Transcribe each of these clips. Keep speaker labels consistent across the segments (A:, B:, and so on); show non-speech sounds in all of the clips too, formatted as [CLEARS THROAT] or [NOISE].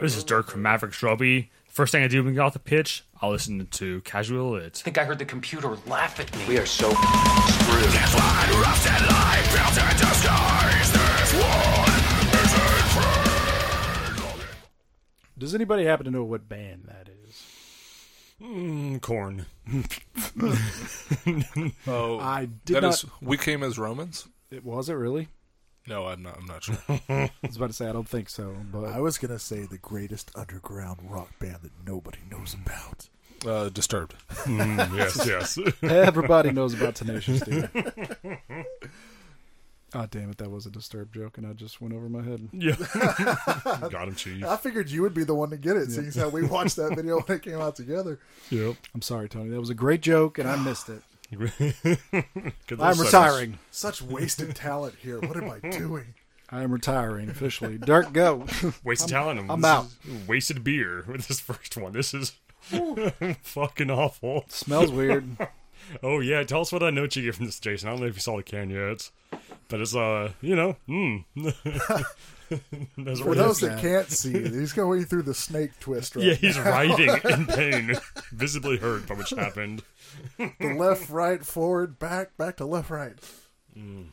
A: This is Dirk from Mavericks Rugby. First thing I do when I get off the pitch, I listen to Casual Lit.
B: I think I heard the computer laugh at me. We are so
C: Does anybody happen to know what band that is?
D: corn.
E: Oh,
C: I did
E: that
C: not-
E: is- we came as Romans.
C: It was it really?
E: No, I'm not. I'm not
C: [LAUGHS]
E: sure.
C: I was about to say I don't think so,
F: [LAUGHS] I
C: but
F: was gonna say the greatest underground rock band that nobody knows
D: Mm.
F: about.
E: Uh, disturbed.
D: yes, yes.
C: everybody knows about Tenacious
F: [LAUGHS]
C: D. Ah, damn it! That was a disturbed joke, and I just went over my head.
D: yeah. Got him,
F: [LAUGHS]
D: chief.
F: I figured you would be the one to get it, seeing as how we watched that video when it
D: [LAUGHS]
F: came out together.
D: Yep.
C: I'm sorry, Tony. That was a great joke, and I
F: Ah,
C: missed it.
D: Good
C: I'm
D: little
C: retiring.
F: Such wasted talent here. What am I
D: Mm.
F: doing?
C: I am retiring officially. Dirk, go. [LAUGHS]
D: sentence. Wasted talent. and
C: I'm
D: this
C: out.
D: is Wasted beer with this first one. This is [LAUGHS] fucking awful.
C: Smells weird.
D: Oh yeah, tell us what I know you get from this, Jason. I don't know if you saw the can yet, but it's uh, you know, mm. That's
F: For
D: what
F: those
D: it is.
F: that can't see, he's going through the snake twist right
D: yeah, he's writhing in pain, [LAUGHS] visibly hurt by which happened.
F: the left, right, forward, back, back to left, right.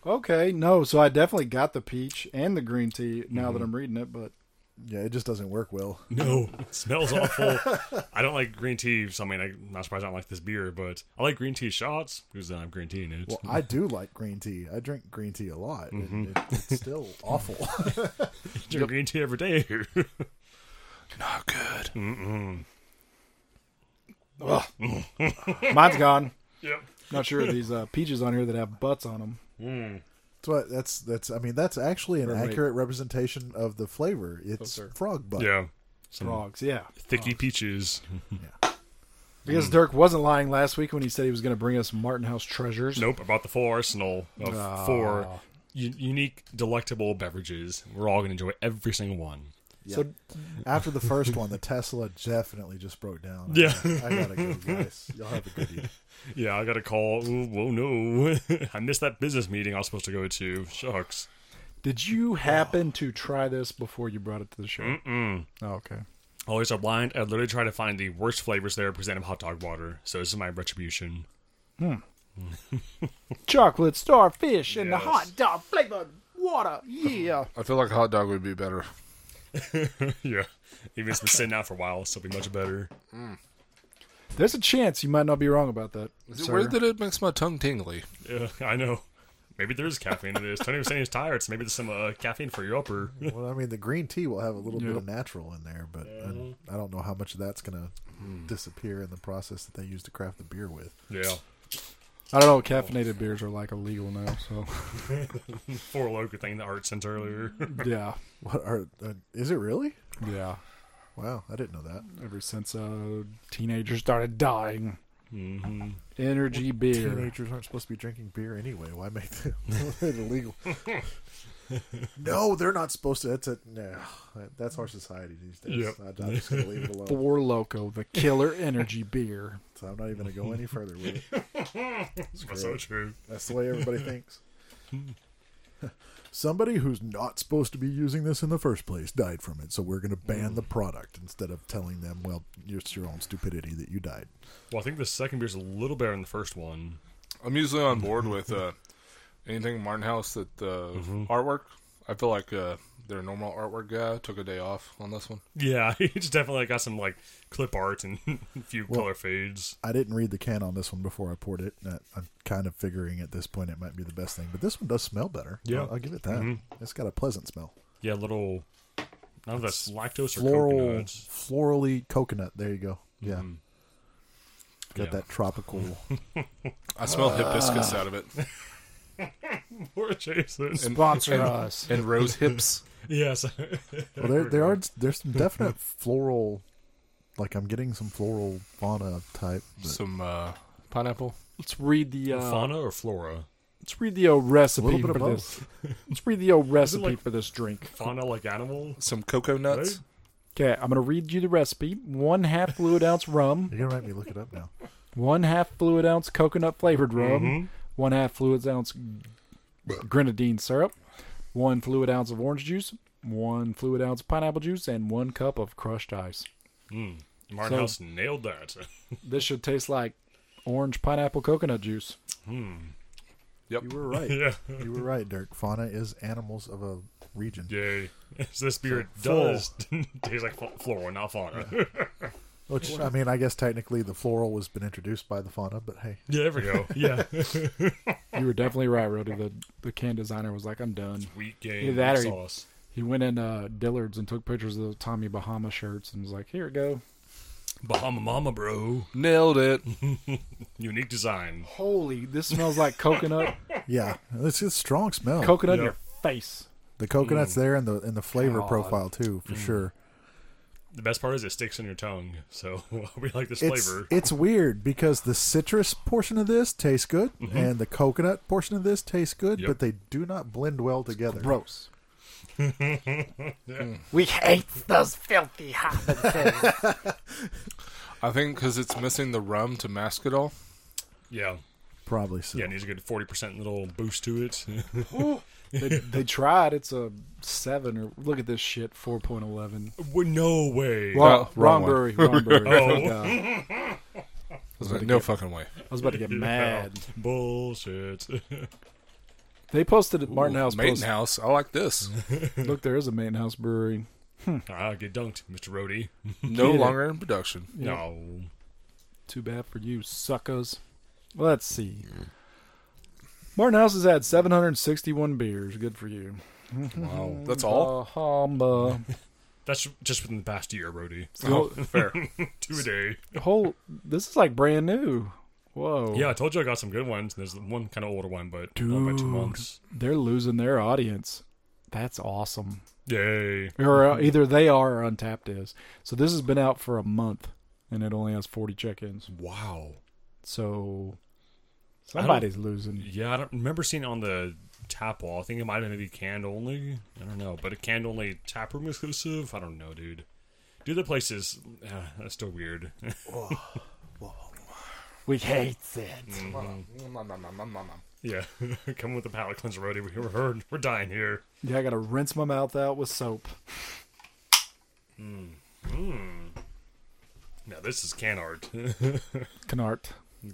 C: Okay, no. So I definitely got the peach and the green tea now that I'm reading it, but
F: Mm-hmm. Yeah, it just doesn't work well.
D: No, it smells awful. I don't like green tea, so I mean, I'm not surprised I don't like this beer, but I like green tea shots because then I have green tea in it.
F: Well, I do like green tea. I drink green tea a lot.
C: Mm-hmm.
F: and it- it's still awful.
D: Mm. drink green tea every day. [LAUGHS]
C: Oh,
E: not good.
C: mine's gone.
D: yep.
C: Not sure of these uh, peaches on here that have butts on them.
F: That's what that's that's. I mean, that's actually an
C: Or wait.
F: accurate representation of the flavor. It's frog butt.
D: Yeah. Oh. Some
C: Frogs, yeah.
D: thicky peaches.
C: Because Dirk wasn't lying last week when he said he was going to bring us Martin House treasures.
D: Nope, I bought the full arsenal of four u- unique, delectable beverages. We're all going to enjoy every single one.
C: So
F: After
D: [LAUGHS]
F: the first one, the Tesla definitely just broke down. I
D: Yeah.
F: gotta- I, gotta go,
D: [LAUGHS]
F: guys. Y'all have a good evening.
D: Yeah, I got a call. Ooh, whoa, no. [LAUGHS] I missed that business meeting I was supposed to go to. Shucks.
C: did you happen to try this before you brought it to the show? Mm-mm. Oh, okay.
D: Always are blind. I literally try to find the worst flavors there, present them hot dog water. So this is my retribution. [LAUGHS]
C: Chocolate starfish and the
D: Yes.
C: hot dog flavored water. Yeah.
E: I feel like hot dog would be better.
D: yeah. Even if it's been sitting out for a while, so it'll be much better.
C: There's a chance you might not be wrong about that.
E: Is it
C: sir.
E: weird that it makes my tongue tingly?
D: Yeah, I know. Maybe there is caffeine in this. Tony was saying he's tired, so maybe there's some uh, caffeine for your upper.
F: [LAUGHS] Well, I mean, the green tea will have a little bit of natural in there, but I, I don't know how much of that's gonna disappear in the process that they use to craft the beer with.
D: Yeah.
C: I don't know. Caffeinated beers are like illegal now, so [LAUGHS]
D: Four Loco thing that Art sent earlier.
C: yeah,
F: What are? Uh, is it really?
C: yeah.
F: Wow, I didn't know that.
C: Ever since uh, teenagers started dying, energy beer.
F: Teenagers aren't supposed to be drinking beer anyway. Why make [LAUGHS] that it illegal? no, they're not supposed to. That's a, no, that's our society these days.
D: Yep.
F: I, am just gonna leave it alone.
C: Four Loco, the killer energy beer.
F: So I'm not even gonna go any further with it.
D: [LAUGHS] That's so true.
F: That's the way everybody thinks. [LAUGHS] Somebody who's not supposed to be using this in the first place died from it, so we're going to ban
D: Mm.
F: the product instead of telling them, well, it's your own stupidity that you died.
D: Well, I think the second beer's a little better than the first one.
E: I'm usually on board with uh, anything Martin House that uh,
C: Mm-hmm.
E: artwork. I feel like uh, their normal artwork guy took a day off on this one.
D: Yeah, [LAUGHS] it's definitely got some like clip art and [LAUGHS] a few color fades.
F: I didn't read the can on this one before I poured it. and I- I'm kind of figuring at this point it might be the best thing, but this one does smell better.
D: Yeah. Mm-hmm.
F: I'll, I'll give it that. It's got a pleasant smell.
D: Yeah, little. None of that's lactose or
F: Floral,
D: coconut. [LAUGHS]
F: florally coconut. There you go. Yeah. Got
D: Mm-hmm. Yeah.
F: that tropical
E: I
C: Ah.
E: smell hibiscus out of
C: [LAUGHS]
E: it
D: Poor Jason.
C: Sponsor us.
E: and
C: [LAUGHS]
E: rose hips.
D: [LAUGHS] yes. Uh,
F: Well, there, there are there's some definite [LAUGHS] floral, like I'm getting some floral fauna type. but
E: Some uh, pineapple.
C: Let's read the uh,
D: Fauna or flora?
C: let's read the uh, recipe
F: little bit
C: for
F: of
C: this. Let's read the uh, recipe
D: like-
C: for this drink.
D: Fauna like animal?
E: Some cocoa nuts.
D: Right?
C: Okay, I'm gonna read you the recipe. One half fluid ounce rum,
F: You're gonna make me look it up now.
C: one half fluid ounce coconut flavored rum,
F: Mm-hmm.
C: one half fluid ounce grenadine syrup, one fluid ounce of orange juice, one fluid ounce pineapple juice, and one cup of crushed ice.
D: Martin House nailed that. [LAUGHS]
C: This should taste like orange pineapple coconut juice.
E: Yep.
F: You were right.
D: yeah.
F: You were right, Dirk. Fauna is animals of a region.
D: Yay. [LAUGHS] So this beer
F: Full.
D: does [LAUGHS] taste like fl- floral, not fauna.
F: Which I mean, I guess technically the floral has been introduced by the fauna, but hey,
D: yeah, [LAUGHS] there we
C: [LAUGHS]
D: go. Yeah.
C: You were definitely right, Rody. The the can designer was like, "I'm done."
D: Wheat game
C: Either that or you-
D: sauce.
C: He went in uh, Dillard's and took pictures of the Tommy Bahama shirts and was like, "Here we go."
D: Bahama Mama, bro.
E: Nailed it.
D: Unique design.
C: Holy, this smells
E: [LAUGHS]
C: like coconut,
F: yeah, it's a strong smell.
C: coconut in
D: Yeah.
C: your face.
F: the
D: Mm.
F: coconut's there, and the and the flavor profile too, for sure.
D: The best part is it sticks in your tongue. So [LAUGHS] we like this
F: It's
D: flavor.
F: it's weird because the citrus portion of this tastes good, and the coconut portion of this tastes good,
D: Mm-hmm. Yep.
F: but they do not blend well together.
C: Gross.
G: We hate those filthy hobbits.
E: I think because it's missing the rum to mask it all.
D: yeah.
F: Probably so.
D: Yeah, it needs a good 40% little boost to it. [LAUGHS]
C: They, they tried. It's a seven or look at this shit, four point eleven.
D: Well, no way.
C: Wrong,
E: wrong one.
C: brewery.
E: [LAUGHS]
C: Wrong brewery.
D: Oh.
C: Thank God.
E: I was like, no fucking way.
C: uh, I was about to get mad.
D: Bullshit. [LAUGHS]
C: They posted it. Martin
E: Ooh,
C: House
E: Maiden
C: posted.
E: House. I like this.
C: Look, there is a Maiden House brewery.
D: ah, get dunked, Mr. Rohde.
E: No longer in production.
D: No.
C: Too bad for you, suckers. Let's see. Martin House has had 761 beers. Good for you.
E: Wow. That's all.
C: Bahama.
D: That's just within the past year, Rohde.
C: So,
E: Fair.
D: Two a day.
C: whole this is like brand new. Whoa.
D: Yeah, I told you I got some good ones. There's one kind of older one, but not by two months.
C: They're losing their audience. That's awesome.
D: Yay.
C: Or uh, either they are or Untapped is. So this has been out for a month and it only has 40 check-ins.
D: Wow.
C: So somebody's losing.
D: Yeah, I don't remember seeing it on the tap wall. I think it might have been maybe canned only. I don't know, but a canned only tap room exclusive. I don't know, dude. Dude, the place is uh, that's still weird. [LAUGHS]
G: we hate it.
C: Mm.
D: yeah, [LAUGHS] come with the palate cleanser, Rohde. We- We're, we're we're dying here.
C: Yeah, I gotta rinse my mouth out with soap.
D: Now this is can art, [LAUGHS]
C: Canart.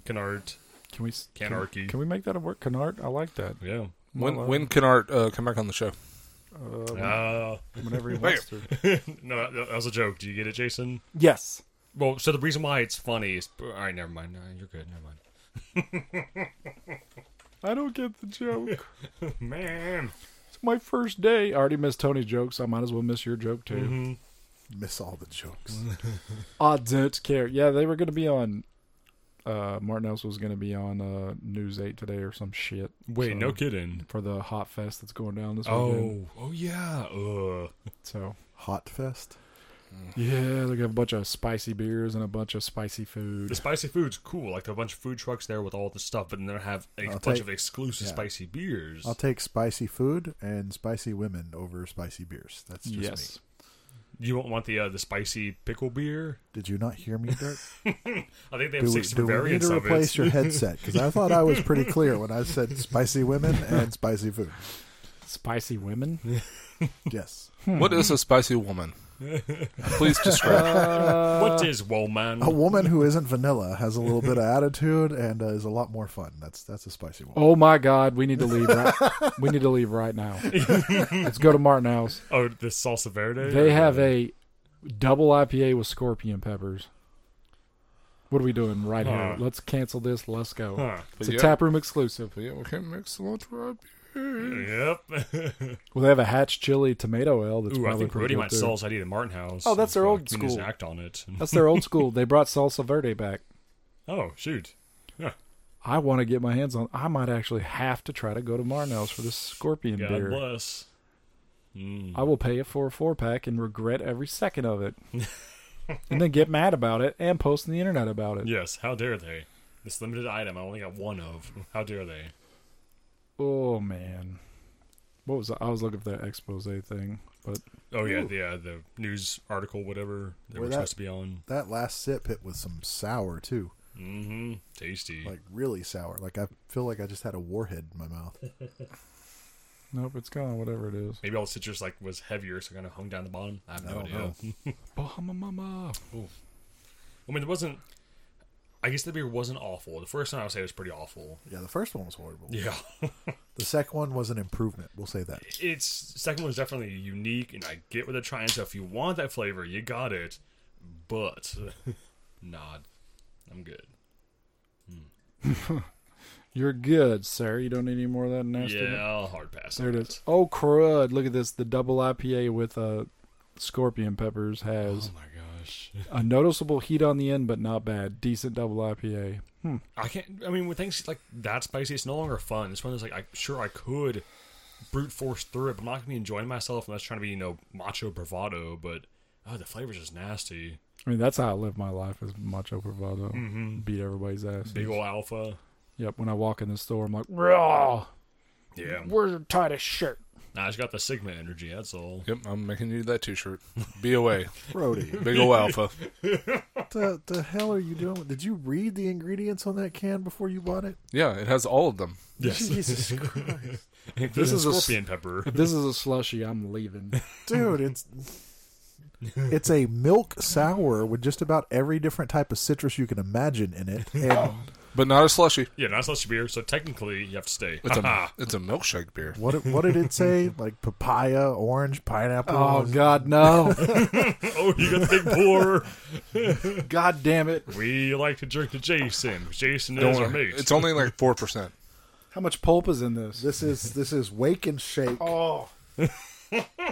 D: can art,
C: Can we s-
D: can
C: can, can we make that a word? Canart. I like that.
D: Yeah.
E: When when can Art uh, come back on the show?
D: Uh,
C: Whenever he wants to.
D: no, that, that was a joke. Do you get it, Jason?
C: Yes.
D: Well, so the reason why it's funny is all right. Never mind. Uh, you're good. Never mind.
C: I don't get the joke.
D: Man,
C: it's my first day. I already missed Tony's joke, so I might as well miss your joke too.
F: Miss all the jokes.
C: I don't care. Yeah, they were gonna be on. Uh, Martin Else was gonna be on uh, News Eight today or some shit.
D: wait,
C: So-
D: no kidding.
C: For the hot fest that's going down this weekend.
D: Oh, oh yeah. Uh,
C: So
F: Hot fest.
C: yeah, they got a bunch of spicy beers and a bunch of spicy
D: the
C: food.
D: spicy food's cool. Like there are a bunch of food trucks there with all the stuff, but then they have a
F: I'll
D: bunch
F: take-
D: of exclusive
F: yeah.
D: spicy beers.
F: I'll take spicy food and spicy women over spicy beers. That's just me.
C: Yes.
D: you won't want the uh, the spicy pickle beer.
F: Did you not hear me,
D: [LAUGHS]
F: Dirk?
D: I think they have
F: Do we,
D: six
F: do
D: different
F: we need
D: variants
F: to
D: of
F: replace
D: it. [LAUGHS]
F: your headset? Because I thought I was pretty clear when I said spicy women and spicy food.
C: Spicy women.
F: Yes.
E: What is a spicy woman? Please describe.
D: what is woman?
F: A woman who isn't vanilla has a little bit of attitude and uh, is a lot more fun. That's that's a spicy woman.
C: Oh my God, we need to
D: [LAUGHS]
C: leave. Right, we need to leave right now. Let's go to Martin House.
D: Oh, the salsa verde.
C: They have a double IPA with scorpion peppers. What are we doing right here?
D: Huh.
C: Let's cancel this. Let's go.
D: Huh.
C: It's a
E: Yeah.
C: taproom exclusive.
E: yeah, we can't mix a lot of rub.
D: Yep.
C: Well, they have a hatch chili tomato ale. That's
D: Ooh, I
C: probably
D: think
C: pretty
D: Rudy
C: good
D: might
C: too.
D: sell idea to Martin House.
C: Oh, that's
D: if,
C: their
D: uh,
C: old
D: we can just
C: school.
D: Act on it.
C: That's their
D: [LAUGHS]
C: old school. They brought salsa verde back.
D: Oh shoot. Yeah.
C: I want to get my hands on. I might actually have to try to go to Marnell's for this scorpion
D: God
C: beer.
D: bless.
C: I will pay it for a four pack and regret every second
D: [LAUGHS]
C: of it, and then get mad about it and post on the internet about it.
D: Yes, how dare they? This limited item I only got one of. How dare they?
C: Oh man, what was I, I was looking for that expose thing, but
D: Oh yeah, the uh, the news article, whatever they
F: Well,
D: were
F: that-
D: supposed to be on.
F: That last sip hit with some sour too,
D: Mm-hmm. Tasty.
F: like really sour. Like I feel like I just had a warhead in my mouth.
C: Nope, it's gone. Whatever it is.
D: Maybe all the citrus like was heavier, so kind of hung down the bottom. I have no
F: don't
D: idea.
F: know.
C: Bahama Oh, Mama.
D: I mean, it wasn't. I guess the beer wasn't awful. The first one I would say was pretty awful.
F: Yeah, the first one was horrible.
D: Yeah,
F: The second one was an improvement. We'll say that.
D: [LAUGHS] it's second one is definitely unique, and I get what they're trying. So if you want that flavor, you got it. But [LAUGHS] nod, I'm good.
C: You're good, sir. You don't need any more of that nasty.
D: yeah, I'll hard pass.
C: There
D: on
C: it is. Oh crud! Look at this. The double IPA with uh, scorpion peppers has
D: Oh my gosh,
C: a noticeable heat on the end, but not bad. Decent double IPA.
D: I can't. I mean, with things like that spicy, it's no longer fun. This one is like, I sure I could brute force through it, but I'm not gonna be enjoying myself unless trying to be you know macho bravado. But oh, the flavor's just nasty.
C: I mean, that's how I live my life is macho bravado. Beat everybody's ass.
D: Big ol' alpha.
C: Yep. When I walk in the store, I'm like, raw.
D: Yeah,
G: Where's your tightest shirt?
D: I just got the Sigma energy. That's all.
E: Yep, I'm making you that T-shirt. BOA,
F: Brody,
E: Big O Alpha.
F: the, the hell are you doing? Did you read the ingredients on that can before you bought it?
E: Yeah, it has all of them.
D: Yes,
F: [LAUGHS] Jesus Christ.
D: this is
C: is a s-
D: scorpion pepper.
C: If this is a slushy, I'm leaving.
F: Dude, it's
D: [LAUGHS]
F: it's a milk sour with just about every different type of citrus you can imagine
D: [LAUGHS]
F: in it. And
E: But not a slushy.
D: Yeah, not such a beer. So technically, you have to stay.
E: It's a it's a milkshake beer.
F: what it- what did it say? Like papaya, orange, pineapple.
C: oh God, no!
D: [LAUGHS] oh, you got the big pour.
C: God damn it!
D: [LAUGHS] we like to drink to Jason. Jason
E: Don't
D: is our
E: worry.
D: mate.
E: It's only like four percent.
C: How much pulp is in this?
F: This is this is wake and shake
D: oh.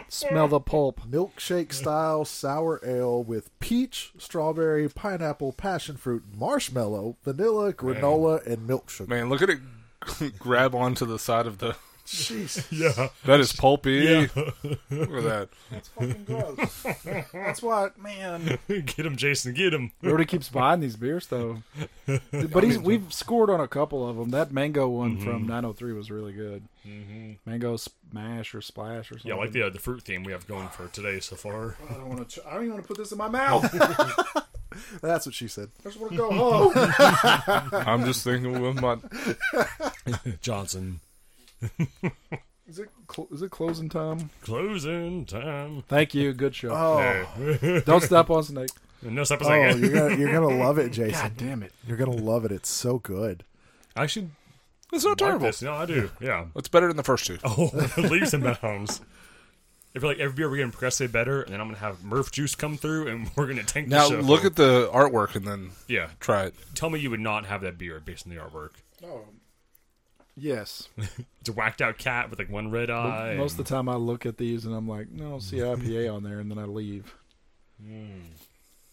C: Smell the pulp.
F: milkshake style sour ale with peach, strawberry, pineapple, passion fruit, marshmallow, vanilla, granola, and milk sugar.
E: Man, look at it [LAUGHS] grab onto the side of the.
F: Jeez,
D: [LAUGHS] yeah. [LAUGHS]
E: That is pulpy. Look at that.
F: that's fucking gross.
C: [LAUGHS]
F: That's why, man.
D: get him, Jason. Get him.
C: Everybody keeps buying these beers though. But he's, we've scored on a couple of them. That mango one from 903 was really good. Mango smash or splash or something.
D: Yeah, I like the uh, the fruit theme we have going for today so far. [LAUGHS]
C: I don't want to. I don't even want to put this in my mouth. I
F: That's what she said.
C: just want to go home.
E: I'm just thinking with my.
D: Johnson.
C: Is it cl- is it closing time?
D: Closing time.
C: Thank you. Good show.
F: Oh,
C: don't step on snake.
D: No step a [LAUGHS]
F: oh,
D: second.
F: you're gonna you're gonna love it, Jason.
C: damn it.
F: You're gonna love it. It's so good.
D: I should
E: It's not
D: like
E: terrible.
D: this. No, I do. Yeah.
E: It's better than the first two.
D: [LAUGHS] Oh, leaves and bounds. I feel like every beer we're getting progressively better, and then I'm gonna have Murph juice come through, and [LAUGHS] we're gonna tank.
E: now
D: the show.
E: look at the artwork and then
D: yeah.
E: try it.
D: Tell me you would not have that beer based on the artwork.
C: Yes.
D: It's a whacked out cat with like one red eye.
C: Most of the time I look at these and I'm like, no, I don't see IPA on there, and then I leave.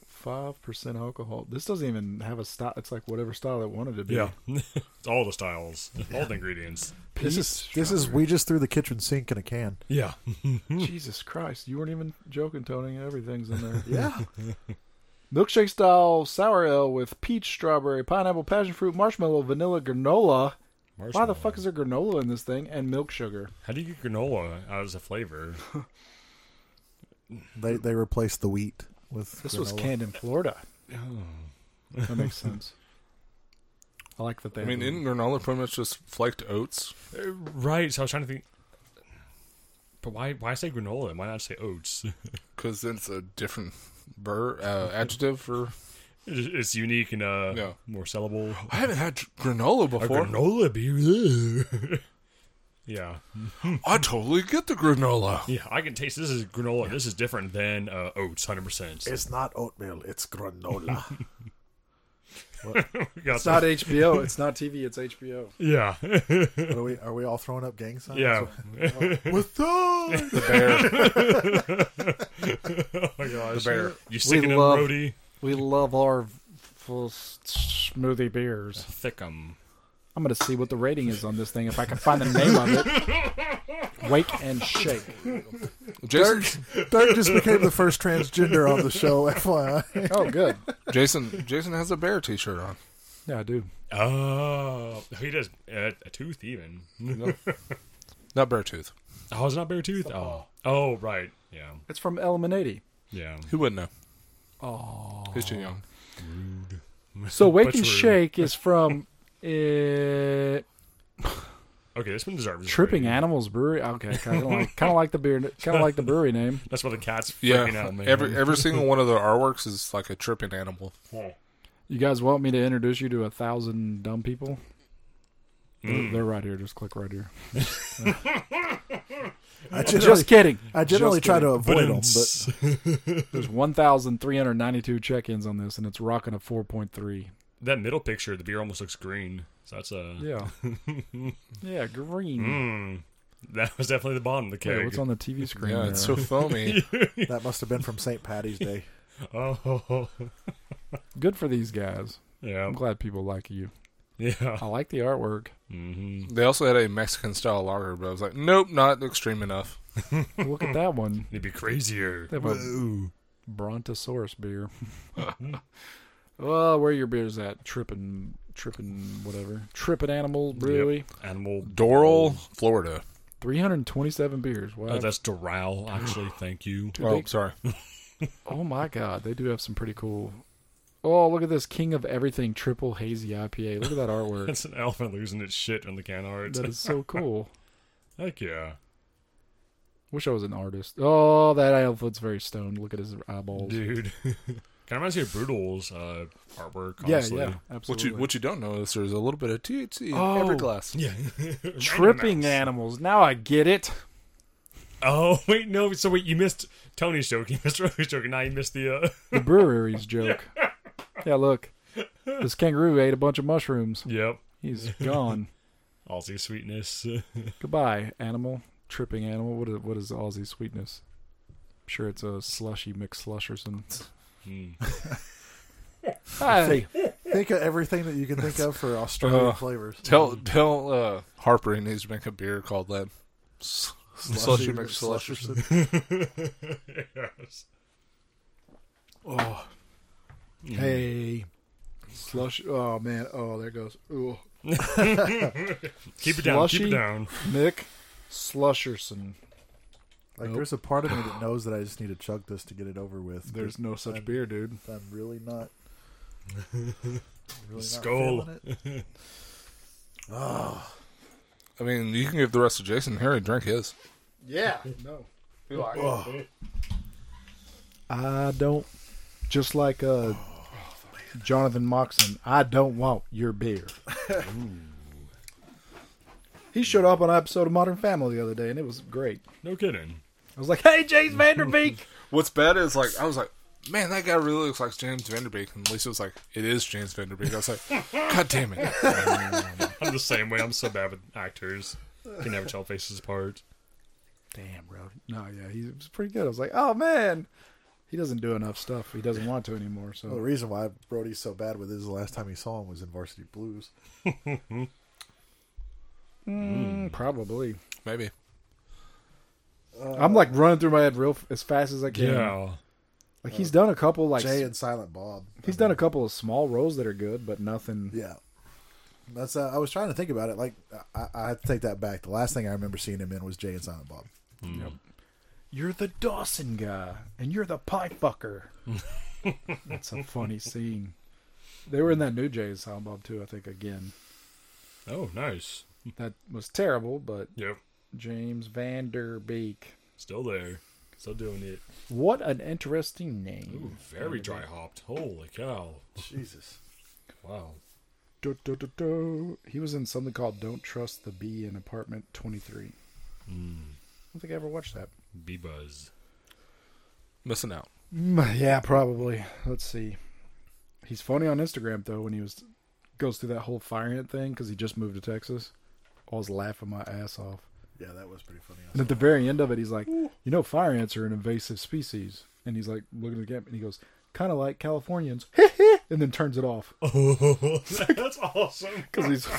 C: Five percent alcohol. This doesn't even have a style. It's like whatever style it wanted to be.
D: yeah, [LAUGHS] It's all the styles, all the ingredients.
F: This is this is we just threw the kitchen sink in a can.
D: Yeah,
E: [LAUGHS]
C: Jesus Christ, you weren't even joking, Tony. Everything's in there.
F: Yeah,
C: [LAUGHS] Milkshake style sour ale with peach, strawberry, pineapple, passion fruit, marshmallow, vanilla, granola. Why the fuck is there granola in this thing? And milk sugar.
D: How do you get granola out as a flavor?
F: they they replaced the wheat with
C: This was
F: granola.
C: canned in Florida. That makes sense. I like that they.
E: Oh. I mean,
C: have-
E: in granola, pretty much just flaked oats.
D: Uh, Right. So I was trying to think. But why? Why say granola? Why not say oats? [LAUGHS]
E: because it's a different ver uh,
D: Mm-hmm.
E: adjective for.
D: It's, it's unique and uh,
E: Yeah.
D: more sellable.
E: I haven't had granola before.
D: granola beer. [LAUGHS] yeah,
E: I totally get
D: [LAUGHS]
E: the granola.
D: yeah. I can taste. This is granola. This is different than uh, oats. Hundred percent.
F: It's not oatmeal. It's granola.
C: it's not HBO. It's not TV. It's HBO.
D: [LAUGHS] Yeah,
F: [LAUGHS] What are we are we all throwing up gang signs?
D: yeah.
F: With the
E: The bear,
D: Oh my gosh.
E: the bear.
D: You sticking in
C: love-
D: Brody?
C: We love our full s- smoothie beers.
D: Thickum.
C: I'm gonna see what the rating is on this thing if I can find the name of it.
E: [LAUGHS]
C: Wake and shake.
E: Jason,
F: Doug just became the first transgender on the show. [LAUGHS] FYI,
C: Oh, good.
E: Jason, Jason has a bear T-shirt on.
C: [LAUGHS] Yeah, I do.
D: Oh, he does uh, a tooth even.
E: Not bear tooth.
D: [LAUGHS] Oh, it's not bare tooth. Oh, oh, right. Yeah,
C: It's from Eliminati.
D: yeah.
E: Who wouldn't know? Oh, he's too young.
C: So Wake [LAUGHS]
D: But
C: and [LAUGHS]
D: true.
C: Shake is from. Uh,
D: Okay, this one deserves this
C: eh, Tripping
D: rating.
C: Animals Brewery. Okay, kind of like kind of like the beer, kind of like the brewery name.
D: That's why the cat's
E: Yeah,
D: freaking out, man.
E: every every single one of the artworks is like a tripping animal.
C: You guys want me to introduce you to a thousand dumb people? They're, they're right here. Just click right here.
F: I generally,
C: Just kidding.
F: I generally
C: just
F: try to
C: kidding.
F: avoid them, but
C: There's 1,392 check-ins on this, and it's rocking a 4.3.
D: that middle picture, the beer almost looks green. So that's uh, a
C: Yeah. yeah, green.
D: Mm. that was definitely the bottom of the
C: Wait,
D: keg.
C: what's on the TV screen?
E: Yeah,
C: there?
E: it's
D: [LAUGHS]
E: so foamy.
F: that must have been from St. Patty's
C: [LAUGHS]
F: Day.
D: oh, [LAUGHS]
C: Good for these guys.
D: yeah,
C: I'm glad people like you.
D: yeah.
C: I like the artwork.
D: Mm-hmm.
E: they also had a Mexican style lager, but I was like, nope, not extreme enough.
C: Look at that one.
D: It'd be crazier.
C: They have a Brontosaurus beer. [LAUGHS] well, where are your beers at? Trippin', trippin', whatever. Trippin' Animal Brewery.
D: Animal
E: Doral, Florida.
C: 327 beers. Wow.
D: Oh, that's Doral. Actually, thank you.
C: Dude,
E: Oh,
C: they-
E: sorry.
C: oh my God. They do have some pretty cool. Oh, look at this King of Everything Triple Hazy IPA. Look at
D: [LAUGHS]
C: that
D: [LAUGHS]
C: artwork.
D: That's an elephant losing its shit on the can art.
C: that is so cool.
D: [LAUGHS] Heck yeah,
C: Wish I was an artist. Oh, that elephant's very stoned. Look at his eyeballs.
D: dude. [LAUGHS] kind of reminds me of Brutal's uh, artwork.
C: yeah,
D: Honestly.
C: yeah,
E: What
C: absolutely.
E: you what you don't know is there's a little bit of THC in
C: Oh.
E: every glass.
D: yeah, [LAUGHS]
C: Tripping animals. Now I get it.
D: Oh [LAUGHS] wait, no. So wait, you missed Tony's joke. [LAUGHS] You missed Rose's joke, and now you missed the. Uh, [LAUGHS]
C: The brewery's joke. yeah, look. This kangaroo ate a bunch of mushrooms.
D: yep,
C: He's gone.
D: Aussie sweetness. [LAUGHS]
C: Goodbye, animal. Tripping animal. What is, what is Aussie sweetness? I'm sure it's a slushy McSlush or something. [LAUGHS] Hey,
F: Think of everything that you can think of for Australian
E: Uh,
F: flavors.
E: Tell tell uh, Harper he needs to make a beer called that. S- Slushy McSlusherson.
D: yes.
F: Hey, slush. Oh man. Oh, there goes. Ooh.
D: Keep it down. Keep
C: Slushy?
D: it down.
C: Mick Slusherson.
F: Like
C: Nope.
F: there's a part of me
C: [SIGHS]
F: that knows that I just need to chug this to get it over with.
C: There's no such
F: I'm-
C: beer, dude.
F: I'm really not. Really
D: Skull.
F: Not feeling it.
E: I mean, you can give the rest to Jason. Harry, drink his.
C: [LAUGHS]
F: Yeah. No. Ugh. I don't. Just like uh, Jonathan Moxon, I don't want your [LAUGHS] beer. he showed up on an episode of Modern Family the other day, and it was great.
D: No kidding.
F: I was like, "Hey, James [LAUGHS] Vanderbeek."
E: What's bad is like I was like, man, that guy really looks like James Vanderbeek, and Lisa was like, it is James Vanderbeek. I was like, [LAUGHS] god damn it.
D: I'm the same way. I'm so bad with actors. Can never tell faces apart.
F: Damn, bro.
C: No, yeah, he was pretty good. I was like, oh man, he doesn't do enough stuff. He doesn't want to anymore.
F: Well, the
C: So
F: reason why Brody's so bad with it is the last time he saw him was in Varsity Blues. Oh.
C: Mm, probably,
E: Maybe.
F: Uh,
C: I'm like running through my head real f- as fast as I can.
D: Yeah.
C: Like he's done a couple like
F: Jay
C: s-
F: and Silent Bob.
C: he's done a couple of small roles that are good, but nothing.
F: Yeah. That's. Uh, I was trying to think about it. Like, I, I take that back. The last thing I remember seeing him in was Jay and Silent Bob.
C: You're the Dawson guy, and you're the pie fucker. That's a funny scene. They were in that new Jay's Silent Bob too, I think. Again,
D: Oh, nice.
C: that was terrible, but
D: Yep.
C: James Vanderbeek.
D: Still there. Still doing it.
C: What an interesting name.
D: Ooh, very dry hopped. Holy cow.
F: Jesus.
D: Wow.
C: Du- du- du- du. He was in something called Don't Trust the Bee in Apartment 23. I don't think I ever watched that.
D: Bee buzz.
C: [LAUGHS]
E: Missing out.
C: Mm, yeah, probably. Let's see. He's funny on Instagram, though, when he was goes through that whole fire ant thing because he just moved to Texas. I was laughing my ass off.
F: Yeah, that was pretty funny.
C: And at the very end of it, he's like, You know, fire ants are an invasive species. And he's like, looking at the camera, and he goes, Kind of like Californians. [LAUGHS] and then turns it [LAUGHS] off.
D: Oh, that's awesome.
C: Because he's. [LAUGHS]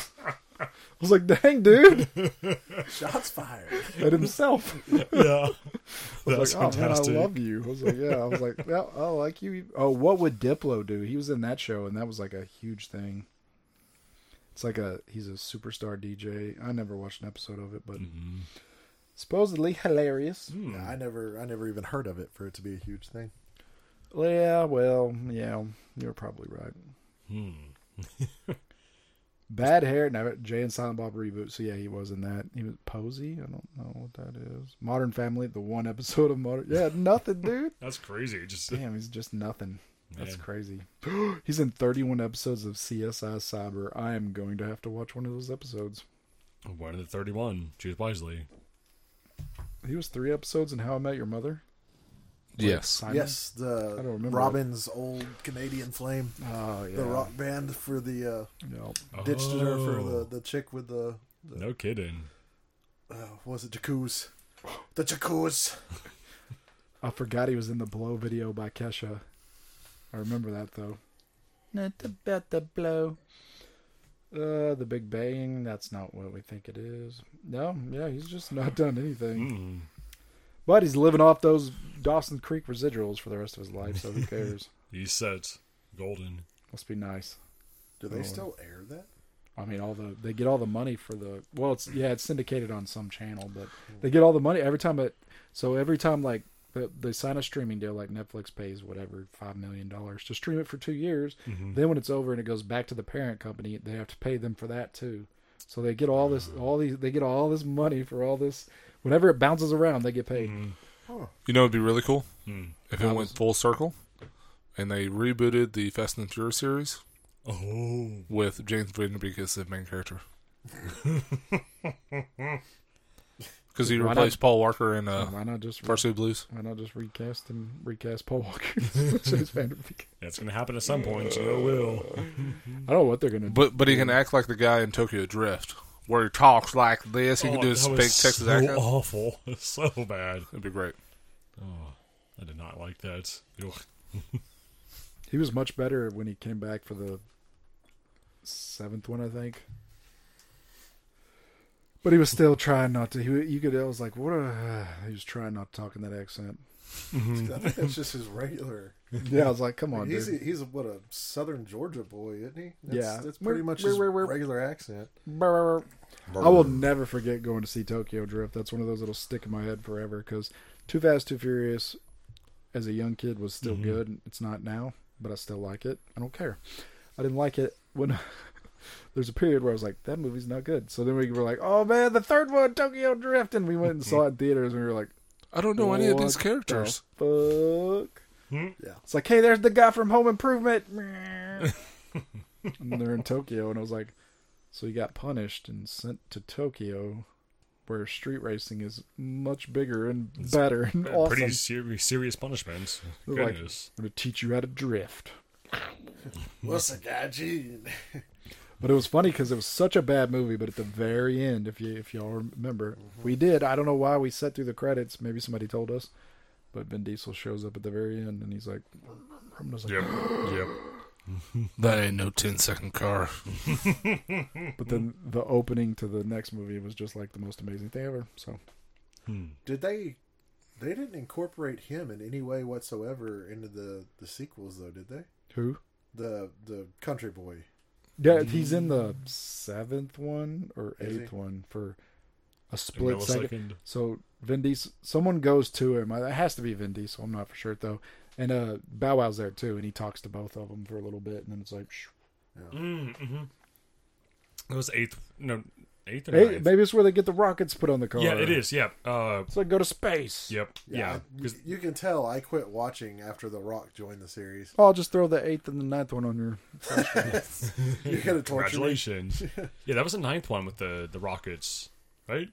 C: I was like, Dang, [LAUGHS] dude.
F: Shots fired.
C: At himself.
D: Yeah.
C: I was
D: [LAUGHS] That's
C: like,
D: fantastic.
C: Oh, man, I love you. I was like, yeah. I was like, yeah, I like you. Oh, what would Diplo do? He was in that show, and that was like a huge thing. It's like a he's a superstar DJ. I never watched an episode of it, but
D: Mm-hmm.
C: supposedly hilarious.
F: Yeah, I never, I never even heard of it for it to be a huge thing.
D: Hmm. [LAUGHS]
C: Yeah, well, yeah, you're probably right. Bad hair. No, Jay and Silent Bob reboot. So yeah, he was in that. He was Posey. I don't know what that is. Modern Family. The one episode of Modern. Yeah, nothing, dude.
D: That's crazy. Just
C: Damn, he's just nothing. That's crazy. [GASPS] he's in 31 episodes of CSI Cyber. I am going to have to watch one of those episodes.
D: one of the thirty-one. Choose wisely.
C: He was three episodes in How I Met Your Mother.
E: Yes.
C: Simon?
F: Yes, the
C: don't remember
F: Robin's old Canadian Flame,
C: Oh yeah.
F: the rock band for the
C: No.
F: uh, ditched her for
D: Oh.
F: the, the chick with the
D: No kidding.
F: uh, what was it jacuzzi, the jacuzzi.
C: I forgot he was in the Blow video by Kesha. I remember that though. Not about the blow. Uh, the Big Bang. That's not what we think it is. No, yeah, he's just not [LAUGHS] done anything. But he's living off those Dawson Creek residuals for the rest of his life, so who cares?
D: These sets golden.
C: Must be nice.
F: Do
C: Oh.
F: they still air that?
C: I mean, all the they get all the money for the well, it's yeah, it's syndicated on some channel, but they get all the money every time it. So every time like they, they sign a streaming deal, like Netflix pays whatever five million dollars to stream it for two years. Then when it's over and it goes back to the parent company, they have to pay them for that too. So they get all this, all these, they get all this money for all this. Whenever it bounces around, they get paid.
E: You know, it'd be really cool
D: Hmm.
E: if it went full circle, and they rebooted the Fast and Furious series
D: Oh,
E: with James Van Der Beek as the
D: [LAUGHS]
E: main character. Because he
C: Why not?
E: replaced Paul Walker in uh,
C: Why not just
E: Varsity Blues.
C: why not just recast and recast Paul Walker? [LAUGHS] James Van Der Beek.
D: that's gonna happen at some point. So it will.
C: I don't know what they're gonna do.
E: But but he
D: Hmm.
E: can act like the guy in Tokyo Drift, where he talks like this. He can do his
D: Oh, that
E: big
D: was
E: Texas
D: so
E: accent.
D: awful. [LAUGHS] so bad.
E: It'd be great.
D: I did not like that. Ugh.
C: He was much better when he came back for the seventh one, I think. But he was still trying not to. He, you could. I was like, what? A, [SIGHS] he was trying not to talk in that accent. [LAUGHS]
F: I think that's just his regular.
C: Yeah, I was like, come on,
F: he's
C: dude.
F: a, he's a, what a Southern Georgia boy, isn't he? That's,
C: Yeah.
F: that's pretty
C: We're-
F: much
C: we're-
F: his
C: we're- we're-
F: regular accent.
C: Brr. I will never forget going to see Tokyo Drift. That's one of those that'll stick in my head forever. Because Too Fast, Too Furious, as a young kid, was still good. It's not now, but I still like it. I don't care. I didn't like it when [LAUGHS] there's a period where I was like, that movie's not good. So then we were like, oh man, the third one, Tokyo Drift, and we went and saw it in theaters, and we were like,
E: I don't know any of
C: what
E: these characters.
C: The fuck.
F: Yeah.
C: It's like, hey, there's the guy from Home
E: [LAUGHS]
C: Improvement. and they're in Tokyo, and I was like, so he got punished and sent to Tokyo, where street racing is much bigger and better and awesome.
D: Pretty ser- serious punishments.
C: They're like,
D: Goodness.
C: I'm gonna teach you how to drift.
F: What's a guy Gene? [LAUGHS]
C: But it was funny because it was such a bad movie. But at the very end, if you if y'all remember, we did. I don't know why we sat through the credits. Maybe somebody told us. But Vin Diesel shows up at the very end, and he's like, "I'm just like,
D: yep.
E: That ain't no 10 second car.
C: But
D: Hmm.
C: then the opening to the next movie was just like the most amazing thing ever. So
F: Did they? They didn't incorporate him in any way whatsoever into the the sequels, though, did they?
C: who?
F: The the country boy.
C: Yeah, he's in the seventh one or
F: Is he?
C: eighth one for a split second.
D: Millisecond.
C: So Vin Diesel, someone goes to him. Uh, It has to be Vin Diesel. I'm not for sure though. And uh, Bow Wow's there too, and he talks to both of them for a little bit, and then it's like, shh.
D: It Mm, mm-hmm. was eighth. No, eighth or
C: Hey,
D: ninth.
C: maybe it's where they get the rockets put on the car.
D: yeah, it is. Yeah. Uh,
C: It's like go to space.
D: yep. Yeah.
F: I-
D: 'Cause-
F: you can tell I quit watching after The Rock joined the series.
C: I'll Oh, just throw the eighth and the ninth one on your.
F: You're gonna torture me.
C: [LAUGHS]
D: Congratulations. yeah, that was the ninth one with the the rockets, right?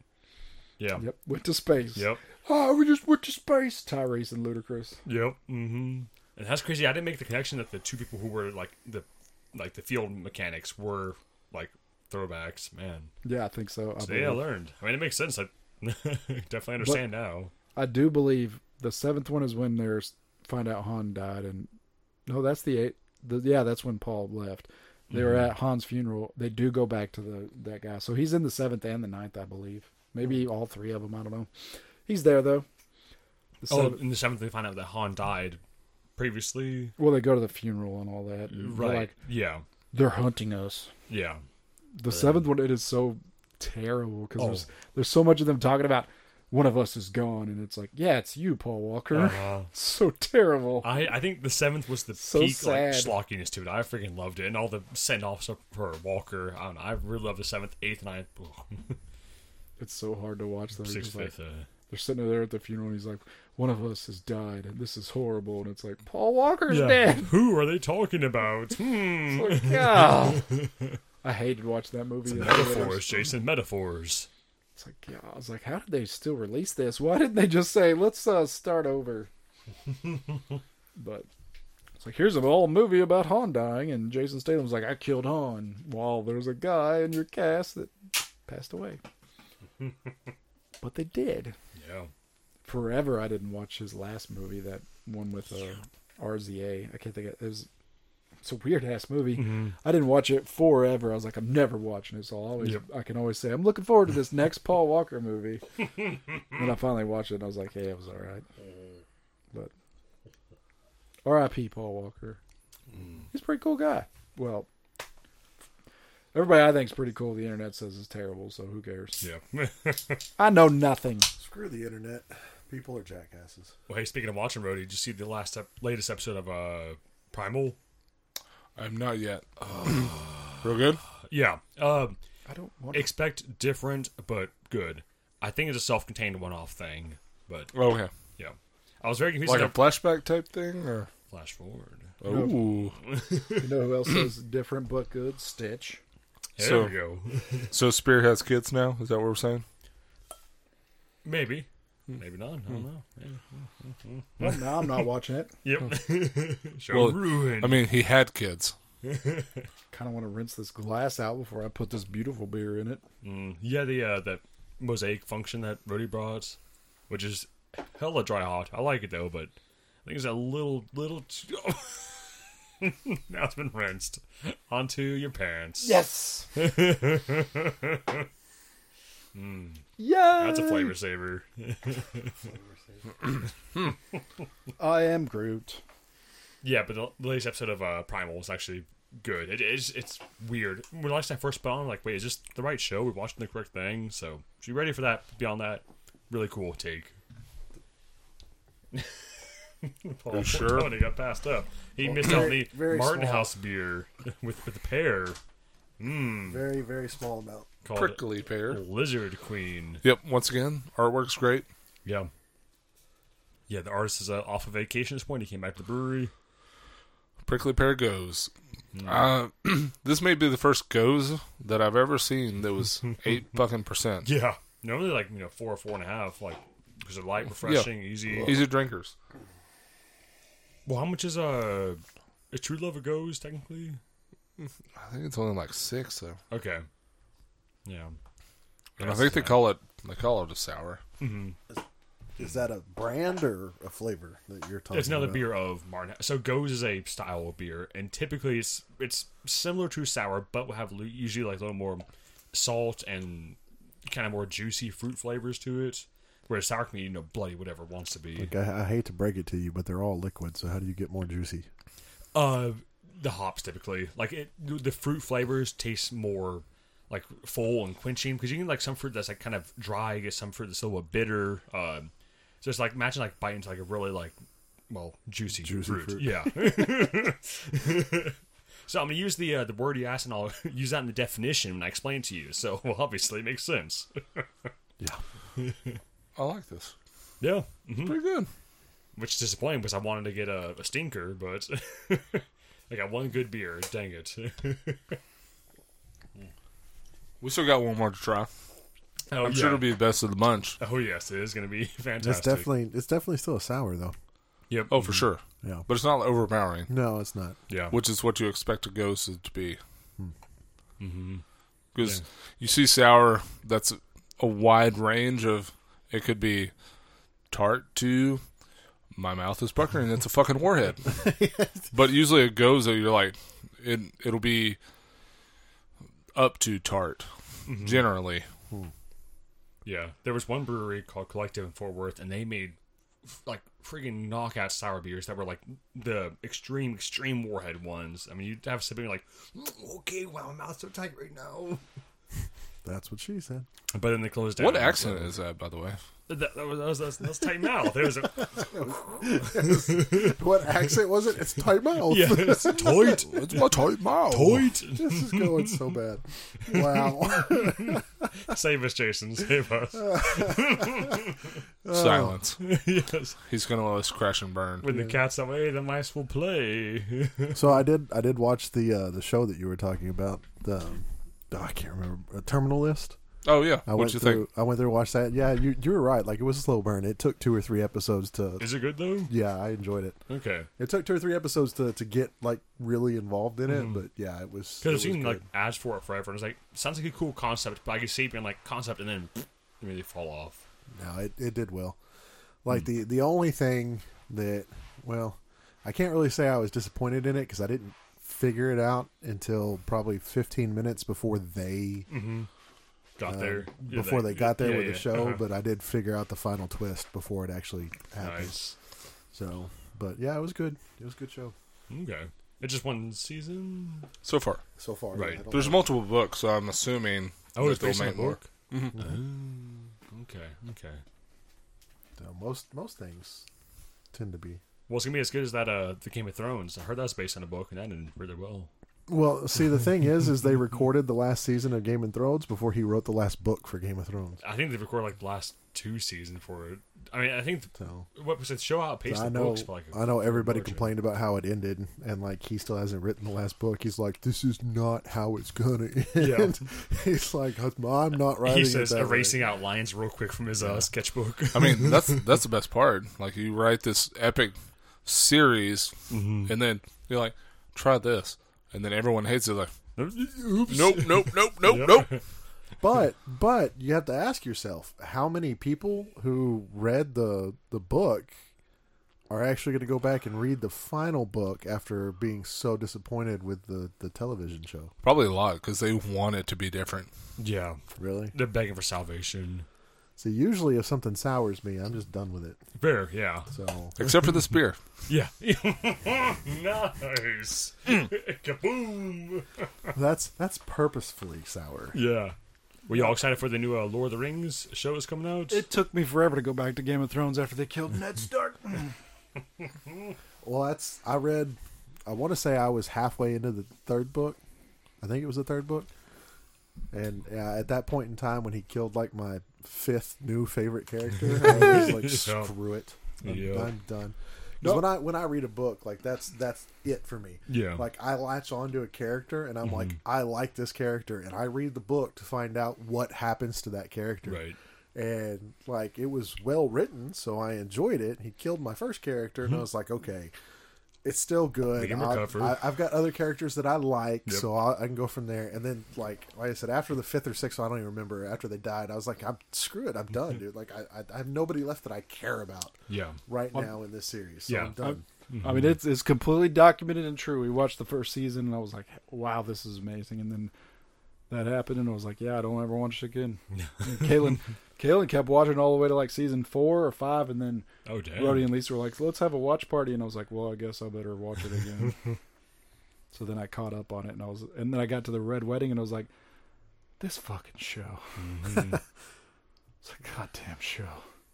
D: Yeah.
C: Yep, went to space.
D: Yep.
C: Oh, we just went to space. Tyrese and Ludacris.
D: Yep. Mm-hmm. And that's crazy. I didn't make the connection that the two people who were like the like the field mechanics were like throwbacks. Man,
C: Yeah, I think so. I
D: so
C: believe.
D: yeah, I learned. I mean, it makes sense. I [LAUGHS] definitely understand now.
C: I do believe the seventh one is when there's find out Han died, and no, that's the eight. The, yeah, that's when Paul left. They were
D: Mm-hmm.
C: at Han's funeral. They do go back to the that guy, so he's in the seventh and the ninth, I believe. Maybe
D: Hmm.
C: all three of them. I don't know. He's there though. The
D: Oh,
C: seventh,
D: in the seventh, they find out that Han died previously.
C: well, they go to the funeral and all that. and they're
D: Right.
C: like
D: yeah.
C: they're hunting us.
D: Yeah.
C: The seventh one, it is so terrible because
D: uh, Oh.
C: there's there's so much of them talking about one of us is gone, and it's like, yeah, it's you, Paul Walker. [LAUGHS]
D: Uh-huh.
C: so terrible.
D: I, I think the seventh was the
C: So
D: peak like
C: sad.
D: schlockiness to it. I freaking loved it, and all the send offs for Walker. I don't know. I really loved the seventh, eighth, ninth, [LAUGHS]
C: It's so hard to watch that.
D: sixth,
C: He's like,
D: fifth. Uh,
C: they're sitting there at the funeral, and he's like, one of us has died, and this is horrible. And it's like, Paul Walker's
D: yeah.
C: dead. [LAUGHS]
D: Who are they talking about? Hmm.
C: It's like,
D: [LAUGHS]
C: "Oh." I hated watching that movie. It's,
D: metaphors, Jason. Metaphors.
C: it's like, yeah, I was like, how did they still release this? Why didn't they just say, let's uh, start over? but it's like, here's an old movie about Han dying, and Jason Statham's like, I killed Han. While there's a guy in your cast that passed away. but they did.
D: Yeah.
C: forever I didn't watch his last movie, that one with uh, RZA. I can't think of it. was it's a weird ass movie. I didn't watch it forever. I was like, I'm never watching it. So I'll always, I can always say, I'm looking forward to this next Paul Walker movie. [LAUGHS] and I finally watched it, and I was like, hey, it was all right. But R.I.P. Paul Walker. He's a pretty cool guy. Well, everybody I think is pretty cool. The internet says it's terrible, so who cares?
D: Yeah. [LAUGHS]
C: I know nothing.
F: Screw the internet. People are jackasses.
D: well, hey, speaking of watching Roadie, did you see the last ep- latest episode of uh, Primal?
E: I'm not yet.
C: Uh.
E: [CLEARS THROAT] Real good.
D: Yeah. Um,
C: I don't want
D: expect different, but good. I think it's a self-contained one-off thing, but
E: Oh, okay.
D: yeah. I was very confused.
E: Like a
D: about
E: flashback type thing, or
D: flash forward.
E: ooh.
C: You know who else is different but good? Stitch.
D: There
E: So-
D: we go. [LAUGHS]
E: So Spear has kids now. Is that what we're saying?
D: Maybe. Maybe not.
C: Hmm.
D: I don't know.
C: Well, no, I'm not watching it.
D: Yep.
C: Hmm.
D: [LAUGHS] Show
E: Well,
D: ruin.
E: I mean, he had kids.
C: Kind of want to rinse this glass out before I put this beautiful beer in it.
D: yeah, the uh, that mosaic function that Rhodey brought, which is hella dry hot. I like it though, but I think it's a little little. T- [LAUGHS] now it's been rinsed onto your pants.
C: [LAUGHS]
G: Yes.
C: Yeah,
D: That's a flavor saver.
C: I am Groot.
D: Yeah, but the the latest episode of uh, Primal was actually good. It is. It's weird. When last I first put on, I'm like, wait, is this the right show? We're watching the correct thing. So, if you ready for that? Beyond that, really cool take. [LAUGHS] Paul
E: You sure?
D: Tony got passed up. He missed out on
F: very-
D: the
F: very
D: Martin
F: small.
D: House beer [LAUGHS] with, with the pear
F: Very, very small amount.
D: called
E: Prickly pear.
D: Lizard Queen.
E: Yep. Once again, artwork's great.
D: Yeah. Yeah, the artist is uh, off of vacation at this point. He came back to the brewery.
E: Prickly pear goes. Uh, [CLEARS THROAT] this may be the first goes that I've ever seen that [LAUGHS] was eight fucking percent.
D: Yeah. Normally, like, you know, four or four and a half, like, because they're light, refreshing, easy.
E: Easy drinkers.
D: Well, how much is uh, a true love of goes technically?
E: I think it's only like six though.
D: Okay. Yeah.
E: And I think they call it they call it a sour.
F: Is that a brand or a flavor that you're talking
D: it's another
F: about?
D: beer of Martin. So goes is a style of beer, and typically it's it's similar to sour, but will have lu- usually like a little more salt and kind of more juicy fruit flavors to it. Whereas sour can be you know bloody whatever it wants to be.
F: Like, I, I hate to break it to you, but they're all liquid, so how do you get more juicy?
D: Uh, the hops typically, like it, the fruit flavors taste more like full and quenching because you can like some fruit that's like kind of dry, you get some fruit that's a little bit bitter. Um, so it's like imagine like biting into like a really like well juicy,
F: Juicy
D: fruit.
F: fruit.
D: Yeah. [LAUGHS] so I'm gonna use the uh, the word you asked, and I'll [LAUGHS] use that in the definition when I explain it to you. So [LAUGHS] well, obviously it makes sense.
E: I like this.
D: Yeah.
E: It's pretty good.
D: Mm-hmm. Which is disappointing because I wanted to get a, a stinker, but [LAUGHS] I got one good beer. Dang it. [LAUGHS]
E: We still got one more to try.
D: Oh,
E: I'm sure it'll be the best of the bunch.
D: Oh yes, it is going to be [LAUGHS] fantastic.
F: It's definitely, it's definitely still a sour though.
D: Yep.
E: Oh, for sure.
F: Yeah.
E: But it's not overpowering,
F: No, it's not.
D: yeah.
E: which is what you expect a ghost to be.
F: Hmm.
E: Mm-hmm. Because you see sour, that's a wide range of. It could be tart to my mouth is puckering. It's a fucking
F: [LAUGHS]
E: warhead. but usually it goes that you're like, it. It'll be up to tart, Mm-hmm. generally.
D: yeah. There was one brewery called Collective in Fort Worth, and they made f- like friggin' knockout sour beers that were like the extreme, extreme "Mm, warhead ones. I mean, you'd have something like, okay, wow, my mouth's so tight right now.
F: That's what she said.
D: But then they closed down.
E: What accent is that, by the way?
D: That, that was, that was, that's, that's tight mouth. There's
F: [LAUGHS]
D: a
F: What accent was it? It's tight
D: [LAUGHS]
F: mouth.
D: yeah, it's tight,
E: It's my tight mouth.
D: tight.
F: [LAUGHS] This is going so bad. Wow.
D: Save us, Jason. Save us.
E: Silence.
D: yes.
E: He's gonna let us crash and burn.
D: When the cat's away, the mice will play.
F: [LAUGHS] so I did. I did watch the uh, the show that you were talking about. The oh, I can't remember. A terminal list.
E: Oh yeah.
F: I
E: What'd
F: went
E: you
F: through.
E: think?
F: I went through and watched that. Yeah, you you were right. Like it was a slow burn. It took two or three episodes to.
D: Is it good though?
F: Yeah, I enjoyed it.
D: Okay.
F: It took two or three episodes to, to get like really involved in it,
D: Hmm.
F: but yeah, it was. it
D: Because I've
F: was
D: seen
F: good.
D: like ads for it forever, and it's like sounds like a cool concept, but I can see it being like concept, and then I mean, they fall off.
F: No, it, it did well. Like the the only thing that well, I can't really say I was disappointed in it because I didn't figure it out until probably 15 minutes before they
D: Got there Yeah,
F: Uh, before they got there
D: yeah,
F: with
D: yeah.
F: the show.
D: Uh-huh.
F: But I did figure out the final twist before it actually happened.
D: nice.
F: So, but yeah, it was good. It was a good show
D: Okay, it's just one season.
E: So far,
F: so far.
D: Right.
F: I don't
E: there's
F: know.
E: multiple books, so I'm assuming.
D: Oh,
E: that
D: it's
E: they'll
D: based on a
E: make more.
D: book.
F: Mm-hmm.
D: Oh, okay, okay.
F: So most most things tend to be.
D: Well, it's gonna be as good as that. Uh, the Game of Thrones. I heard that's based on a book, and that did really well.
F: Well, see, the thing is, is they recorded the last season of Game of Thrones before he wrote the last book for Game of Thrones.
D: I think they recorded like the last two seasons for it. I mean, I think the,
F: So
D: what was it? Show outpaced
F: I
D: the
F: know,
D: books by like a
F: I know. Everybody
D: margin.
F: complained about how it ended, and like he still hasn't written the last book. He's like, "This is not how it's gonna [LAUGHS] end." [LAUGHS] He's like, "I'm not writing."
D: He
F: it
D: says
F: that way."
D: erasing out lines real quick from his uh, sketchbook. [LAUGHS]
E: I mean, that's that's the best part. Like you write this epic series,
D: Mm-hmm.
E: and then you're like, try this, and then everyone hates it.
F: [LAUGHS]
E: Like,
D: Oops.
E: nope, nope, nope, nope, nope.
F: [LAUGHS] But but you have to ask yourself how many people who read the the book are actually going to go back and read the final book after being so disappointed with the the television show.
E: Probably a lot because they want it to be different.
D: Yeah,
F: Really?
D: they're begging for salvation.
F: So usually, if something sours me, I'm just done with it.
D: Fair, yeah. [LAUGHS]
F: So
E: Except for this beer.
D: Yeah. [LAUGHS] nice. Kaboom.
F: that's that's purposefully sour.
D: Yeah. Were y'all excited for the new uh, Lord of the Rings show that's coming out?
C: It took me forever to go back to Game of Thrones after they killed Ned Stark.
F: Well, that's I read. I want to say I was halfway into the third book. I think it was the third book. And uh, at that point in time, when he killed like my fifth new favorite character, I
D: [LAUGHS]
F: was like,
D: Yeah.
F: "Screw it, I'm,
D: Yeah.
F: I'm done." 'Cause When I when I read a book, like that's that's it for me.
D: Yeah. Mm-hmm.
F: Like I latch onto a character, and I'm like, I like this character, and I read the book to find out what happens to that character
D: right.
F: and like it was well written, so I enjoyed it. He killed my first character,
D: Mm-hmm.
F: and I was like, okay, it's still
D: We
F: good.
D: can
F: I,
D: recover.
F: I, have got other characters that I like, so I, I can go from there. And then, like, like I said, after the fifth or sixth, I don't even remember. After they died, I was like, I'm screw it, I'm done, dude. Like, I, I, I have nobody left that I care about
D: Mm-hmm. Yeah.
F: right now in this series. So
D: yeah,
F: I'm done.
C: I mean, it's it's completely documented and true. We watched the first season, and I was like, "Wow, this is amazing!" And then that happened, and I was like, "Yeah, I don't ever watch it again." And Kaylin, Kaylin kept watching all the way to like season four or five, and then
D: Oh, damn.
C: Rody and Lisa were like, "Let's have a watch party," and I was like, "Well, I guess I better watch it again." so then I caught up on it, and I was, and then I got to the red wedding, and I was like, "This fucking show." [LAUGHS] it's a goddamn show.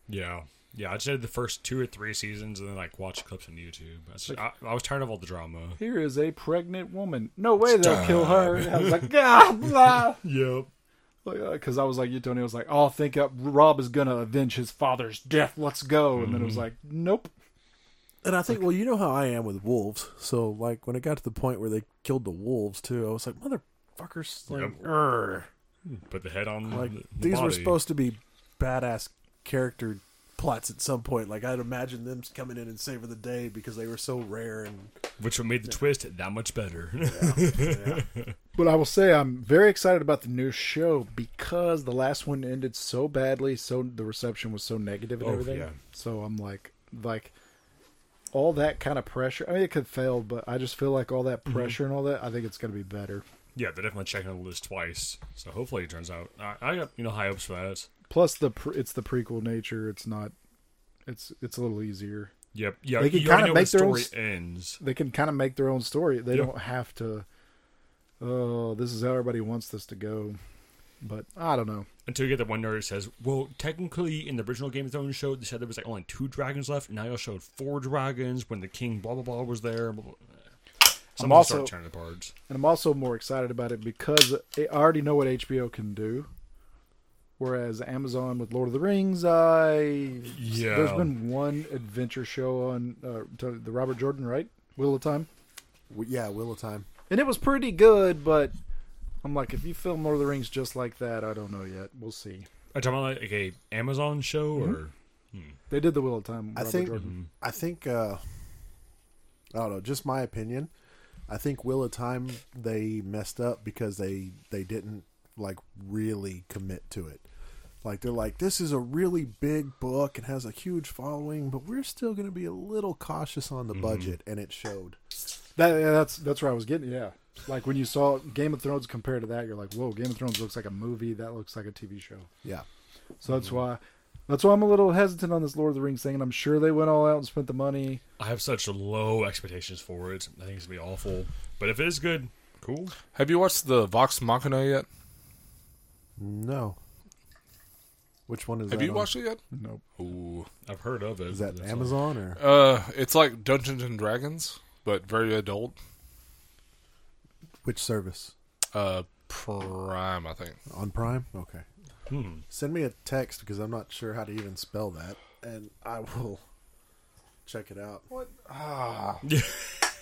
D: Yeah. Yeah, I just did the first two or three seasons and then like watched clips on YouTube. That's I, I was tired of all the drama.
C: Here is a pregnant woman. No way they'll kill her. And I was like, God, [LAUGHS] blah.
D: Yep.
C: Because I was like, you, Tony, I was like, oh, think up. Rob is going to avenge his father's death. Let's go. And then it was like, nope.
F: And I think, well, you know how I am with wolves. So, like, when it got to the point where they killed the wolves too, I was like, motherfuckers, like, "Urgh."
D: Put the head on.
F: Like
D: the, the
F: these were
D: body.
F: supposed to be badass character plots at some point. Like I'd imagine them coming in and saving the day because they were so rare and
D: Which made the twist that much better. [LAUGHS]
C: But I will say I'm very excited about the new show because the last one ended so badly, so the reception was so negative and
D: Oh,
C: everything.
D: yeah.
C: So I'm like like all that kind of pressure. I mean it could fail, but I just feel like all that pressure and all that, I think it's gonna be better.
D: yeah, they're definitely checking the list twice. So hopefully it turns out. I, I got, you know, high hopes for that.
C: Plus the pre- it's the prequel nature, it's not it's it's a little easier.
D: Yep. Yeah,
C: They can
D: you already
C: kinda
D: know where
C: make
D: the
C: their own
D: story
C: s-
D: ends.
C: They can kind of make their own story. They don't have to oh, this is how everybody wants this to go. But I don't know.
D: Until you get the one nerd who says, well, technically in the original Game of Thrones show, they said there was like only two dragons left, and now y'all showed four dragons when the king blah blah blah was there. Blah, blah. Some
C: also-
D: start turning the cards.
C: And I'm also more excited about it because I already know what HBO can do. Whereas Amazon with Lord of the Rings, I
D: Yeah.
C: there's been one adventure show on uh, to the Robert Jordan, right? Wheel of Time,
F: W- Yeah, Wheel of Time.
C: and it was pretty good. But I'm like, if you film Lord of the Rings just like that, I don't know yet. We'll see.
D: Are you talking about like a Amazon show
C: Mm-hmm.
D: or
C: They did the Wheel of Time.
F: I
C: Robert
F: think.
C: Jordan.
F: I think. Uh, I don't know. Just my opinion. I think Wheel of Time they messed up because they they didn't like really commit to it. Like they're like this is a really big book and has a huge following, but we're still going to be a little cautious on the budget, and it showed.
C: That, yeah, that's that's where I was getting. Yeah, like when you saw Game of Thrones compared to that, you're like, whoa, Game of Thrones looks like a movie. That looks like a TV show.
F: Yeah,
C: So that's why that's why I'm a little hesitant on this Lord of the Rings thing, and I'm sure they went all out and spent the money.
D: I have such low expectations for it. I think it's gonna be awful. But if it is good, cool.
E: Have you watched the Vox Machina yet?
F: no. Which one is?
E: Have
F: that
E: you
F: on?
E: watched it yet?
C: Nope.
E: Ooh.
D: I've heard of it.
F: Is that
D: That's
F: Amazon or?
E: Uh, it's like Dungeons and Dragons, but very adult.
F: Which service?
E: Uh, Prime, I think.
F: On Prime? Okay.
E: Hmm.
F: Send me a text because I'm not sure how to even spell that, and I will check it out. What?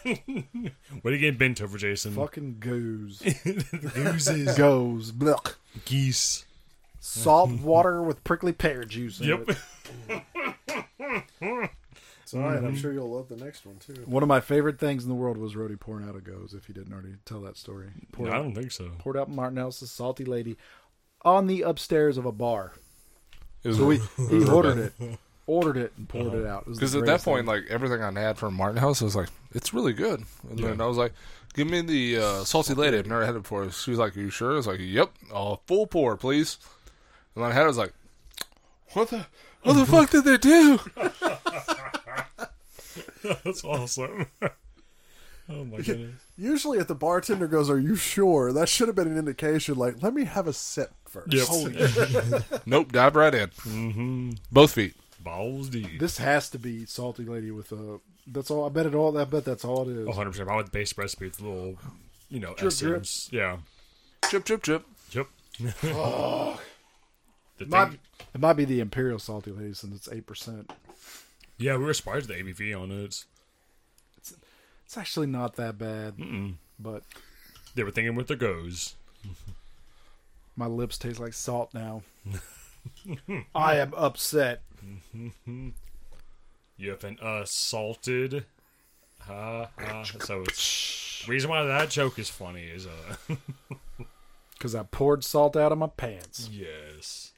D: all. What are you getting bent over, Jason?
C: Fucking
D: [LAUGHS]
C: goose.
D: Gooses.
C: goes. [LAUGHS] Blech.
D: Geese.
C: Salt water with prickly pear juice. In
D: Yep.
C: It.
F: It's all right.
E: Mm-hmm.
F: I'm sure you'll love the next one too.
C: One of my favorite things in the world was Rhodey pouring out a goes. If you didn't already tell that story, He poured,
D: [LAUGHS] I
C: out,
D: don't think so.
C: poured out Martin Ellis's salty lady on the upstairs of a bar.
E: It was
C: So we, he ordered it, ordered it, and poured it out. It was the
E: Because at that
C: greatest
E: point,
C: thing.
E: like everything I had from Martin House, I was like, it's really good. And then I was like, give me the uh, salty lady. I've never had it before. She was like, you sure? I was like, yep. Uh, full pour, please. And then I had it, I was like, what the, what the fuck did they do? [LAUGHS]
D: That's awesome. [LAUGHS] oh
C: [LAUGHS]
D: my goodness.
F: Usually, if the bartender goes, "Are you sure?" That should have been an indication. Like, let me have a sip first.
D: Yep.
E: [LAUGHS] Nope, dive right in. Mm-hmm. Both feet.
D: Balls deep.
C: this has to be salty lady with a. That's all. I bet it all. I bet that's all it is.
E: Oh,
D: 100. percent I would base recipe with little, you know,
C: Drip, drip.
D: essence. Yeah.
E: Chip, chip, chip.
D: Yep. [LAUGHS] the
C: Might-
D: thing,
C: it might be the imperial salty lady since it's eight percent.
D: yeah, we were surprised at the ABV on it.
C: It's actually not that bad, but
D: They were thinking with the goes.
C: my lips taste like
E: [LAUGHS]
C: salt now. I am upset.
D: You have been assaulted. uh, Ha ha. So it's reason why that joke is funny is uh
C: Because I poured salt out of my pants.
D: yes.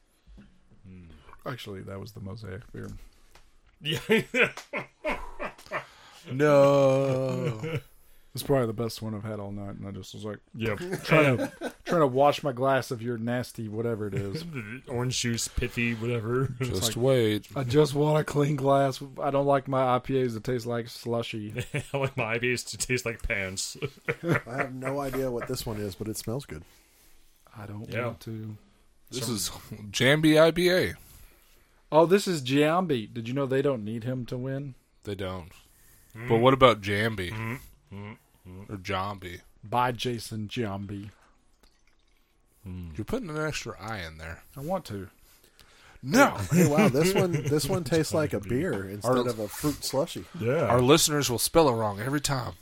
C: Actually, that was the mosaic beer.
D: [LAUGHS] Yeah.
E: No.
C: It's probably the best one I've had all night, and I just was like
D: yep.
C: trying to trying to wash my glass of your nasty whatever it is.
D: Orange juice, pithy, whatever. [LAUGHS]
E: Just wait.
C: [LAUGHS] I just want a clean glass. I don't like my IPAs that taste like slushy. [LAUGHS]
D: I like my IBAs to taste like pants.
F: I have no idea what this one is, but it smells good.
C: I don't
D: Yeah.
C: want to.
E: This is Jambi IBA.
C: Oh, this is Giambi. Did you know they don't need him to win?
E: They don't. Mm-hmm. But what about Jambi? Or Jambi?
C: By Jason Giambi.
E: You're putting an extra I in there.
C: I want to.
E: No.
F: Hey, wow! This one, this
E: [LAUGHS]
F: one tastes like a beer instead of a fruit slushy.
D: Yeah. [LAUGHS]
E: Our listeners will spell it wrong every time.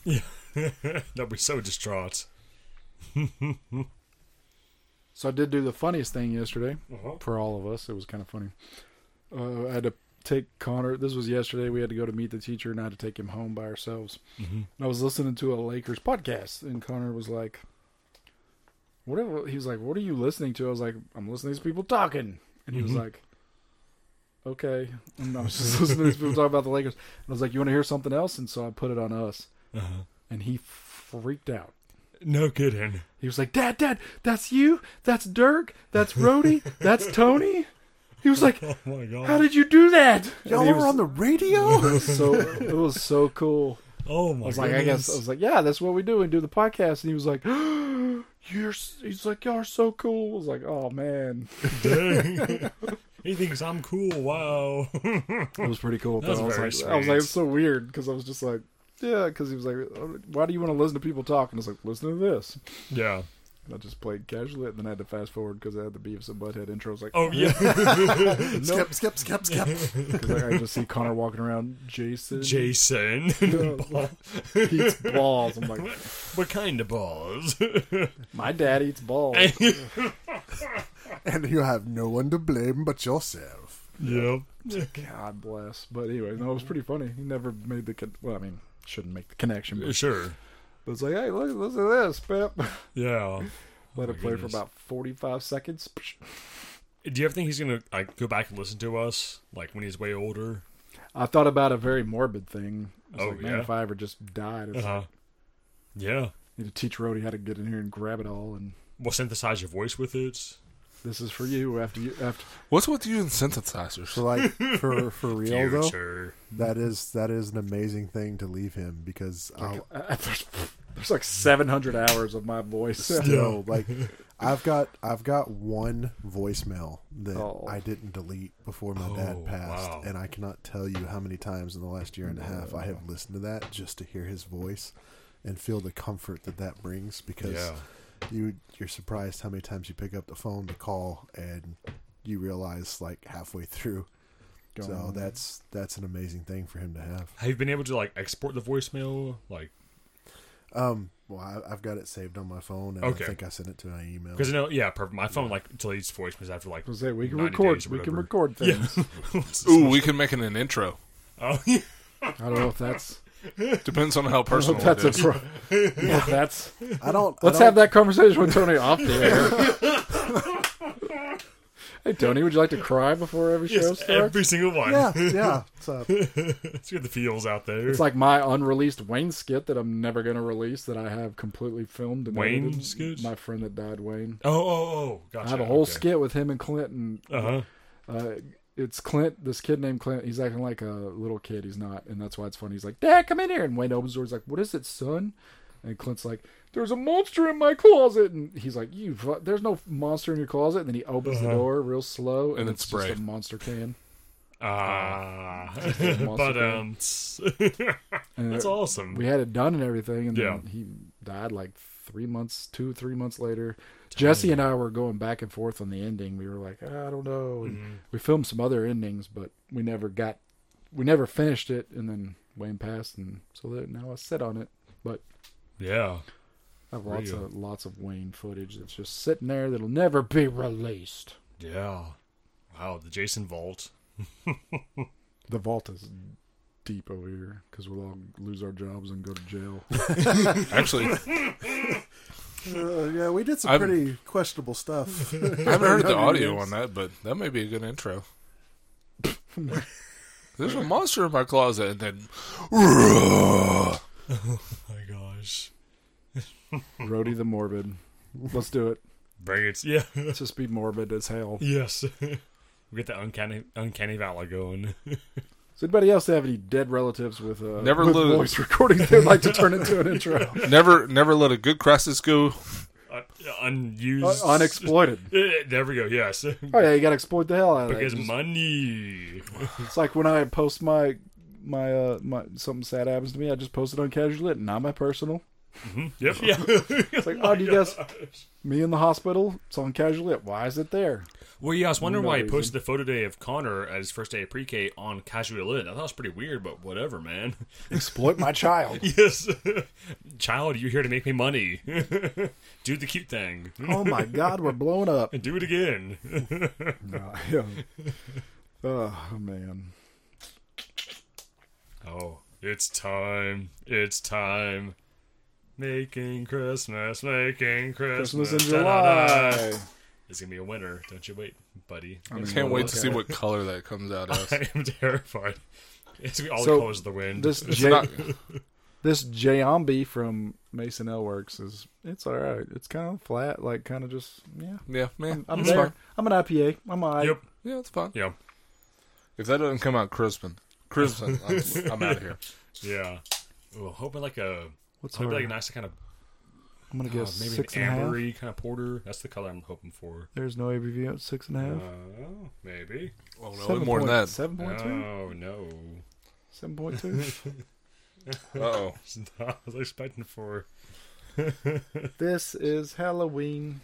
D: They'll be so distraught.
C: So I did do the funniest thing yesterday for all of us. It was kind of funny. Uh, I had to take Connor. This was yesterday. We had to go to meet the teacher, and I had to take him home by ourselves. And I was listening to a Lakers podcast, and Connor was like, "What?" Are, he was like, "What are you listening to?" I was like, "I'm listening to these people talking," and he was like. Okay, and I was just [LAUGHS] listening to these people talk about the Lakers. And I was like, "You want to hear something else?" And so I put it on us, and he freaked out.
D: No kidding. [LAUGHS]
C: He was like, Dad, Dad, that's you, that's Dirk, that's Rhodey, that's Tony. He was like,
D: Oh my god.
C: How did you do that?
F: Y'all
C: And he
F: were
C: was-
F: on the radio.
C: it was so it was so cool.
D: oh my
C: I was like, [GASPS] I guess I was like, Yeah, that's what we do and do the podcast. And he was like, you're. s- He's like, y'all are so cool. I was like, oh man, [LAUGHS]
D: [LAUGHS] He thinks I'm cool. Wow. [LAUGHS]
C: it was pretty cool.
D: That's
C: though. I was
D: very
C: like, I was
D: sweet.
C: like, it's so weird because I was just like, yeah, because he was like, why do you want to listen to people talk? And I was like, listen to this.
D: yeah.
C: And I just played casually, and then I had to fast forward because I had the Beavis and Butthead intro. I was like,
D: Oh
C: [LAUGHS]
D: yeah.
F: Skip, skip, skip, skip.
E: [LAUGHS]
C: Because I just see Connor walking around, Jason [LAUGHS]
D: Jason.
C: uh, eats balls. I'm like,
D: what kind of
C: [LAUGHS]
D: balls?
C: my dad eats balls.
F: [LAUGHS] and you have no one to blame but yourself.
D: yep.
C: God bless. But anyway, no, it was pretty funny. He never made the con- well. I mean, shouldn't make the connection, but
D: Sure.
C: but it's like, hey, look, listen to this, [LAUGHS] Pip.
D: Yeah.
C: Let it play
D: Oh goodness.
C: for about 45 seconds.
D: Do you ever think he's gonna like go back and listen to us like when he's way older?
C: I thought about a very morbid thing. I was
D: Oh,
C: like, man,
D: yeah?
C: if I ever just died, it's
D: Uh-huh.
C: like,
D: Yeah.
C: need to teach Rhodey how to get in here and grab it all. And
D: We'll synthesize your voice with it.
C: this is for you after you after.
E: What's with you and synthesizers?
F: So like
D: [LAUGHS]
F: for for real though,
D: Future.
F: that is that is an amazing thing to leave him because
D: Oh. [LAUGHS]
F: I'll,
C: There's, [LAUGHS] there's like 700 hours of my voice. [LAUGHS]
F: no, like I've got I've got one voicemail that
C: Oh.
F: I didn't delete before my dad passed,
D: Oh, wow.
F: and I cannot tell you how many times in the last year and a half I have listened to that just to hear his voice and feel the comfort that that brings because
D: Yeah.
F: you you're surprised how many times you pick up the phone to call and you realize like halfway through. So that's that's an amazing thing for him to have.
D: Have you been able to like export the voicemail? Like,
F: Well, I, I've got it saved on my phone, and
D: Okay.
F: I think I sent it to my email.
D: because I know, yeah, perfect. My phone like deletes voicemails after like.
C: I was like, we can
D: 90
C: record.
D: days or
C: We can
D: whatever.
C: record things.
E: Ooh, we can make it an intro.
D: Oh [LAUGHS] yeah.
C: I don't know if that's.
E: Depends [LAUGHS] on how
C: I don't know
E: personal
C: if
E: it
C: that's a.
E: is.
C: Pro- [LAUGHS] if that's.
F: I don't.
C: Let's
F: I
C: have
F: don't,
C: that conversation with Tony off the air. [LAUGHS] hey, Tony, would you like to cry before every show
D: Yes,
C: starts?
D: every single one.
F: Yeah, yeah.
C: [LAUGHS]
F: So
D: [LAUGHS] Let's get the feels out there.
C: It's like my unreleased Wayne skit that I'm never going to release that I have completely filmed. And
D: Wayne
C: edited.
D: skit?
C: My friend that died, Wayne.
D: oh, oh, oh. Gotcha.
C: I have a whole
D: okay.
C: skit with him and Clinton.
D: Uh huh.
C: Uh, it's Clint, this kid named Clint. He's acting like a little kid. He's not, and that's why it's funny. He's like, "Dad, come in here." And Wayne opens the door. He's like, "What is it, son?" And Clint's like, "There's a monster in my closet." And he's like, "You, fu- there's no monster in your closet." And then he opens the door real slow,
E: Uh-huh.
C: and,
E: And
C: it's,
E: it's
C: just a
E: Bray.
C: monster can.
D: Ah. [LAUGHS]
C: Monster
D: but um,
C: can.
D: [LAUGHS]
C: And
D: that's
C: it-
D: awesome.
C: We had it done and everything, and then
D: Yeah.
C: he died like three months, two, three months later. Jesse and I were going back and forth on the ending. We were like, "Ah, I don't know. And We filmed some other endings, but we never got, we never finished it. And then Wayne passed, and so that now I sit on it. But
D: yeah.
C: I have lots
D: Real.
C: of lots of Wayne footage that's just sitting there that'll never be released.
D: Yeah. Wow. The Jason Vault.
C: The vault is deep over here because we'll all lose our jobs and go to jail.
E: [LAUGHS] Actually,
F: uh, yeah, we did some
E: I'm-
F: pretty questionable stuff. [LAUGHS]
E: I haven't heard the audio on that, but that may be a good [LAUGHS] intro. There's a monster in my closet, and then
D: Oh my gosh.
C: Rody the morbid. Let's do it.
D: Bring it. Yeah. [LAUGHS]
C: Let's just be morbid as hell.
D: yes. [LAUGHS] we get the uncanny uncanny valley going.
C: Does anybody else have any dead relatives with uh,
E: Never
C: with
E: lived.
C: voice recordings they'd like to turn
E: [LAUGHS]
C: into an intro?
E: never, never let a good crisis go.
D: Un- Uh, unused.
E: [LAUGHS]
C: Uh, unexploited.
D: Eh, [LAUGHS] there we go. Yes. [LAUGHS]
C: Oh yeah, you gotta exploit the hell out of that.
D: because
C: Just-
D: money.
C: It's like when I post my my uh my something sad happens to me, I just post it on casual lit, not my personal.
D: Yep. [LAUGHS] Yeah.
C: It's like, [LAUGHS] oh, do you guys me in the hospital? It's on casual lit. Why is it there?
D: well, yeah. I was wondering
C: No
D: why he
C: reason.
D: posted the photo day of Connor at his first day of pre-K on casual lit. I thought it was pretty weird, but whatever,
C: [LAUGHS]
D: man. [LAUGHS]
C: Exploit my [LAUGHS] child.
D: yes. Child, you're here to make me money. [LAUGHS] Do the cute thing. [LAUGHS]
C: oh my God, we're blowing [LAUGHS] up.
D: Do it again. [LAUGHS]
C: Uh, [LAUGHS] yeah. Oh man.
D: Oh, it's time. It's time. Making Christmas, making Christmas.
C: Christmas in
D: da-da-da.
C: July. [LAUGHS]
D: It's going to be a winter. Don't you wait, buddy.
E: Can't wait to see what color that comes out [LAUGHS] as.
D: [LAUGHS] I am terrified. It's gonna be all
C: So,
D: the colors of the wind.
C: This
E: It's
C: J-
E: not,
C: this Jambi from Mason L Works is it's all right. It's kind of flat, like kind of just yeah.
E: yeah, man,
C: I'm
E: it's
C: there.
E: fine.
C: I'm an IPA. I'm all right.
D: Yep.
E: Yeah, it's fine.
D: Yeah.
E: If that doesn't come out crimson, crimson, I'm, I'm out of here.
D: Yeah. Well, hoping like a.
C: What's
D: hoping
C: our-
D: like a nice kind of.
C: I'm gonna
D: Oh,
C: guess
D: maybe
C: six
D: an
C: and a half.
D: ambery kind of porter. That's the color I'm hoping for.
C: There's no ABV at six and a half.
D: Oh, maybe.
E: [LAUGHS] Oh no,
C: Seven
E: more than
C: point-
E: that.
C: Seven point two.
D: Oh no. [LAUGHS]
C: Seven point two.
E: Oh,
D: I was expecting for.
C: this is Halloween.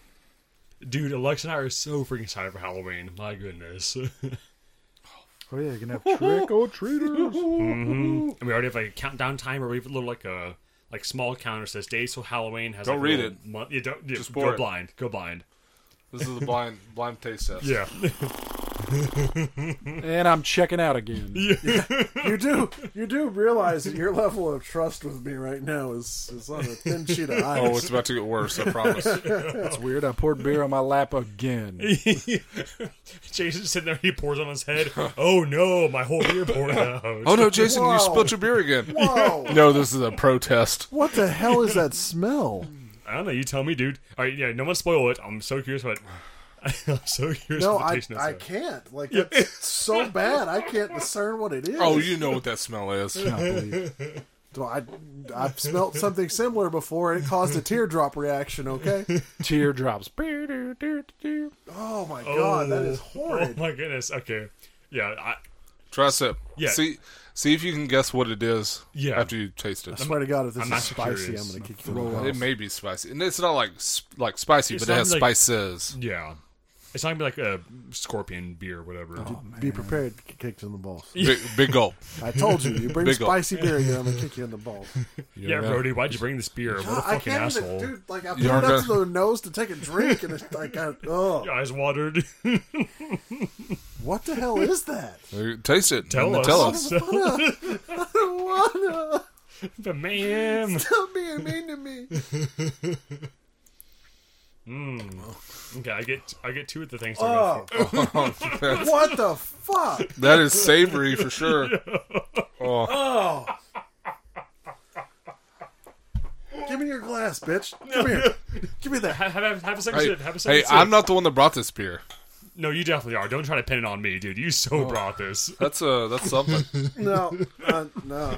D: Dude, Alex and I are so freaking excited for Halloween. My goodness. [LAUGHS]
C: Oh yeah, you're gonna have trick or treaters.
D: Mhm. And we already have like a countdown timer. We have a little like a like small counter says days till Halloween. Has
E: Don't
D: like, a
E: read
D: little
E: it.
D: Month. Yeah, don't, yeah,
E: Just pour
D: go
E: it.
D: blind. Go blind.
E: this is the blind blind taste test.
D: [LAUGHS] Yeah.
C: and I'm checking out again.
F: You do you do realize that your level of trust with me right now is, is on a thin sheet
E: [LAUGHS]
F: of
E: Oh,
F: ice.
E: it's about to get worse. I promise.
C: That's weird. I poured beer on my lap again.
D: Jason's sitting there. He pours on his
E: [LAUGHS]
D: head. Oh no, my whole beer poured out.
E: [LAUGHS] oh no, Jason,
F: Whoa.
E: you spilled your beer again.
F: [LAUGHS] Whoa!
E: No, this is a protest.
F: What the hell is that smell?
D: I don't know. You tell me, dude. All right, yeah. No one spoil it. I'm so curious what. [LAUGHS] I'm so curious.
F: No,
D: what the
F: I,
D: taste notes
F: I
D: are.
F: can't. Like it's so bad, I can't discern what it is.
E: Oh, you know what that smell is.
C: I believe it.
F: Well, I I've smelt something similar before. It caused a teardrop reaction. Okay.
C: Teardrops.
F: Oh my god, that is horrid.
D: Oh [LAUGHS] my goodness. Okay. Yeah. I,
E: Try sip.
D: Yeah.
E: See, see if you can guess what it is.
D: Yeah.
E: After you taste it,
F: I swear to God, if this
D: I'm
F: is
D: not
F: spicy,
D: curious.
F: I'm going to kick you in the
E: it
F: house.
E: may be spicy, and it's not like sp- like spicy,
D: It's
E: but it has
D: not like- [LAUGHS]
E: spices.
D: yeah. It's not gonna be like a scorpion beer or whatever.
F: Be prepared to get kicked in
D: [LAUGHS]
F: the balls.
E: Big, big gulp.
F: I told you, you bring
E: Big ol'-
F: spicy beer in here, I'm going to kick you in the balls.
D: yeah, Brody, why'd you bring this beer? What a
F: I
D: fucking
F: can't
D: asshole.
F: even, dude, like, I put it
E: You're
F: up
E: gonna-
F: to the nose to take a drink, and it's like,
D: [LAUGHS]
F: I, oh,
D: Your eyes watered. [LAUGHS]
F: what the hell is that?
E: Uh, Taste it.
D: Tell
E: and
D: us.
E: Tell us.
F: [LAUGHS] Wanna [LAUGHS]
D: but man.
F: stop being mean to me?
D: Okay, I get I get two of the things. they're
F: Oh,
D: gonna
F: what the fuck?
E: That is
D: [LAUGHS]
E: savory for sure. Oh,
F: Give me your glass, bitch. Come here. Give me that.
D: Have, have, have a second
E: hey,
D: sip. Have a second
E: hey,
D: sip.
E: I'm not the one that brought this beer.
D: No, you definitely are. Don't try to pin it on me, dude. You
F: Oh.
D: so brought this.
E: That's uh
D: [LAUGHS]
E: that's something.
F: No, uh, no.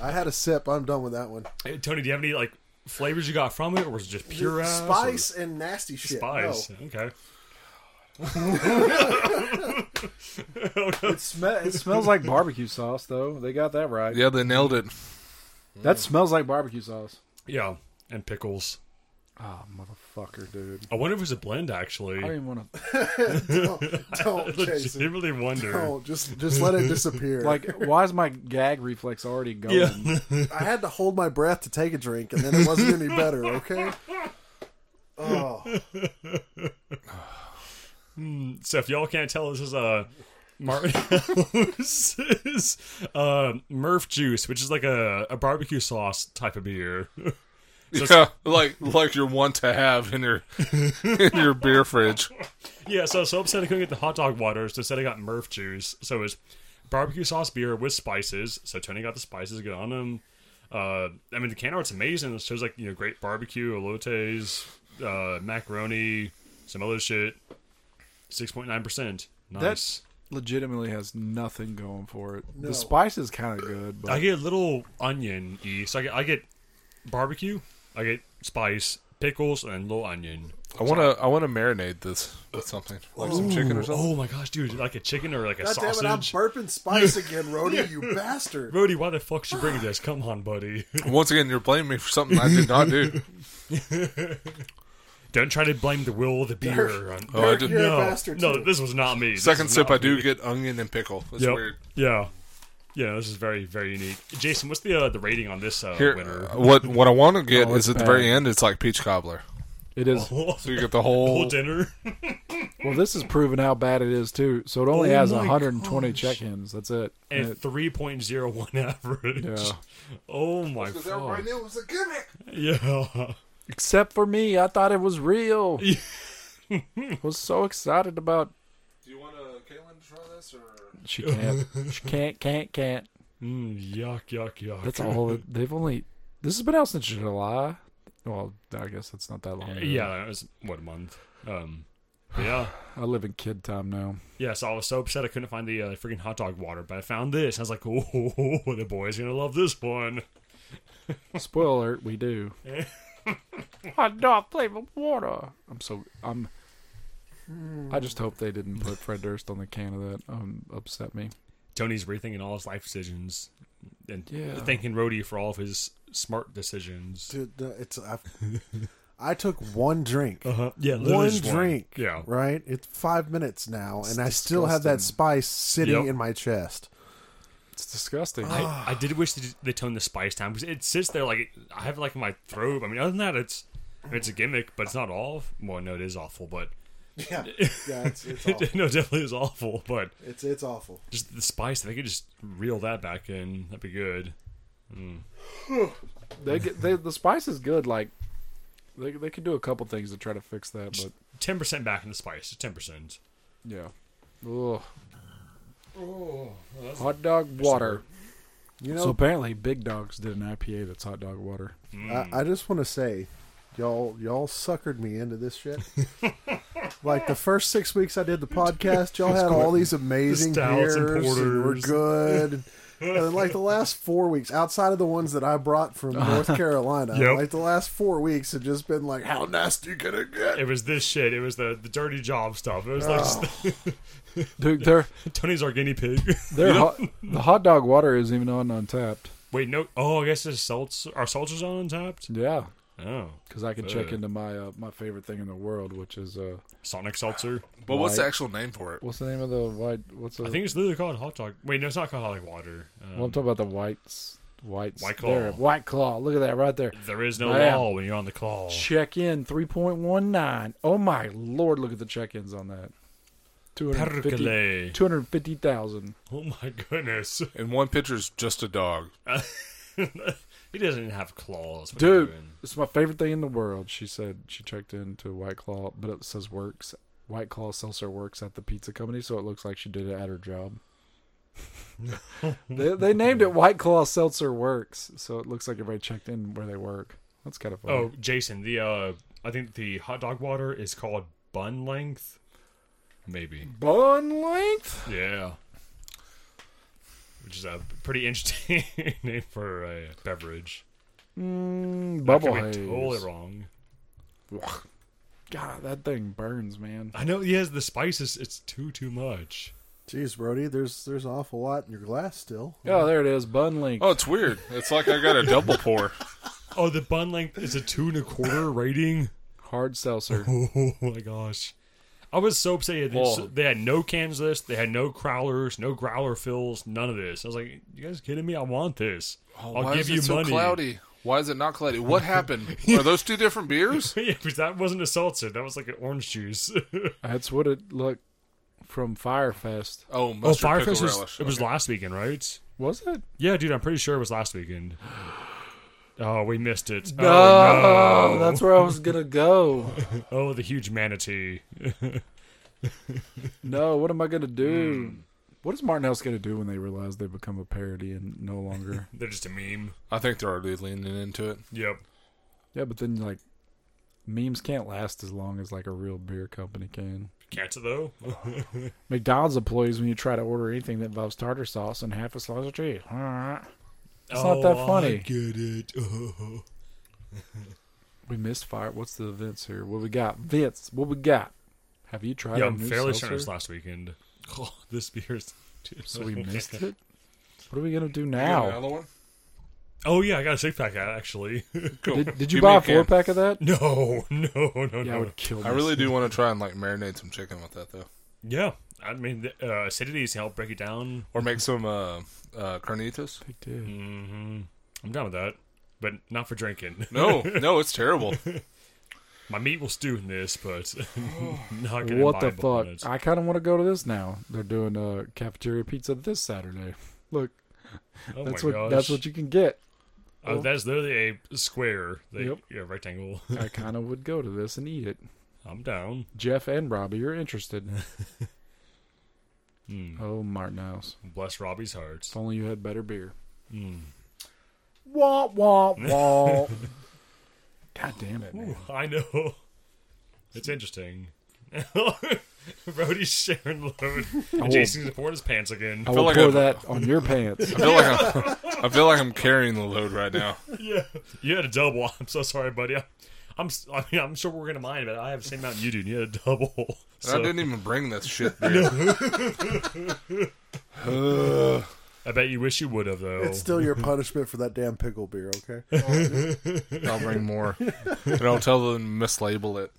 F: I had a sip. I'm done with that one.
D: Hey, Tony, do you have any like flavors you got from it, or was it just pure ass or-
F: Spice and nasty shit.
D: Spice.
F: No.
D: Okay.
C: It, sm- it smells like barbecue sauce, though. They got that right.
E: Yeah, they nailed it.
C: That smells like barbecue sauce.
D: Yeah, and pickles.
C: Oh, motherfucker, dude.
D: I wonder if it's a blend actually. [LAUGHS]
C: I didn't want to.
F: Don't, Jason.
D: legitimately wonder.
F: Don't. Just, just let it disappear.
C: [LAUGHS] Like, why is my gag reflex already going?
D: [LAUGHS]
F: I had to hold my breath to take a drink, and then it wasn't any better. Okay. Oh,
D: So if y'all can't tell, this is a [LAUGHS] Martin House is uh, Murph Juice, which is like a, a barbecue sauce type of beer.
E: [LAUGHS] Yeah, like like your one to have in your [LAUGHS] in your beer fridge.
D: yeah, so I was so upset I couldn't get the hot dog water, so instead I got Murph Juice. So it's barbecue sauce beer with spices. So Tony got the spices, good on him. Uh, I mean, the can art's amazing. It shows like you know great barbecue, elotes, uh, macaroni, some other shit. Six point nine percent. Nice.
C: Legitimately has nothing going for it.
F: No.
C: The spice is kind of good, but
D: I get a little onion y. So I get, I get barbecue, I get spice, pickles, and little onion.
E: I wanna I wanna marinate this with something. Like some chicken or something.
D: Oh my gosh, dude, like a chicken or like a
F: God damn it! I'm
D: sausage.
F: burping spice again, Rody.
D: [LAUGHS]
F: You bastard.
D: Brody, why the fuck should you bring this? Come on, buddy.
E: Once again, you're blaming me for something I did not do.
D: Don't try to blame the will of the beer. on-
E: Oh, I did.
F: You're
D: no,
F: a bastard.
D: no,
F: too.
D: this was not me. This
E: Second
D: was
E: sip,
D: not
E: I do
D: me.
E: get onion and pickle. That's
D: Yep.
E: weird.
D: Yeah. Yeah, this is very, very unique. Jason, what's the uh, the rating on this uh,
E: Here,
D: winner?
E: uh, what what I want to get
C: No,
E: is at
C: it's
E: the
C: bad.
E: very end. It's like peach cobbler.
C: it is.
D: [LAUGHS]
E: So you get the
D: [LAUGHS]
E: whole.
D: Whole
E: [LAUGHS]
D: dinner.
C: Well, this is proving how bad it is too. So it only
D: Oh
C: has
D: my
C: 120 check-ins. That's it.
D: and
C: And it-
D: 3.01 average.
C: yeah.
D: Oh my
F: Because everybody
D: god.
F: knew it was a gimmick.
D: Yeah. [LAUGHS]
C: Except for me, I thought it was real. was so excited about.
E: Do you want Caitlin to try this or?
D: [LAUGHS]
C: She can't. she can't. Can't. Can't.
D: Mm, yuck, yuck, yuck.
C: That's all. that- They've only. This has been out since July. Well, I guess that's not that long. ago.
D: Yeah, it was what a month. Um, but yeah,
C: I live in kid time now.
D: yeah. So I was so upset I couldn't find the uh, freaking hot dog water, but I found this. I was like, [LAUGHS] oh, the boy's gonna love this one.
C: Spoiler alert, we do. [LAUGHS] Hot dog flavored water. I'm so I'm. I just hope they didn't put Fred Durst on the can of that. Um, upset me.
D: Tony's rethinking all his life decisions and
C: Yeah.
D: thanking Rhodey for all of his smart decisions.
F: Dude, uh, it's I've, I took one drink.
D: Uh-huh. Yeah, literally
F: One
D: just one.
F: drink,
D: Yeah.
F: right. It's five minutes now, and I still have that
C: disgusting.
F: spice sitting
D: Yep.
F: in my chest.
C: It's disgusting.
D: I, I did wish they, did- they toned the spice down because it sits there like I have it like in my throat. I mean, other than that, it's I mean, it's a gimmick, but it's not all. of- Well, no, it is awful, but [LAUGHS]
F: Yeah, yeah, it's, it's awful.
D: no, it definitely is awful. But
F: It's it's awful.
D: just the spice, if they could just reel that back in, that'd be good.
C: They get they, the spice is good. Like they they could do a couple things to try to fix that, but
D: Ten percent back in the spice, ten percent.
C: yeah. Ugh. hot dog water.
F: Oh, You
C: So
F: know,
C: apparently, Big Dogs did an IPA that's hot dog water.
F: I, I just want to say, y'all y'all suckered me into
D: [LAUGHS]
F: this shit. like the first six weeks I did the podcast, y'all had all these amazing
D: The stouts
F: beers,
D: and
F: and we're
D: porters.
F: good.
D: [LAUGHS]
F: and then, like the last four weeks, outside of the ones that I
D: [LAUGHS]
F: brought from North Carolina,
D: Yep.
F: like the last four weeks have just been like, how nasty can it get?
D: It was this shit. It was the, the dirty job stuff. It was like just-
C: Dude, they're
D: [LAUGHS] Tony's our guinea pig.
C: they're hot, the hot dog water is even on untapped.
D: Wait, no. Oh, I guess it's seltzer. Are seltzers on untapped?
C: Yeah,
D: Oh,
C: because I can check
D: Uh.
C: into my uh, my favorite thing in the world, which is uh,
D: Sonic seltzer.
E: But what's
C: Right.
E: the actual name for it?
C: what's the name of the white? What's the,
D: I think it's literally called hot dog. Wait, no, it's not called hot dog water. Um,
C: Well, I'm talking about the whites. Whites.
D: White
C: There,
D: Claw.
C: white claw. Look at that right there.
D: there is no
C: Man.
D: law when you're on the call.
C: Check in 3.19. Oh my lord! Look at the check ins on that. 250
D: Percolate.
C: 250,000.
D: Oh my goodness. [LAUGHS]
E: And one picture's just a dog.
D: He doesn't even have claws. What are you
C: Dude,
D: doing?
C: it's my favorite thing in the world. She said she checked into White Claw, but it says works. White Claw seltzer works at the pizza company, so it looks like she did it at
D: [LAUGHS]
C: her job. they, they named it White Claw Seltzer Works, so it looks like everybody checked in where they work. That's kind of funny.
D: Oh, Jason, the uh, I think the hot dog water is called bun length. Maybe.
C: bun length?
D: Yeah. Which is a pretty interesting [LAUGHS] name for a beverage.
C: Mm,
D: I could
C: bubble
D: be
C: haze.
D: Totally wrong.
C: God, that thing burns, man.
D: I know. Yes, the spices. It's too too much.
F: Jeez, Brody, there's there's an awful lot in your glass still.
C: Oh, there it is, bun length.
E: Oh, it's weird. It's like I got a double [LAUGHS] pour.
D: Oh, the bun length is a two and a
E: [LAUGHS]
D: quarter rating. [LAUGHS]
C: Hard seltzer.
D: Oh my gosh. I was so upset. They,
C: Whoa.
D: they had no cans of this. They had no crowlers, no growler fills, none of this. I was like, "You guys kidding me? I want this. I'll
E: Oh, Why
D: give
E: is
D: you
E: it so
D: money."
E: cloudy? Why is it not cloudy? What happened? Are those two different
D: [LAUGHS]
E: beers?
D: [LAUGHS] yeah, because that wasn't a seltzer. That was like an orange juice. [LAUGHS]
C: That's what it looked from Firefest.
E: Oh,
D: oh,
E: mustard pickle
D: Firefest was
E: relish.
D: it was
E: Okay.
D: last weekend, right?
C: Was it?
D: Yeah, dude, I'm pretty sure it was last
E: [GASPS]
D: weekend. Oh, we missed it.
C: Oh, that's where I was
D: [LAUGHS]
C: gonna go.
D: Oh, no. oh the huge manatee.
C: No, what am I gonna do?
D: Hmm.
C: What is Martin House gonna do when they realize they become a parody and no
D: [LAUGHS]
C: longer?
D: They're just a meme.
E: I think they're already leaning into it.
D: Yep.
C: yeah, but then like memes can't last as long as like a real beer company can.
D: Cats though.
C: McDonald's employees, when you try to order anything that involves tartar sauce and half a slice of cheese, it's not that funny.
D: get it.
C: We missed fire. What's the events here? What we got? Vince, what we got? Have you tried
D: yeah,
C: our
D: I'm
C: new
D: fairly certain it
C: seltzer?
D: was last weekend. [LAUGHS] Oh, this beer's. Dude,
C: So
D: [LAUGHS]
C: we missed it? What are we going to do now?
E: Another one?
D: Oh yeah, I got a six pack of that, actually. [LAUGHS]
E: Cool.
C: Did, did you
E: Give me
C: buy
E: a
C: a
E: can.
C: four pack of that?
D: no, no, [LAUGHS] no,
C: Yeah, I
D: no.
C: would kill
E: I
C: myself.
E: really do want to try and like marinate some chicken with that though,
D: Yeah, I mean the, uh, acidities help break it down.
E: or make some uh, uh, carnitas.
C: I did.
D: hmm I'm down with that, but not for drinking.
E: [LAUGHS] No, no, it's terrible.
D: [LAUGHS] My meat will stew in this, but [LAUGHS] not gonna
C: What the
D: imbibe on
C: fuck?
D: it.
C: I kind of want to go to this now. They're doing uh, cafeteria pizza this Saturday. [LAUGHS] Look,
D: Oh
C: that's
D: my
C: what
D: gosh.
C: that's what you can get.
D: [LAUGHS] Uh, that is literally a square, like,
C: Yep.
D: yeah, rectangle. [LAUGHS]
C: I kind of would go to this and eat it.
D: I'm down.
C: Jeff and Robbie,
D: [LAUGHS]
C: you're interested. [LAUGHS]
D: Hmm.
C: Oh, Martin House.
D: Bless Robbie's heart.
C: If only you had better beer.
D: Hmm.
F: Womp
D: [LAUGHS]
F: womp womp.
C: God damn it, man.
D: I know. It's interesting. [LAUGHS] Brody's sharing load. And Jason's pouring his pants again. [LAUGHS]
C: I will
E: like
C: pour
E: I've-
C: that on your pants.
E: I feel like I'm, I feel like I'm carrying the load right now.
D: [LAUGHS] Yeah, you had a double. I'm so sorry, buddy. I, I'm s- I mean, I'm sure we're gonna mind, but I have the same amount you do. and You had a double. [LAUGHS]
E: And I
D: So
E: didn't even bring this shit.
C: [LAUGHS]
E: Beer. Uh, e-
D: I bet you wish you would have though.
F: It's still your punishment for that damn pickle beer, okay?
E: I'll bring more. And I'll tell them to mislabel it.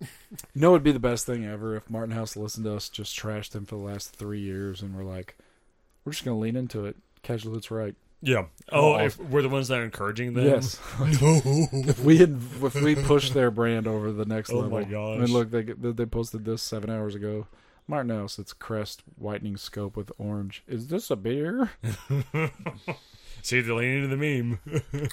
C: You know, it'd be the best thing ever if Martin House listened to us just trash them for the last three years, and we're like, we're just gonna lean into it. Casual, it's right.
D: yeah. Oh, if we're the ones that are encouraging them.
C: Yes. [LAUGHS] if we had, if we pushed their brand over the next
D: [LAUGHS] Oh
C: level.
D: my
C: I
D: gosh.
C: mean, look, they they they posted this seven hours ago. Martin House, it's Crest whitening scope with orange. Is this a beer?
D: See, they're leaning into the meme.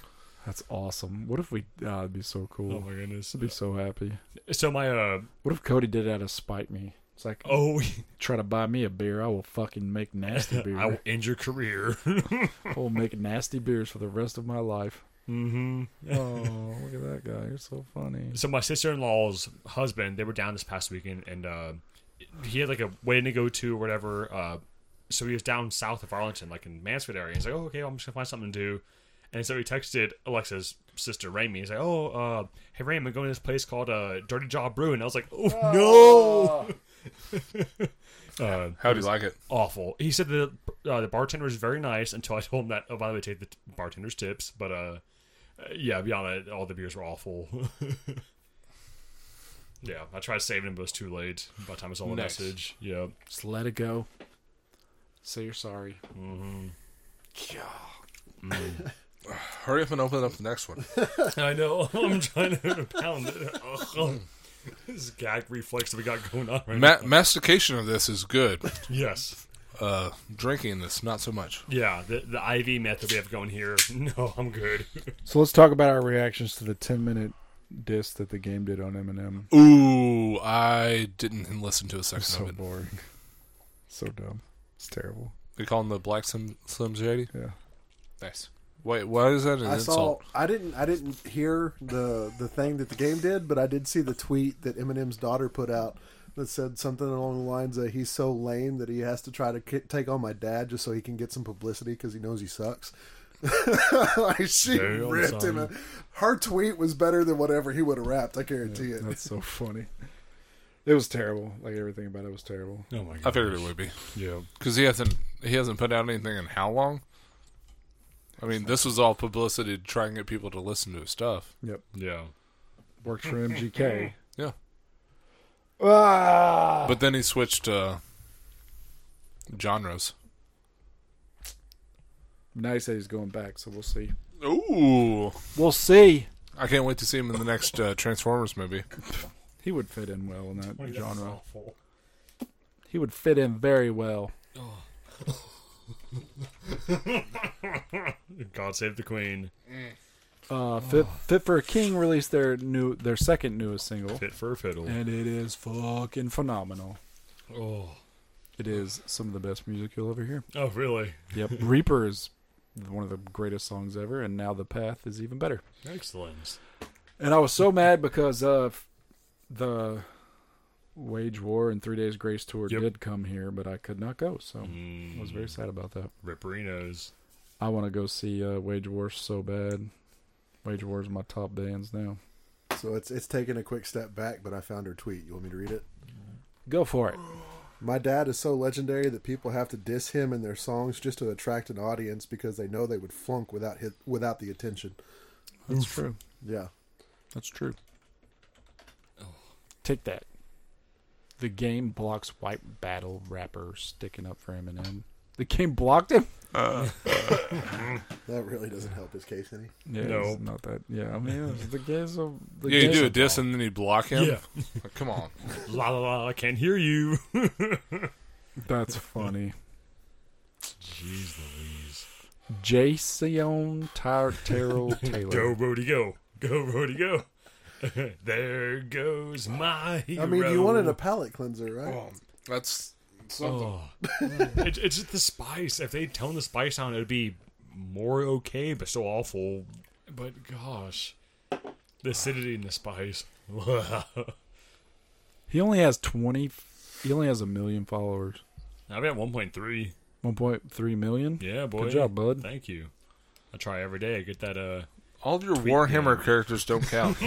C: That's awesome. What if we? Ah, it'd be so
D: Oh
C: cool.
D: my goodness.
C: I'd be so happy.
D: So my uh
C: What if Cody did it out of spite me? It's like, oh.
D: oh, [LAUGHS]
C: try to buy me a beer. I will fucking make nasty beer.
D: I will end your career. [LAUGHS]
C: I'll make nasty beers for the rest of my life. Mm-hmm. oh, look at that guy. You're so funny.
D: so my sister-in-law's husband they were down this past weekend and uh, he had like a wedding to go to or whatever uh, so he was down south of arlington like in mansfield area he's like oh okay i'm just gonna find something to do and so he texted alexa's sister Raimi. he's like oh uh, hey Raimi, i'm going to this place called uh, dirty jaw brew and i was like oh, no [LAUGHS] uh,
E: How do you like it?
D: awful he said the uh, the bartender was very nice until i told him that oh by the way take the t- bartender's tips but uh yeah, beyond that, all the beers were awful. [LAUGHS] yeah, I tried saving them, but it was too late by the time I saw the
E: Nice.
D: message. Yeah.
C: Just let it go. Say you're sorry.
E: Hurry up and open up the next one.
D: I know. [LAUGHS] I'm trying to pound it. Ugh. [LAUGHS] this gag reflex that we got going on right
E: Ma- mastication of this is good.
D: now. Yes.
E: Uh, drinking this, not so much.
D: Yeah, the, the IV method we have going here. [LAUGHS] No, I'm good.
C: So let's talk about our reactions to the 10 minute diss that the game did on Eminem.
E: Ooh, I didn't listen to a second
C: So
E: of it.
C: boring. So dumb. It's terrible.
E: They call him the Black Slim, Slim Shady.
C: Yeah.
E: Nice. Wait, why is that an
F: I saw.
E: insult?
F: I didn't. I didn't hear the the thing that the game did, but I did see the tweet that Eminem's daughter put out that said something along the lines of "He's so lame that he has to try to ki- take on my dad just so he can get some publicity because he knows he sucks." [LAUGHS] like she
D: Damn,
F: ripped him.
D: son.
F: a- Her tweet was better than whatever he would have rapped. I guarantee it.
C: That's so funny. It was terrible. Like everything about it was terrible.
D: Oh my
E: I
D: god.
E: figured it would be
D: Yeah.
E: because he hasn't he hasn't put out anything in how long. I mean, this was all publicity to try and get people to listen to his stuff.
D: Yeah.
C: Works for [LAUGHS] MGK.
E: Yeah,
C: ah!
E: but then he switched uh, genres.
C: Now he said he's going back, so we'll see.
E: Ooh,
C: We'll see.
E: I can't wait to see him in the next uh, Transformers movie.
C: He would fit in well in that genre.
D: Awful.
C: He would fit in very well.
D: God save the queen.
C: Uh, Fit,
D: Oh.
C: Fit for a King released their new their second newest single,
D: Fit for a fiddle.
C: and it is fucking phenomenal.
D: Oh.
C: It is some of the best music you'll ever hear.
D: Oh, really?
C: Yep, [LAUGHS] Reaper is one of the greatest songs ever, and now The Path is even better.
D: Excellent.
C: And I was so mad because uh, f- the Wage War and Three Days Grace tour
D: Yep. Mm.
C: did come here, but I could not go, so I was very sad about that.
D: Ripperinos.
C: I want to go see uh, Wage War so bad. Wage War is my top bands now.
F: So it's it's taking a quick step back, but I found her tweet. You want me to read it?
C: Go for it.
F: My dad is so legendary that people have to diss him in their songs just to attract an audience because they know they would flunk without hit, without the attention.
C: That's true.
F: Yeah.
C: That's true. Take that. The game blocks white battle rapper sticking up for Eminem. The game blocked him.
F: That really doesn't help his case any.
C: Yeah,
D: Nope.
C: not that. Yeah, I mean it's- the game's a. The
E: Yeah, you
C: game's
E: do a diss and then you block him.
D: Yeah.
E: Like, come on.
D: La la la, I can't hear you.
C: That's funny.
D: Jeez Louise.
C: Jason Tar- Terrell
D: [LAUGHS]
C: Taylor.
D: Go, Brody, go. Go, Brody, go. [LAUGHS] there goes my hero.
F: I mean, you wanted a palate cleanser, right?
E: That's
D: Oh. it, it's just the spice. If they tone the spice down, it would be more okay, but still awful. But gosh, the acidity and the spice. [LAUGHS] I
C: He only has twenty. He only has a million followers.
D: am at 1.3.
C: One point three million.
D: Yeah, boy.
C: Good job, bud.
D: Thank you. I try every day. I get that uh
E: All of your Warhammer characters don't [LAUGHS] count.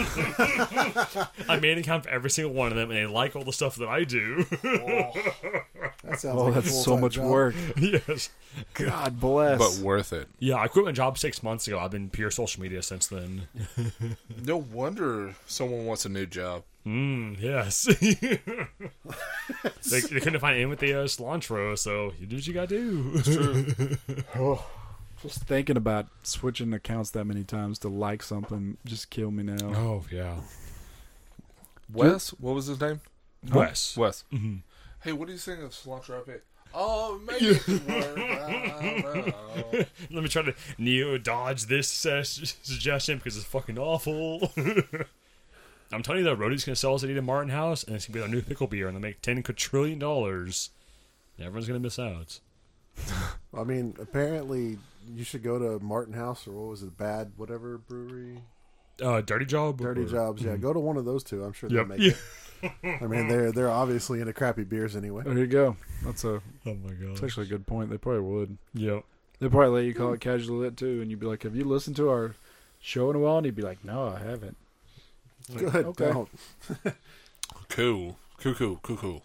D: I made an account for every single one of them, and they like all the stuff that I do. [LAUGHS]
F: That sounds
C: Oh,
F: like a
C: that's so
F: full-time
C: much
F: job.
C: work.
D: yes.
C: God bless.
E: but worth it.
D: Yeah, I quit my job six months ago. I've been pure social media since then. [LAUGHS]
E: No wonder someone wants a new job.
D: Mm,
F: [LAUGHS]
D: yes. they, they couldn't find anyone with the uh, cilantro, so you do what you gotta do.
C: Just thinking about switching accounts that many times to like something just kill me now.
D: Oh, yeah.
E: Wes, what was his name?
D: [LAUGHS]
E: Mm-hmm.
D: Wes.
E: Wes. Hey, what do you think of cilantro IPA? Oh, maybe it's worth. I don't know.
D: Let me try to neo dodge this uh, s- suggestion because it's fucking awful. [LAUGHS] I'm telling you that Roadie's gonna sell us at Eden Martin House, and it's gonna be their new pickle beer, and they make ten quadrillion dollars. And Everyone's gonna miss out.
F: I mean, apparently you should go to Martin House or what was it, Bad whatever brewery,
D: Uh, Dirty Job.
F: Dirty Jobs. Yeah, go to one of those two. I'm sure
D: Yep.
F: they'll make [LAUGHS] it. I mean, they're they're obviously into crappy beers anyway.
C: There you go. That's a
D: [LAUGHS] Oh my god.
C: that's actually a good point. They probably would.
D: Yep.
C: They probably let you call it casual lit too, and you'd be like, "Have you listened to our show in a while?" And you'd be like, "No, I haven't."
F: Good.
C: okay.
F: Don't.
E: [LAUGHS] Cool. Cuckoo, cuckoo.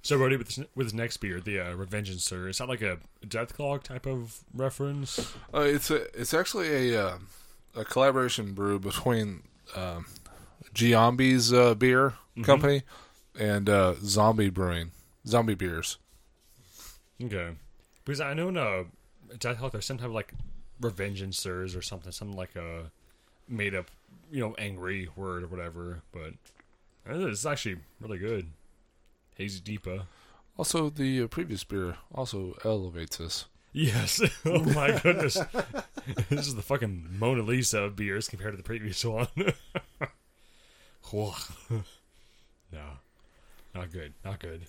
D: So Roddy with his, with his next beer, the uh, Revengeance Sir. Is that like a Death Clock type of reference?
E: Uh, it's a, it's actually a uh, a collaboration brew between um, Giambi's uh, beer company and uh, Zombie Brewing, Zombie Beers.
D: Okay. Because I know in uh, Death Clock there's some type of like Revengeance Sirs or something, something like a made up, you know, angry word or whatever. But I don't know, this is actually really good. Hazy Deepa.
E: Also, the uh, previous beer also elevates us.
D: Yes. [LAUGHS] oh my goodness. this is the fucking Mona Lisa of beers compared to the previous one. [LAUGHS] Whoa. [LAUGHS] no. Not good. Not good.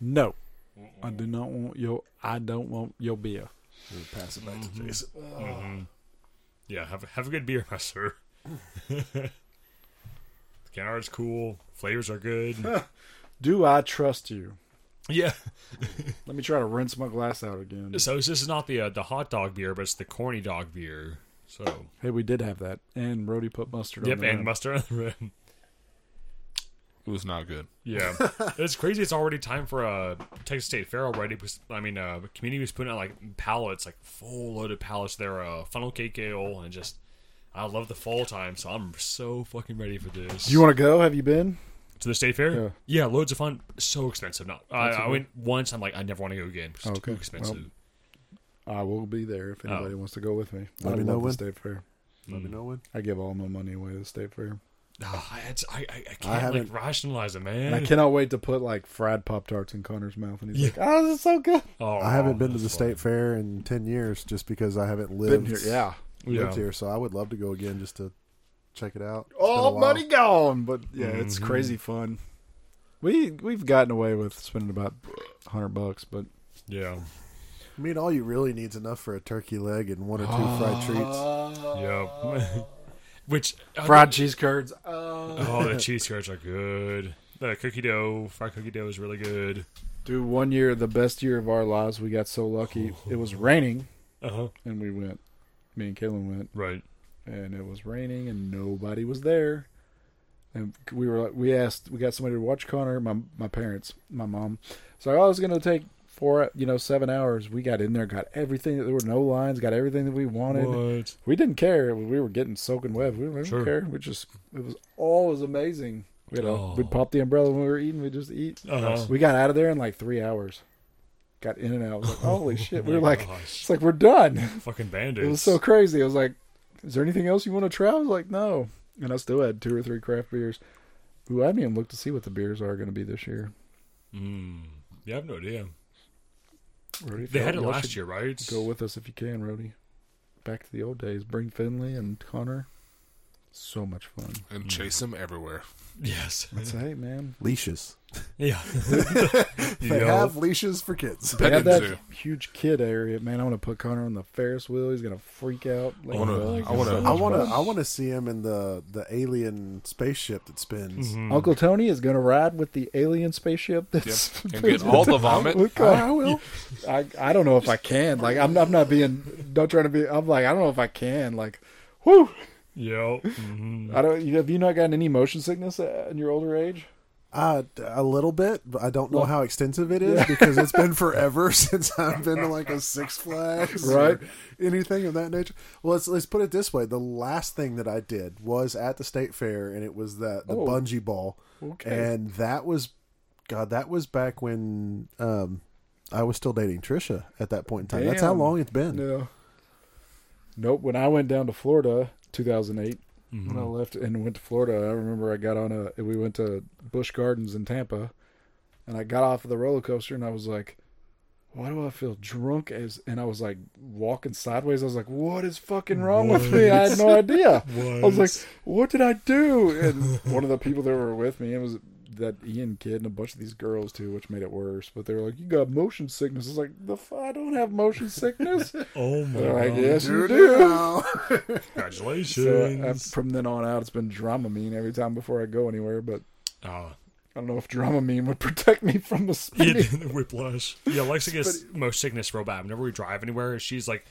C: No, I do not want your. I don't want your beer.
F: We'll Pass it back to Jason.
D: Yeah, have have a good beer, [LAUGHS] my sir. the can art's cool. Flavors are good.
C: Do I trust you?
D: yeah.
C: Let me try to rinse my glass out again.
D: So this is not the uh, the hot dog beer, but it's the corny dog beer. So
C: Hey, we did have that, and Brody put mustard.
D: yep,
C: on the
D: and
C: rim.
D: mustard on the rim.
E: It was not good.
D: Yeah, it's crazy. It's already time for uh, Texas State Fair already. Because, I mean, uh, the community was putting out like pallets, like full loaded pallets. Their uh, funnel cake ale, and just I love the fall time, so I'm so fucking ready for this.
C: Do you want to go? Have you been?
D: to the state fair?
C: Yeah.
D: Yeah, loads of fun. So expensive. Not I, I went once. I'm like, I never want to go again. It's
C: Okay.
D: too expensive.
C: Well, I will be there if
D: Oh.
C: anybody wants to go with me.
F: Let
C: I
F: me
C: love
F: know
C: the
F: when.
C: state fair.
F: Let me know when.
C: I give all my money away to the state fair.
D: Ah, I, it's- I, I, I
F: I
D: can't
F: haven't-
D: like rationalize it, man.
C: And I cannot wait to put like fried pop tarts in Connor's mouth, and he's like, "Oh, this is so good."
D: Oh,
F: I haven't been to
D: that's
F: the
D: funny.
F: state fair in ten years just because I haven't
C: Been
F: lived
C: here, yeah.
F: lived
D: Yeah.
F: here. So I would love to go again just to check it out. It's been a
C: All
F: while.
C: money gone, but yeah, it's crazy fun. We we've gotten away with spending about hundred bucks, but
D: Yeah.
F: I mean, all you really needs enough for a turkey leg and one or two [GASPS] fried treats.
D: Yeah. [LAUGHS] Which uh,
C: fried cheese curds. uh,
D: Oh,
C: [LAUGHS]
D: the cheese curds are good. The cookie dough, fried cookie dough is really good.
C: Dude, one year, the best year of our lives, we got so lucky. It was raining,
D: Uh huh.
C: and we went. Me and Kaylin went,
D: Right.
C: and it was raining, and nobody was there. And we were like, we asked, we got somebody to watch Connor. My my parents, my mom. So I was gonna take four, you know, seven hours. We got in there, got everything. There were no lines. Got everything that we wanted.
D: What?
C: We didn't care. We were getting soaking wet. We didn't
D: Sure.
C: care. We just it was always amazing. We had a-
D: Oh.
C: we'd pop the umbrella when we were eating. We just eat.
D: Uh-huh.
C: We got out of there in like three hours. Got in and out. I was like, holy shit! We were like,
D: Oh gosh.
C: it's like we're done.
D: Fucking bandits.
C: It was so crazy. I was like, is there anything else you want to try? I was like, no. And I still had two or three craft beers. Ooh, I haven't even looked to see what the beers are going to be this year.
D: Mm. Yeah, I have no idea.
C: Rody,
D: They
C: y'all-
D: had it
C: y'all
D: last
C: should
D: year, right?
C: Go with us if you can, Rody. Back to the old days. Bring Finley and Connor. So much fun.
E: And chase them everywhere.
D: Yes.
C: [LAUGHS] That's hey, man.
F: Leashes.
D: Yeah. [LAUGHS]
F: They
D: Yo.
F: have leashes for kids.
C: They had that
E: zoo.
C: [LAUGHS] huge kid area, man. I want to put Connor on the Ferris wheel. He's gonna freak out. Like,
E: wanna-
C: a bug.
E: I wanna-
C: So
F: I
C: much
F: want to.
C: fun.
F: I want to see him in the the alien spaceship that spins.
C: Uncle Tony is gonna ride with the alien spaceship. That's [LAUGHS]
E: And get all the vomit.
C: Look, [LAUGHS] I, will. I I don't know if I can. Like I'm I'm not being not trying to be. I'm like I don't know if I can. Like, whew, Whew.
D: Yo.
C: I don't. you- Have you not gotten any motion sickness uh, in your older age?
F: Uh, a little bit, but I don't know how extensive it is because
C: [LAUGHS]
F: it's been forever [LAUGHS] since I've been to like a Six Flags,
C: Right.
F: Or anything of that nature. Well, let's let's put it this way: the last thing that I did was at the state fair, and it was the the
C: Oh.
F: bungee ball,
C: Okay.
F: and that was, God, that was back when um I was still dating Trisha at that point in time. That's how
C: Damn.
F: long it's been.
C: No. Nope. When I went down to Florida, 2008, when I left and went to Florida, I remember I got on a. We went to Busch Gardens in Tampa, and I got off of the roller coaster, and I was like, "Why do I feel drunk?" As and I was like walking sideways. I was like, "What is fucking wrong with me?" I had no idea. I was like, "What did I do?"
D: [LAUGHS]
C: And one of the people that were with me, it was that Ian kid and a bunch of these girls too, which made it worse. But they were like, "You got motion sickness." I was like, "The f- I don't
D: [LAUGHS]
C: have motion sickness."
D: Oh my
C: They're like,
D: god.
C: yes, you do. So I,
D: Congratulations.
C: from then on out, it's been Dramamine every time before I go anywhere. But
D: [LAUGHS] Ah,
C: I don't know if Dramamine would [LAUGHS] protect me from the
D: [LAUGHS] yeah,
C: spinning.
D: the whiplash. Yeah, Alexa gets most sickness real bad. Whenever we drive anywhere, she's like,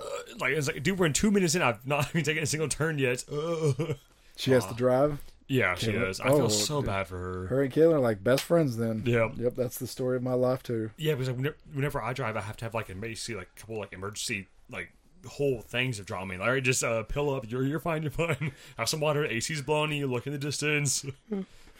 D: uh, like it's like, dude, we're in two minutes in. I've not [LAUGHS] even taken a single turn yet. Uh.
C: She has to drive.
D: Yeah, she
C: Caleb-
D: does. I
C: oh,
D: feel so
C: dude.
D: bad for her.
C: Her and Kaylin are like best friends. Then.
D: Yep.
C: Yep. That's the story of my life too.
D: Yeah, because like, whenever, whenever I drive, I have to have like an emergency, like couple like emergency like whole things of drama. Like, all right, just uh, pill up. You're you're fine. You're fine. [LAUGHS] Have some water. AC's blowing. You look in the [LAUGHS] distance.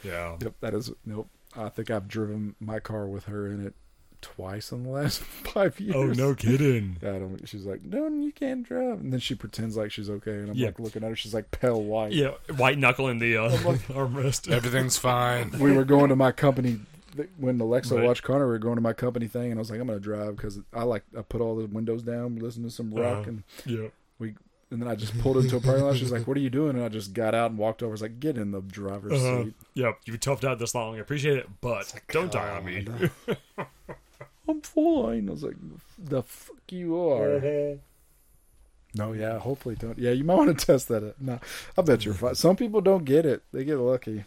D: yeah.
C: Yep. That is nope. I think I've driven my car with her in it twice in the last [LAUGHS] five years.
D: Oh no, kidding.
C: I don't. She's like, no, you can't drive. And then she pretends like she's okay, and I'm
D: Yeah.
C: like looking at her. She's like pale white.
D: Yeah, white knuckle in [LAUGHS] the uh, armrest.
E: Everything's fine.
C: we were going to my company th- when Alexa
D: Right.
C: watched Connor. We were going to my company thing, and I was like, I'm gonna drive because I like I put all the windows down, listen to some rock,
D: Uh-huh.
C: and
D: Yeah.
C: we and then I just pulled into a parking lot. She's like, "What are you doing?" And I just got out and walked over. I was like, "Get in the driver's
D: Uh,
C: seat."
D: yep, you toughed out this long. I appreciate it, but don't
C: oh,
D: die on me.
C: I'm fine. I was like, "The fuck you are." [LAUGHS] No, yeah, hopefully don't. Yeah, you might want to test that. out. No, I bet you're fine. Some people don't get it; they get lucky.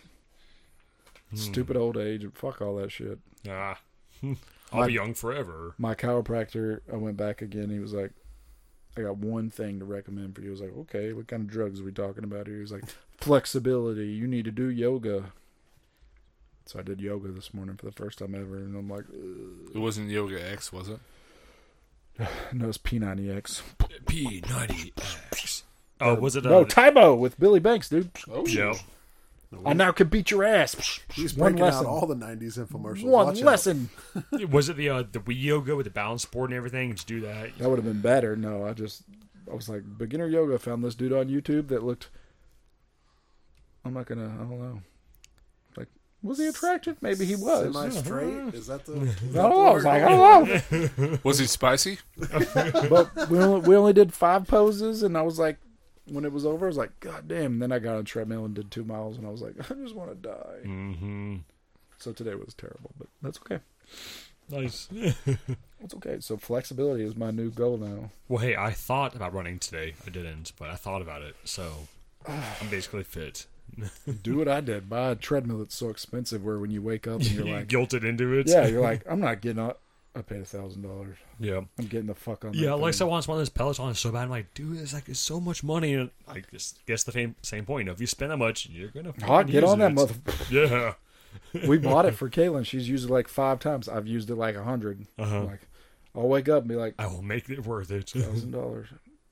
C: Stupid old age. Fuck all that shit.
D: [LAUGHS] Nah.
C: [LAUGHS]
D: I'll be young forever.
C: my chiropractor, I went back again. He was like, I got one thing to recommend for you. I was like, okay, what kind of drugs are we talking about here? He was like, flexibility. You need to do yoga. So I did yoga this morning for the first time ever. And I'm like, "Ugh."
E: It wasn't Yoga X, was it?
C: no, it's P90X.
D: P ninety X. Oh, was it? Uh,
C: No, Tybo with Billy Banks, dude.
D: yeah.
C: [LAUGHS] I now can beat your ass.
F: He's
C: One
F: breaking
C: lesson.
F: out all the '90s infomercials.
C: One
F: Watch out.
C: lesson.
D: Was it the uh, the Wii yoga with the balance board and everything? Just do that.
C: That would have been better. No, I just I was like beginner yoga. Found this dude on YouTube that looked. I'm not gonna. I don't know. Like, was he attractive? Maybe he was.
F: Am I straight? Is that the? is
C: I
F: that
C: don't
F: the
C: know. I was
F: word?
C: like, I don't know.
E: Was he spicy?
C: but we only, we only did five poses, and I was like, when it was over, I was like, God damn. And then I got on a treadmill and did two miles, and I was like, [LAUGHS] I just want to die. Mm-hmm. So today was terrible, but that's okay.
D: Nice.
C: That's okay. So flexibility is my new goal now.
D: [LAUGHS] Well, hey, I thought about running today. I didn't, but I thought about it, so I'm basically fit.
C: Do what I did. Buy a treadmill that's so expensive where when you wake up and
D: You [LAUGHS]
C: [SIGHS] you're like,
D: guilted into it.
C: Yeah, you're like, I'm not getting up. I paid a thousand dollars.
D: yeah,
C: I'm getting the fuck on.
D: yeah.
C: that
D: Alexa
C: thing.
D: wants one of those Peloton so bad. I'm like, dude, it's like it's so much money. And I just guess the same same point. You know, if you spend that much, you're gonna
C: Hot,
D: fucking
C: get
D: use
C: on that
D: it.
C: mother.
D: [LAUGHS] Yeah,
C: we bought
D: [LAUGHS]
C: it for Kaylin. She's used it like five times. I've used it like a 100
D: Uh-huh.
C: I'm Like, I'll wake up and be like
D: I will make it worth it.
C: thousand dollars,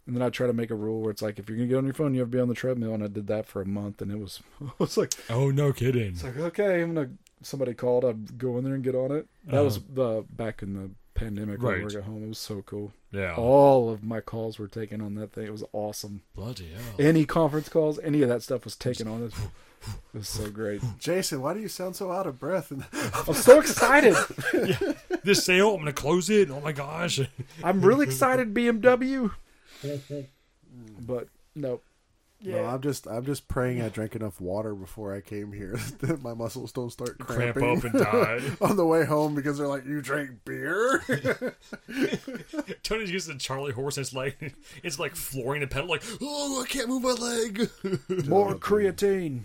C: and then I try to make a rule where it's like, if you're gonna get on your phone, you have to be on the treadmill. And I did that for a month, and it was, [LAUGHS] I was like,
D: oh no, kidding.
C: like okay, I'm gonna. Somebody called. I'd go in there and get on it. That was the back in the pandemic when
D: Uh-huh. Right. Oh.
C: we were at home. It was so cool.
D: Yeah,
C: All of my calls were taken on that thing. It was awesome.
D: bloody hell.
C: any conference calls, any of that stuff was taken on. It was so great.
F: Jason, why do you sound so out of breath? And
C: I'm so excited.
D: this sale, I'm gonna close it. Oh my
C: [LAUGHS]
D: gosh.
C: I'm really excited, BMW. But no,
F: No, I'm just I'm just praying I drank enough water before I came here [LAUGHS] that my muscles don't start
D: Cramp
F: cramping
D: up and die.
F: [LAUGHS] on the way home because they're like, you
D: [LAUGHS]
F: drank beer.
D: Tony's using the Charlie horse, and it's like [LAUGHS] it's like flooring the pedal, like oh, I can't move my leg. [LAUGHS]
C: more creatine.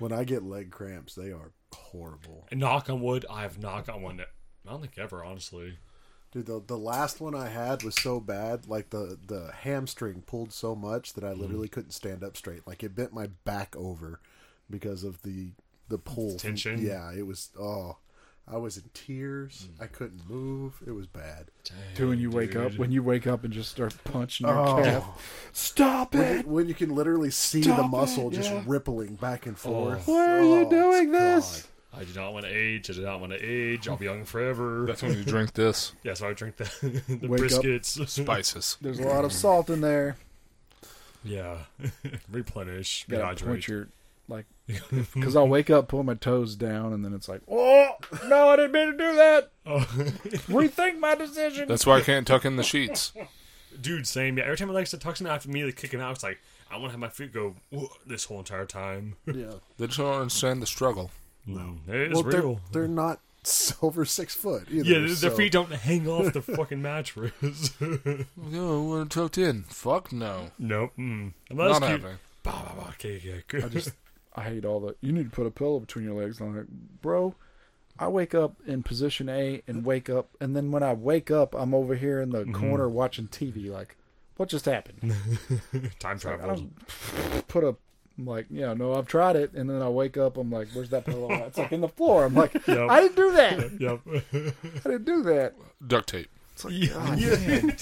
F: when I get leg cramps, they are horrible.
D: knock on wood, I have knocked on one. that- I don't think ever, honestly.
F: Dude, the, the last one I had was so bad, like the, the hamstring pulled so much that I
D: Mm-hmm.
F: literally couldn't stand up straight. Like it bent my back over because of the the pull.
D: Tension? Mm.
F: Yeah, it was oh I was in tears. I couldn't move. It was bad.
C: Dude, when you wake up, when you wake up and just start punching your calf.
F: Oh. Stop it! When you can literally see the muscle just rippling back
D: Oh.
F: and forth. Oh, Why
C: are you doing this?
D: I do not want to age. I do not want to age. I'll be young forever.
C: [LAUGHS]
E: That's when you drink this.
D: yeah, so I drink the, the [LAUGHS]
C: Wake up.
D: briskets.
E: Spices.
C: There's a lot of salt in there.
D: [LAUGHS] Yeah. [LAUGHS] Replenish.
C: You gotta
D: rehydrate.
C: point your like because I'll wake up, pull my toes down, and then it's like, oh no, I didn't mean to do that. Rethink my decision.
E: That's why I can't tuck in the sheets.
D: Dude, same. Yeah, every time Alexa tucks him out, I have to immediately kick him out. It's like, I want to have my feet go "Whoa," this whole entire time. [LAUGHS]
F: Yeah.
E: They just don't understand the struggle.
D: No. It is
F: Well, they're,
D: real.
F: they're not [LAUGHS] s- over six foot either.
D: yeah, their
F: so-
D: feet don't hang off the fucking mattress. [LAUGHS]
E: No, we're tucked in. Fuck no.
D: nope. Mm.
E: Not
D: Unless you...
E: happening.
D: Bah, bah, bah, kick, kick.
C: I hate all the. You need to put a pillow between your legs. And I'm like, bro, I wake up in position A and wake up, and then when I wake up, I'm over here in the corner watching TV. Like, what just happened?
D: [LAUGHS]
C: [LAUGHS]
D: Time
C: I
D: travel.
C: don't put a. I'm like, yeah, no, I've tried it, and then I wake up. I'm like, where's that pillow? at? It's like in the floor. I'm like,
D: Yep.
C: I didn't do that.
D: Yep.
C: I didn't do that.
E: Duct tape.
D: [LAUGHS] Yeah.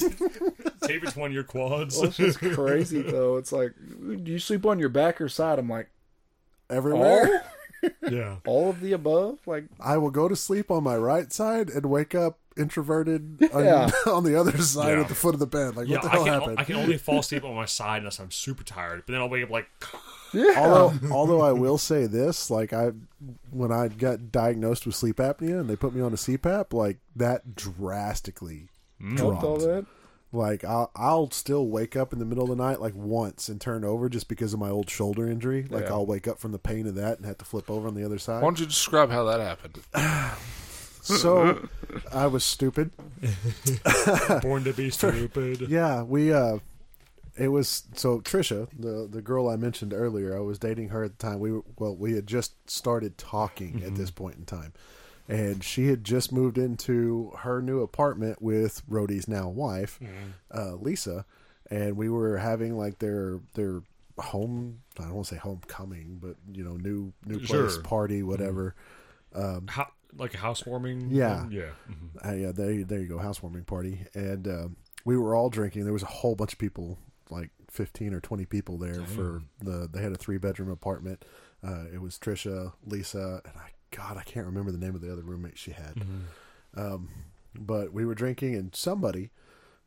D: Tape it to one of your quads.
C: Well, it's just crazy though. It's like, do you sleep on your back or side? I'm like, all,
F: everywhere.
D: yeah.
C: all of the above. Like,
F: I will go to sleep on my right side and wake up introverted
C: [LAUGHS] Yeah.
F: [LAUGHS] on, on the other side
D: Yeah.
F: at the foot of the bed. Like,
D: Yeah,
F: what the
D: I
F: hell
D: can,
F: happened?
D: I can only fall asleep on my side unless I'm super tired. But then I'll wake up like,
C: [LAUGHS]
F: although, although I will say this, like I, when I got diagnosed with sleep apnea and they put me on a CPAP, like that drastically
C: helped all
F: dropped.
C: that.
F: Like I'll, I'll still wake up in the middle of the night like once and turn over just because of my old shoulder injury. Like
C: Yeah.
F: I'll wake up from the pain of that and have to flip over on the other side.
E: Why don't you describe how that happened?
F: So I was stupid.
D: born to be stupid.
F: Yeah, we uh it was so Trisha, the the girl I mentioned earlier, I was dating her at the time. We were well, we had just started talking at this point in time. And she had just moved into her new apartment with Rhodey's now wife, uh, Lisa, and we were having like their their home I don't want to say homecoming, but you know, new new place
D: Sure.
F: party, whatever.
D: Ho- like a housewarming.
F: Yeah.
D: thing? Yeah.
F: Uh, yeah, there, there you go, housewarming party, and um, we were all drinking. There was a whole bunch of people, like fifteen or twenty people there for the. They had a three bedroom apartment. Uh, it was Trisha, Lisa, and I. God, I can't remember the name of the other roommate she had. Um, but we were drinking, and somebody,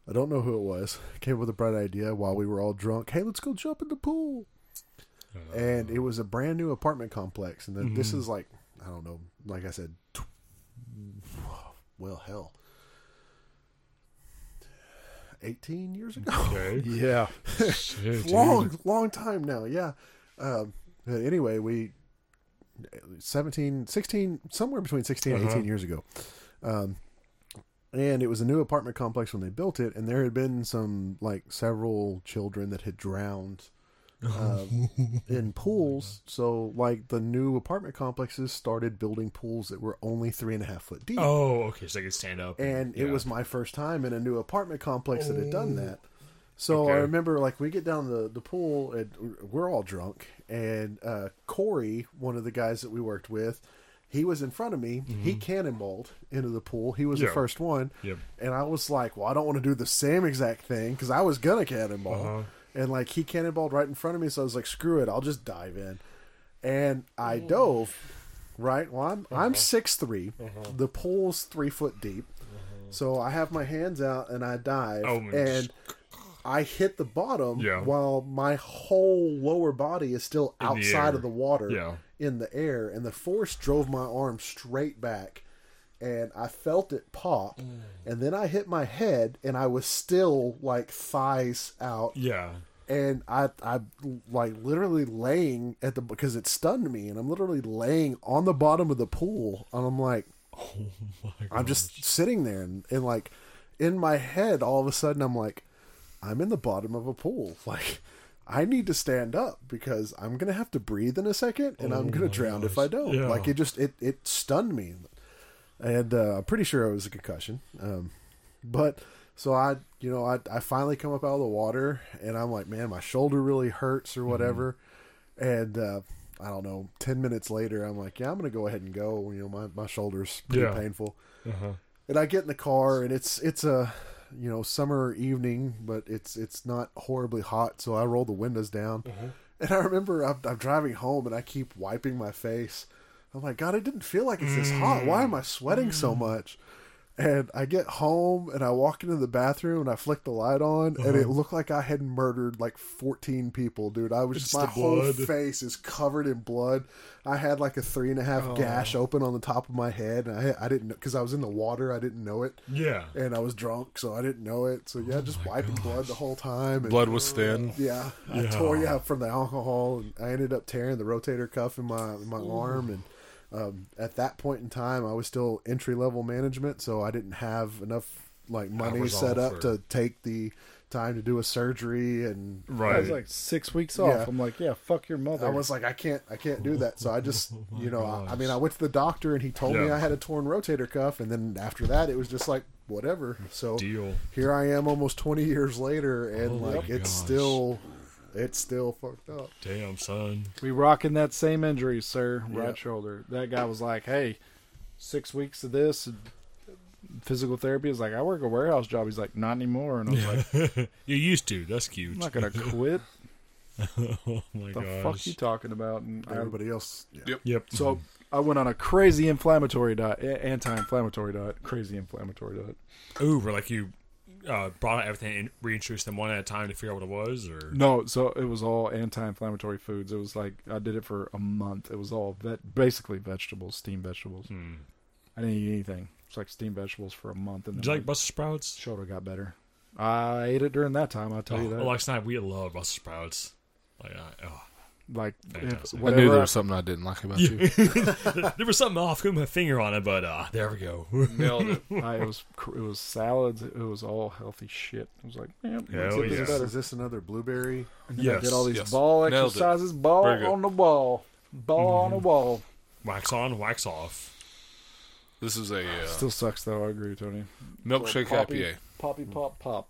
F: I don't know who it was, [LAUGHS] came up with a bright idea while we were all drunk. Hey, let's go jump in the pool. and it was a brand new apartment complex, and then this is like I don't know, like I said, tw- well, hell, 18 years ago.
D: [LAUGHS] Okay.
F: [LAUGHS]
C: Yeah,
F: long, long time now. Yeah. Um, but anyway, we 17, 16, somewhere between 16 and 18 years ago. Um, and it was a new apartment complex when they built it, and there had been some like several children that had drowned uh, in pools. So like the new apartment complexes started building pools that were only three and a half foot deep
D: Oh, okay. So I can stand up.
F: and it
D: yeah.
F: was my first time in a new apartment complex that had done that. So I
D: Okay.
F: remember, like, we get down the the pool and we're all drunk, and uh, Corey, one of the guys that we worked with, he was in front of me. He cannonballed into the pool. He was
D: Mm-hmm. Yeah.
F: the first one,
D: Yep.
F: and I was like, "Well, I don't want to do the same exact thing because I was gonna cannonball."
D: Uh-huh.
F: And like he cannonballed right in front of me, so I was like, "Screw it, I'll just dive in." And I dove, right? Well,
D: Mm-hmm.
F: I'm I'm six three. The pool's three foot deep, so I have my hands out and I dive,
D: Mm-hmm. Oh, my
F: and I hit the bottom
D: Yeah.
F: while my whole lower body is still
D: the
F: outside
D: air.
F: of the water,
D: Yeah.
F: in the air, and the force drove my arm straight back, and I felt it pop,
D: Mm.
F: and then I hit my head, and I was still like thighs out
D: Yeah.
F: and I I like literally laying at the because it stunned me, and I'm literally laying on the bottom of the pool, and I'm like, I'm just sitting there, and, and like in my head, all of a sudden, I'm like, I'm in the bottom of a pool, [LAUGHS] like. I need to stand up because I'm gonna have to breathe in a second, and I'm gonna drown if I don't.
D: Yeah.
F: Like it just it it stunned me, and uh, I'm pretty sure it was a concussion. Um, But so I, you know, I I finally come up out of the water and I'm like, man, my shoulder really hurts or whatever. And uh, I don't know, ten minutes later, I'm like, yeah, I'm gonna go ahead and go. You know, my my shoulder's pretty
D: Yeah.
F: painful. And I get in the car and it's it's a you know summer evening, but it's it's not horribly hot, so I roll the windows down.
D: Mm-hmm.
F: And I remember I'm, I'm driving home and I keep wiping my face. I'm like, God, it didn't feel like it's this hot. Why am I sweating
D: Mm.
F: so much? And I get home and I walk into the bathroom and I flick the light on and
D: Uh-huh.
F: it looked like I had murdered like 14 people, dude. I was
D: It's
F: my
D: the
F: whole
D: blood.
F: face is covered in blood. I had like a three and a half gash open on the top of my head and I, I didn't know because I was in the water. I didn't know it.
D: Yeah.
F: And I was drunk, so I didn't know it. So yeah, just wiping blood the whole time. And,
E: Blood was thin.
F: yeah, I tore yeah from the alcohol, and I ended up tearing the rotator cuff in my in my arm. And um, at that point in time, I was still entry level management, so I didn't have enough like money
D: Hours
F: set
D: off
F: up
D: or-
F: to take the time to do a surgery. And
C: I
A: Right.
C: was like six weeks off.
F: Yeah.
C: I'm like, yeah, fuck your mother.
F: I was like, I can't, I can't do that. So I
D: [LAUGHS]
F: just, you know, I, I mean, I went to the doctor, and he told me
D: Oh Yeah.
F: I had a torn rotator cuff, and then after that, it was just like whatever. So
D: Deal.
F: here I am, almost twenty years later, and like it's
D: Oh gosh.
F: still, it's still fucked up.
D: Damn, son.
C: we rocking that same injury, sir. Right
F: Yep.
C: shoulder. That guy was like, hey, six weeks of this. And physical therapy is like, I work a warehouse job. He's like, not anymore. And I was like,
D: You used to. That's cute.
C: I'm not
D: [LAUGHS]
C: gonna quit.
D: oh my
C: the
D: gosh.
C: fuck you talking about? And I-
F: Everybody else, yeah.
D: Yep.
C: So I went on a crazy inflammatory diet, a- anti-inflammatory diet, crazy inflammatory diet.
D: Ooh, where like you uh, brought out everything and reintroduced them one at a time to figure out what it was, or
C: No, so it was all anti-inflammatory foods. It was like I did it for a month. It was all vet, basically vegetables, steamed vegetables.
D: Hmm.
C: I didn't eat anything. It's like steamed vegetables for a month, and
D: did you
C: then
D: like
C: my
D: Buster Sprouts?
C: shoulder got better. I ate it during that time. I'll tell
D: Oh,
C: you that. Like,
D: Alex and I, we love Buster Sprouts. Like, I, oh.
C: if-
D: Fantastic. I
E: I knew
C: whatever
E: there
C: I-
E: was something I didn't like about you.
D: there was something off. Couldn't put my finger on it, but uh, there we go. [LAUGHS]
E: Nailed it.
C: I- it was cr- it was salads. It was all healthy shit. It was like, yeah,
D: Hell
C: this
F: Is
D: yeah.
C: is
F: this,
C: better.
F: is this another blueberry?
C: And then I
D: Yes,
C: did all these
E: yes.
C: ball
E: Nailed it.
C: exercises, ball
E: Very good. Mm-hmm.
C: on the wall, ball on the wall.
D: wax on, wax off.
E: This is a uh,
C: Still sucks though. I agree, Tony.
E: milkshake
C: Poppy-
E: IPA.
C: Poppy pop pop.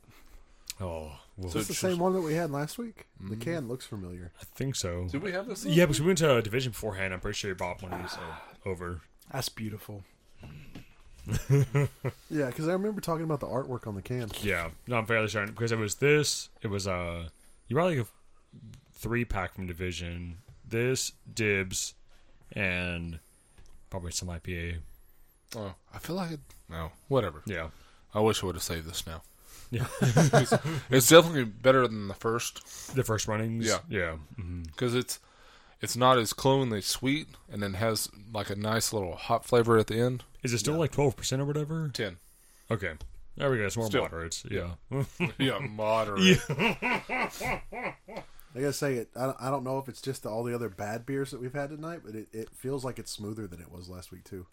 D: Oh, well,
E: So
F: It's the same one that we had last week.
D: Mm-hmm.
F: The can looks familiar.
D: I think so.
E: Did we have this?
D: Yeah, because we went to a division beforehand. I'm pretty sure you bought one of these uh, over.
C: That's beautiful.
F: Yeah, because I remember talking about the artwork on the can.
D: Yeah, no, I'm fairly certain because it was this. It was uh, you brought like a three pack from division. This dibs, and probably some IPA.
E: Oh, I feel like it. No, whatever.
D: Yeah,
E: I wish I would have saved this now.
D: Yeah.
E: it's, [LAUGHS] it's definitely better than the first
D: the first runnings.
E: Yeah.
D: yeah, hmm
E: because it's it's not as cloyingly sweet and then has like a nice little hot flavor at the end.
D: Is it still like twelve percent or whatever?
C: [LAUGHS]
E: Ten.
D: Okay, there we go. It's more
E: Still.
D: moderates. Yeah,
E: Yeah, moderate.
F: I gotta say it. I, I don't know if it's just the, all the other bad beers that we've had tonight, but it, it feels like it's smoother than it was last week too.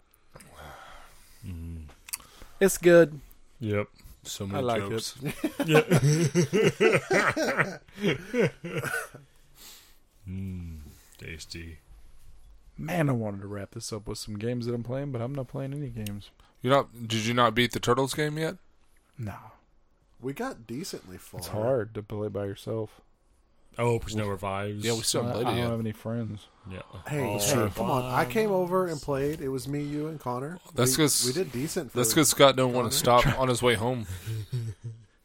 C: It's good.
D: [LAUGHS] yep.
E: So
C: I
E: many
C: like
E: jokes.
C: it.
D: Tasty.
C: Man, I wanted to wrap this up with some games that I'm playing, but I'm not playing any games.
E: You not? Did you not beat the turtles game yet?
C: No,
F: We got decently far.
C: it's hard to play by yourself.
D: Oh, because no revives.
E: Yeah, we still
C: I, I
E: haven't
C: don't
E: played it yet.
C: have any friends.
D: Yeah.
F: Hey,
D: Oh,
F: hey, come on! I came over and played. It was me, you, and Connor.
E: That's
F: We-
E: 'cause-
F: we did decent. For
E: That's because Scott don't want to stop on his way
C: [LAUGHS]
E: home.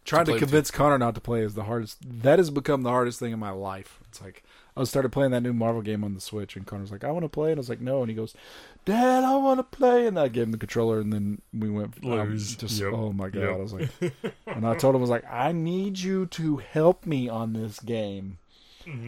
C: Trying to
E: play with
C: convince Connor not to play is the hardest. That has become the hardest thing in my life. It's like I started playing that new Marvel game on the Switch, and Connor's like, "I want to play," and I was like, "No," and he goes, "Dad, I want to play," and I gave him the controller, and then we went I'm
D: Lose.
C: Just
D: Yep.
C: oh my god!
D: Yep.
C: I was like, and I told him I was like, "I need you to help me on this game.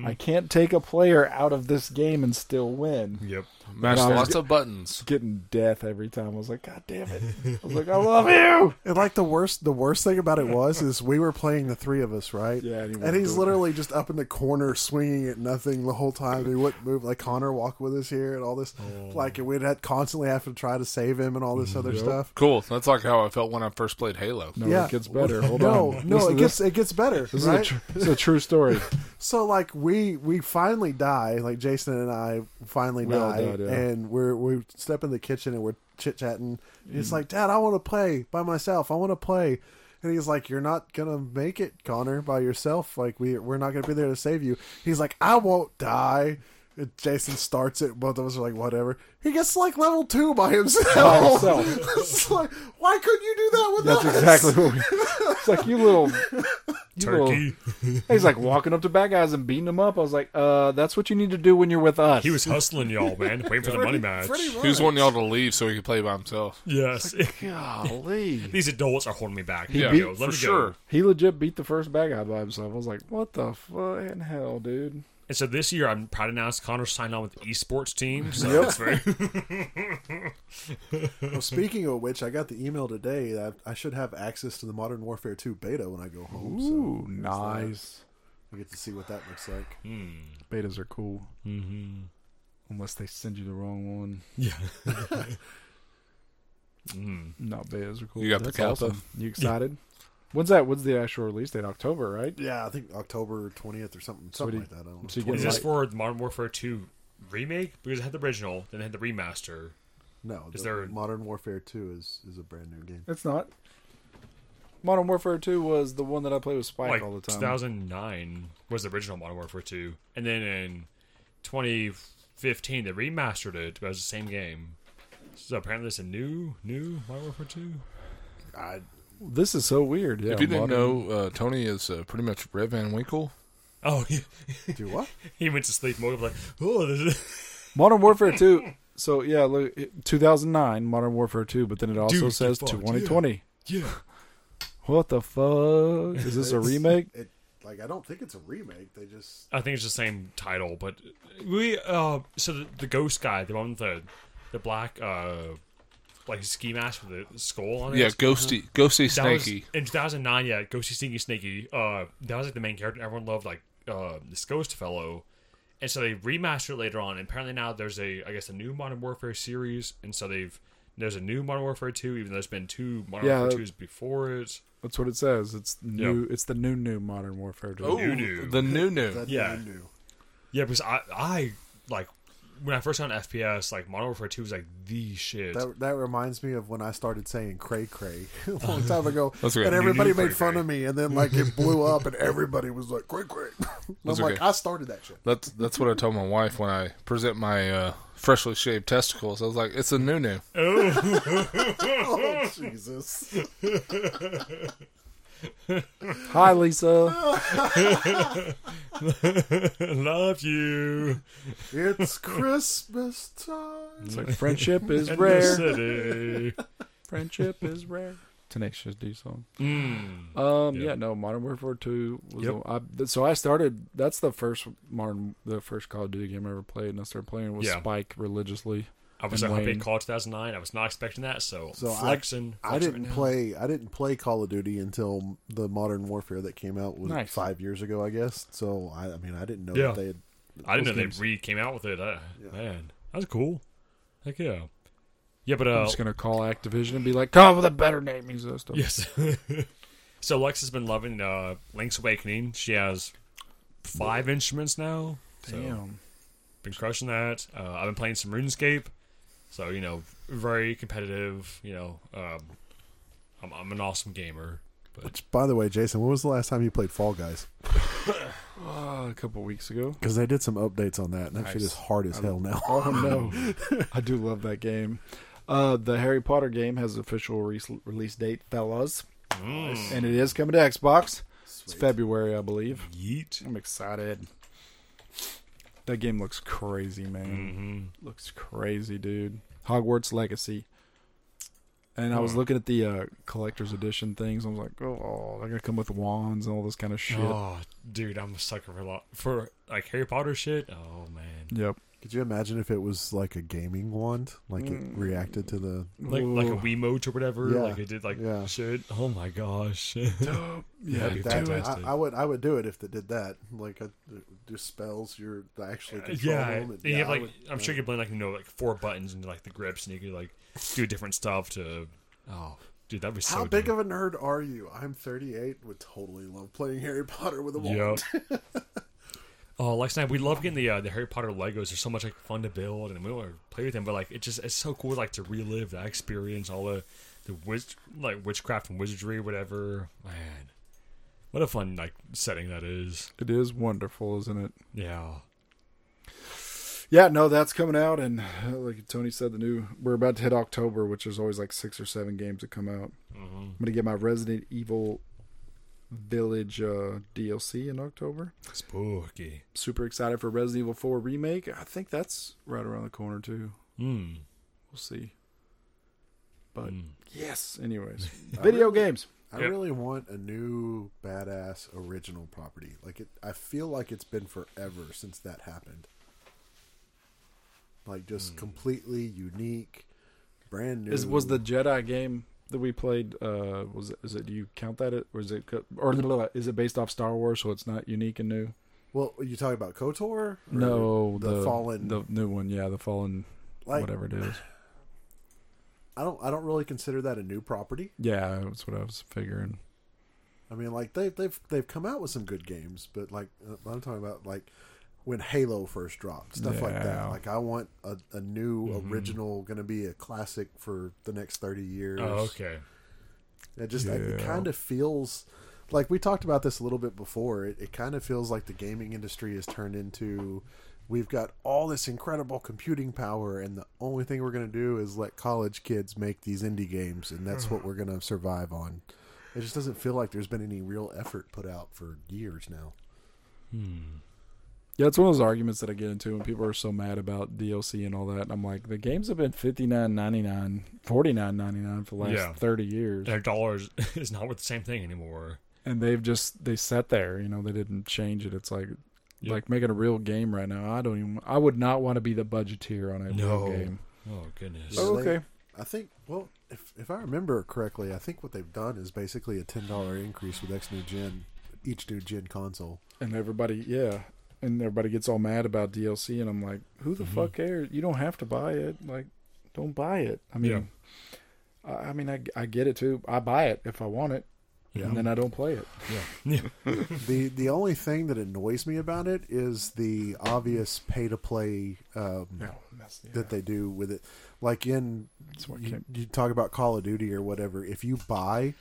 C: I can't take a player out of this game and still win."
D: Yep.
E: Mash
C: No, I was
E: lots of buttons.
C: Getting death every time. I was like, "God damn it!" I was like, "I love you."
F: And like the worst, the worst thing about it was is we were playing the three of us, right?
C: Yeah, and he
F: and,
C: wouldn't
F: he's
C: do it.
F: literally just up in the corner swinging at nothing the whole time. He wouldn't move. Like Connor walk with us here and all this,
C: Oh.
F: like and we'd had constantly have to try to save him and all this other stuff.
E: Cool. That's like how I felt when I first played Halo.
C: No,
F: yeah,
C: it gets better. Hold
F: no,
C: on.
F: no,
C: Listen
F: it
C: to this.
F: gets it gets better,
C: This is a
F: right?
C: tr- it's a true story.
F: so like like we we finally die, like Jason and I finally
C: We all
F: die,
C: died, yeah.
F: and we're we step in the kitchen and we're chit chatting. It's
C: Mm-hmm.
F: like, Dad, I want to play by myself. I want to play, and he's like, You're not gonna make it, Connor, by yourself. Like we we're not gonna be there to save you. He's like, I won't die. And Jason starts it. Both of us are like, whatever. He gets to, like level two by himself. [LAUGHS] it's like, why couldn't you do that with
C: That's
F: us?
C: exactly what we. It's like you little you little-
D: Turkey.
E: Oh.
C: he's like walking up to bad guys and beating them up. I was like, uh, that's what you need to do when you're with us.
D: He was hustling y'all, man, waiting
E: [LAUGHS]
D: for the money match.
F: Pretty much.
E: He was wanting y'all to leave so he could play by himself.
D: Yes. [LAUGHS]
C: golly.
D: These adults are holding me back.
E: Yeah,
D: Let me go. Let
E: for
D: me go.
E: sure.
C: He legit beat the first bad guy by himself. I was like, what the fuck in hell, dude?
D: And so this year, I'm proud to announce Connor signed on with the esports team. So it's
C: [LAUGHS]
D: very
F: Well, speaking of which, I got the email today that I should have access to the Modern Warfare 2 beta when I go home.
C: Ooh, nice.
F: So I get to see what that looks like.
C: Betas are cool. Mm-hmm. Unless they send you the wrong one. [LAUGHS]
D: yeah.
C: No, betas are cool.
E: You got the
C: That's
E: Kappa.
C: awesome. You excited? When's that? When's the actual release date? October, right?
F: Yeah, I think October 20th or something, something like
C: do
F: that. I don't know.
C: So you
D: Is
C: get
D: this
C: like,
D: for the Modern Warfare 2 remake? Because it had the original, then it had the remaster.
F: no,
D: is
F: the
D: there-
F: Modern Warfare 2 is, is a brand new
C: [LAUGHS]
F: game.
C: it's not. Modern Warfare 2 was the one that I played with Spike
D: Like
C: all the time.
D: 2009 was the original Modern Warfare 2, and then in 2015 they remastered it, but it was the same game. So apparently it's a new, new Modern Warfare 2.
F: I,
C: This is so weird. Yeah,
E: if you didn't
C: modern-
E: know, uh, Tony is uh, pretty much Red Van Winkle.
D: Oh, [LAUGHS] he,
F: do what?
D: he went to sleep mode. like, oh, this is...
C: Modern Warfare 2. So yeah, look, it- 2009 Modern Warfare 2, but then it also
D: Dude,
C: says
D: fuck,
C: 2020.
D: yeah.
C: [LAUGHS] What the fuck? Is this a
F: It's-
C: remake?
F: It, like, I don't think it's a remake. They just.
D: I think it's the same title, but we uh so the, the ghost guy, the one with the the black uh like ski mask with the skull on it.
E: Yeah, Ghosty, Ghosty
D: uh-huh. That was-
E: Snaky.
D: in 2009, yeah, Ghosty Stinky Snaky. Uh, that was like the main character. Everyone loved like uh this ghost fellow, and so they remastered it later on. And apparently now there's a I guess a new Modern Warfare series, and so they've there's a new Modern Warfare two, even though there's been two Modern
C: Yeah.
D: Warfare twos before it.
C: That's what it says. It's new. It's the new new Modern Warfare 2.
E: Oh,
D: Nunu.
E: the new new.
F: That
D: Yeah.
F: they knew.
D: Yeah, because I I like when I first got on FPS, like Modern Warfare two was like the shit.
F: That, that reminds me of when I started saying cray cray [LAUGHS] a long time ago.
E: That's okay.
F: And
E: You
F: everybody
D: knew cray
F: made fun
D: cray.
F: of me, and then, like, it blew up, and everybody was like, cray cray. [LAUGHS] And I'm
E: That's
F: like,
E: okay.
F: I started that shit. [LAUGHS]
E: That's that's what I told my wife when I present my uh, freshly shaved testicles. I was like, "It's a new new."
F: Oh, Jesus.
C: Hi, Lisa.
D: [LAUGHS] Love you.
F: It's Christmas time.
C: It's like friendship is
D: in the
C: rare. [LAUGHS]
D: city.
C: Friendship is rare. [LAUGHS] Tenacious D song. Um. Yeah. No. Modern Warfare Two. Was
D: Yep.
C: the, I, th- so I started. That's the first modern, the first Call of Duty game I ever played, and I started playing with
D: Yeah.
C: Spike religiously.
D: I was
C: And
D: like, I
C: Wayne.
D: played Call of 2009. I was not expecting that, so,
F: So I-
D: flexing.
F: I
D: flexing
F: didn't
D: right now.
F: play. I didn't play Call of Duty until the Modern Warfare that came out was
C: Nice.
F: five years ago, I guess. So I, I mean, I didn't know
D: Yeah.
F: that they had.
D: I didn't know
C: those games.
D: they re came out with it. Uh, Man, that was cool. Heck yeah. Yeah, but uh,
C: I'm just gonna call Activision and be like, "Come up with a better naming system."
D: yes. [LAUGHS] so Lex has been loving uh, Link's Awakening. She has five instruments now. So
C: Damn.
D: been crushing that. Uh, I've been playing some RuneScape, so you know, very competitive. You know, um, I'm, I'm an awesome gamer. But
F: By the way, Jason, when was the last time you played Fall Guys?
C: Uh, a couple weeks ago.
F: Because they did some updates on that, and that shit is hard as hell now.
C: Oh no, [LAUGHS] I do love that game. Uh, the Harry Potter game has official re- release date, fellas, and it is coming to Xbox. It's February, I believe.
D: yeet.
C: I'm excited. That game looks crazy,
D: Mm-hmm.
C: man. Looks crazy, dude. Hogwarts Legacy. And I was looking at the uh, collector's edition things. I was like, oh, they're gonna come with wands and all this kind of shit.
D: Oh, dude, I'm a sucker for a lot for like Harry Potter shit. Oh man,
C: Yep.
F: [LAUGHS] Could you imagine if it was like a gaming wand, like
D: Mm.
F: it reacted to the?
D: like like a Wiimote or whatever.
F: Yeah,
D: Like it did like
F: yeah.
D: shit. Oh my gosh. [LAUGHS]
C: Yeah,
D: That'd be
F: That,
D: fantastic.
F: I, I would, I would do it if it did that. Like, I, do spells you're actually control
D: Uh, yeah,
F: them.
D: and
F: and-
D: you
F: yeah,
D: have
F: I
D: like
F: would-
D: I'm sure you could play like you know like four buttons into like the grips, and you could like do different stuff to. Oh, dude, that'd be so.
F: How big
D: dope.
F: of a nerd are you? I'm 38. Would totally love playing Harry Potter with a wand.
D: Yep. [LAUGHS] Oh, Lex and I, we love getting the uh, the Harry Potter Legos. They're so much like fun to build, and we want to play with them. But like, it just it's so cool, like to relive that experience, all the the witch like witchcraft and wizardry, whatever. Man, what a fun like setting that is.
C: It is wonderful, isn't it?
D: Yeah.
C: Yeah, no, that's coming out, and uh, like Tony said, the new we're about to hit October, which is always like six or seven games that come out.
D: Mm-hmm.
C: I'm gonna get my Resident Evil Village uh, DLC in October.
D: Spooky.
C: Super excited for Resident Evil Four remake. I think that's right around the corner too.
D: Mm.
C: We'll see. But yes, anyways, [LAUGHS] video games.
F: I really want a new badass original property. Like it, I feel like it's been forever since that happened. Like just completely unique, brand new.
C: Hmm. Is was the Jedi game that we played? Uh, was it, is it? Do you count that? It or is it? co- Or is it based off Star Wars? So it's not unique and new.
F: well? Are you talking about Kotor? Or
C: No,
F: the, fallen.
C: the new one. Yeah, the fallen,
F: Like-
C: whatever it is.
F: I don't. I don't really consider that a new property.
C: Yeah, that's what I was figuring.
F: I mean, like they, they've they've come out with some good games, but like uh, I'm talking about like when Halo first dropped, stuff like
C: Yeah.
F: that. Like I want a, a new
D: Mm-hmm.
F: original, going to be a classic for the next thirty years.
D: Oh, okay.
F: It just like, it
C: Yeah.
F: kind of feels like we talked about this a little bit before. It, it kind of feels like the gaming industry has turned into we've got all this incredible computing power, and the only thing we're going to do is let college kids make these indie games, and that's what we're going to survive on. It just doesn't feel like there's been any real effort put out for years now.
C: Yeah, it's one of those arguments that I get into when people are so mad about DLC and all that. And I'm like, the games have been fifty nine ninety nine, forty nine ninety nine for the last
D: Yeah.
C: thirty years,
D: Their dollars [LAUGHS] is not worth the same thing anymore.
C: and they've just they sat there. You know, they didn't change it. It's like.
D: Yep.
C: Like making a real game right now, I don't even. I would not want to be the budgeteer on a
D: No.
C: real game.
D: Oh goodness.
C: Oh,
F: Yeah, they-
C: okay.
F: I think well, if if I remember correctly, I think what they've done is basically a ten dollar increase with X new gen, each new gen console.
C: and everybody yeah and everybody gets all mad about dlc and i'm like who
D: Mm-hmm.
C: the fuck cares you don't have to buy it like don't buy it i mean I, I mean I, I get it too i buy it if i want it and then i don't play it
F: The the only thing that annoys me about it is the obvious pay to play um,
C: that's,
F: that they do with it. Like in
C: what
F: you,
C: came-
F: you talk about Call of Duty or whatever. If you buy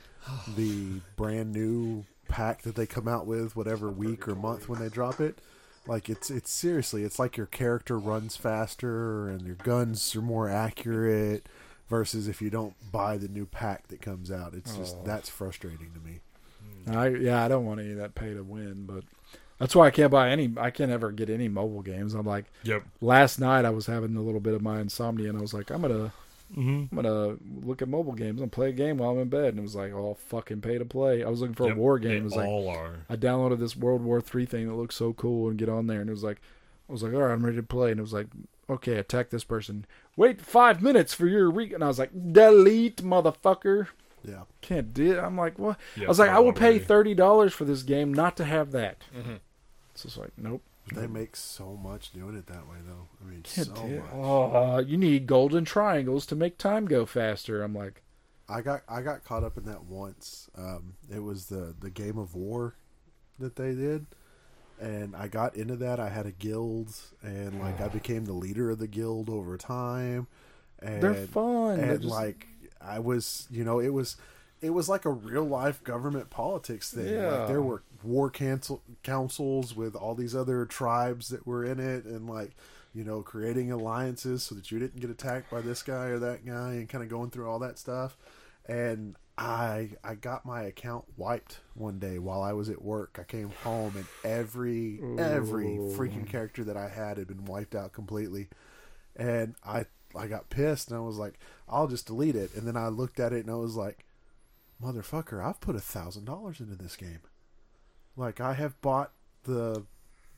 F: the brand new pack that they come out with, whatever week or month when they drop it, like it's it's seriously, it's like your character runs faster and your guns are more accurate. Versus if you don't buy the new pack that comes out, it's just that's frustrating to me.
C: I, yeah i don't want any of that pay to win but that's why i can't buy any i can't ever get any mobile games i'm like
D: Yep.
C: last night i was having a little bit of my insomnia and i was like i'm gonna
D: Mm-hmm.
C: I'm gonna look at mobile games and play a game while I'm in bed, and it was like all fucking pay to play. I was looking for
D: Yep.
C: a war game.
D: They
C: It was like
D: all are.
C: I downloaded this World War Three thing that looked so cool and get on there and it was like I was like, all right, I'm ready to play and it was like, okay, attack this person. Wait five minutes for your re and I was like, delete motherfucker.
F: Yeah.
C: Can't do it. I'm like, what?
D: Yeah,
C: I was like, I will pay
D: probably. Mm-hmm.
C: thirty dollars for this game not to have that. So it's like, nope.
F: They make so much doing it that way, though. I mean,
C: Can't
F: so
C: do it.
F: much.
C: Oh, you need golden triangles to make time go faster. I'm like,
F: I got I got caught up in that once. Um, it was the the game of war that they did, and I got into that. I had a guild, and
C: [SIGHS]
F: like I became the leader of the guild over time. And,
C: They're fun, but
F: and
C: just-
F: like I was, you know, it was it was like a real life government politics thing.
C: Yeah.
F: Like there were war cancel councils with all these other tribes that were in it, and like you know, creating alliances so that you didn't get attacked by this guy or that guy, and kind of going through all that stuff. And I I got my account wiped one day while I was at work. I came home and every every freaking character that I had had been wiped out completely and I I got pissed and I was like, I'll just delete it. And then I looked at it and I was like, motherfucker, I've put a thousand dollars into this game. Like I have bought the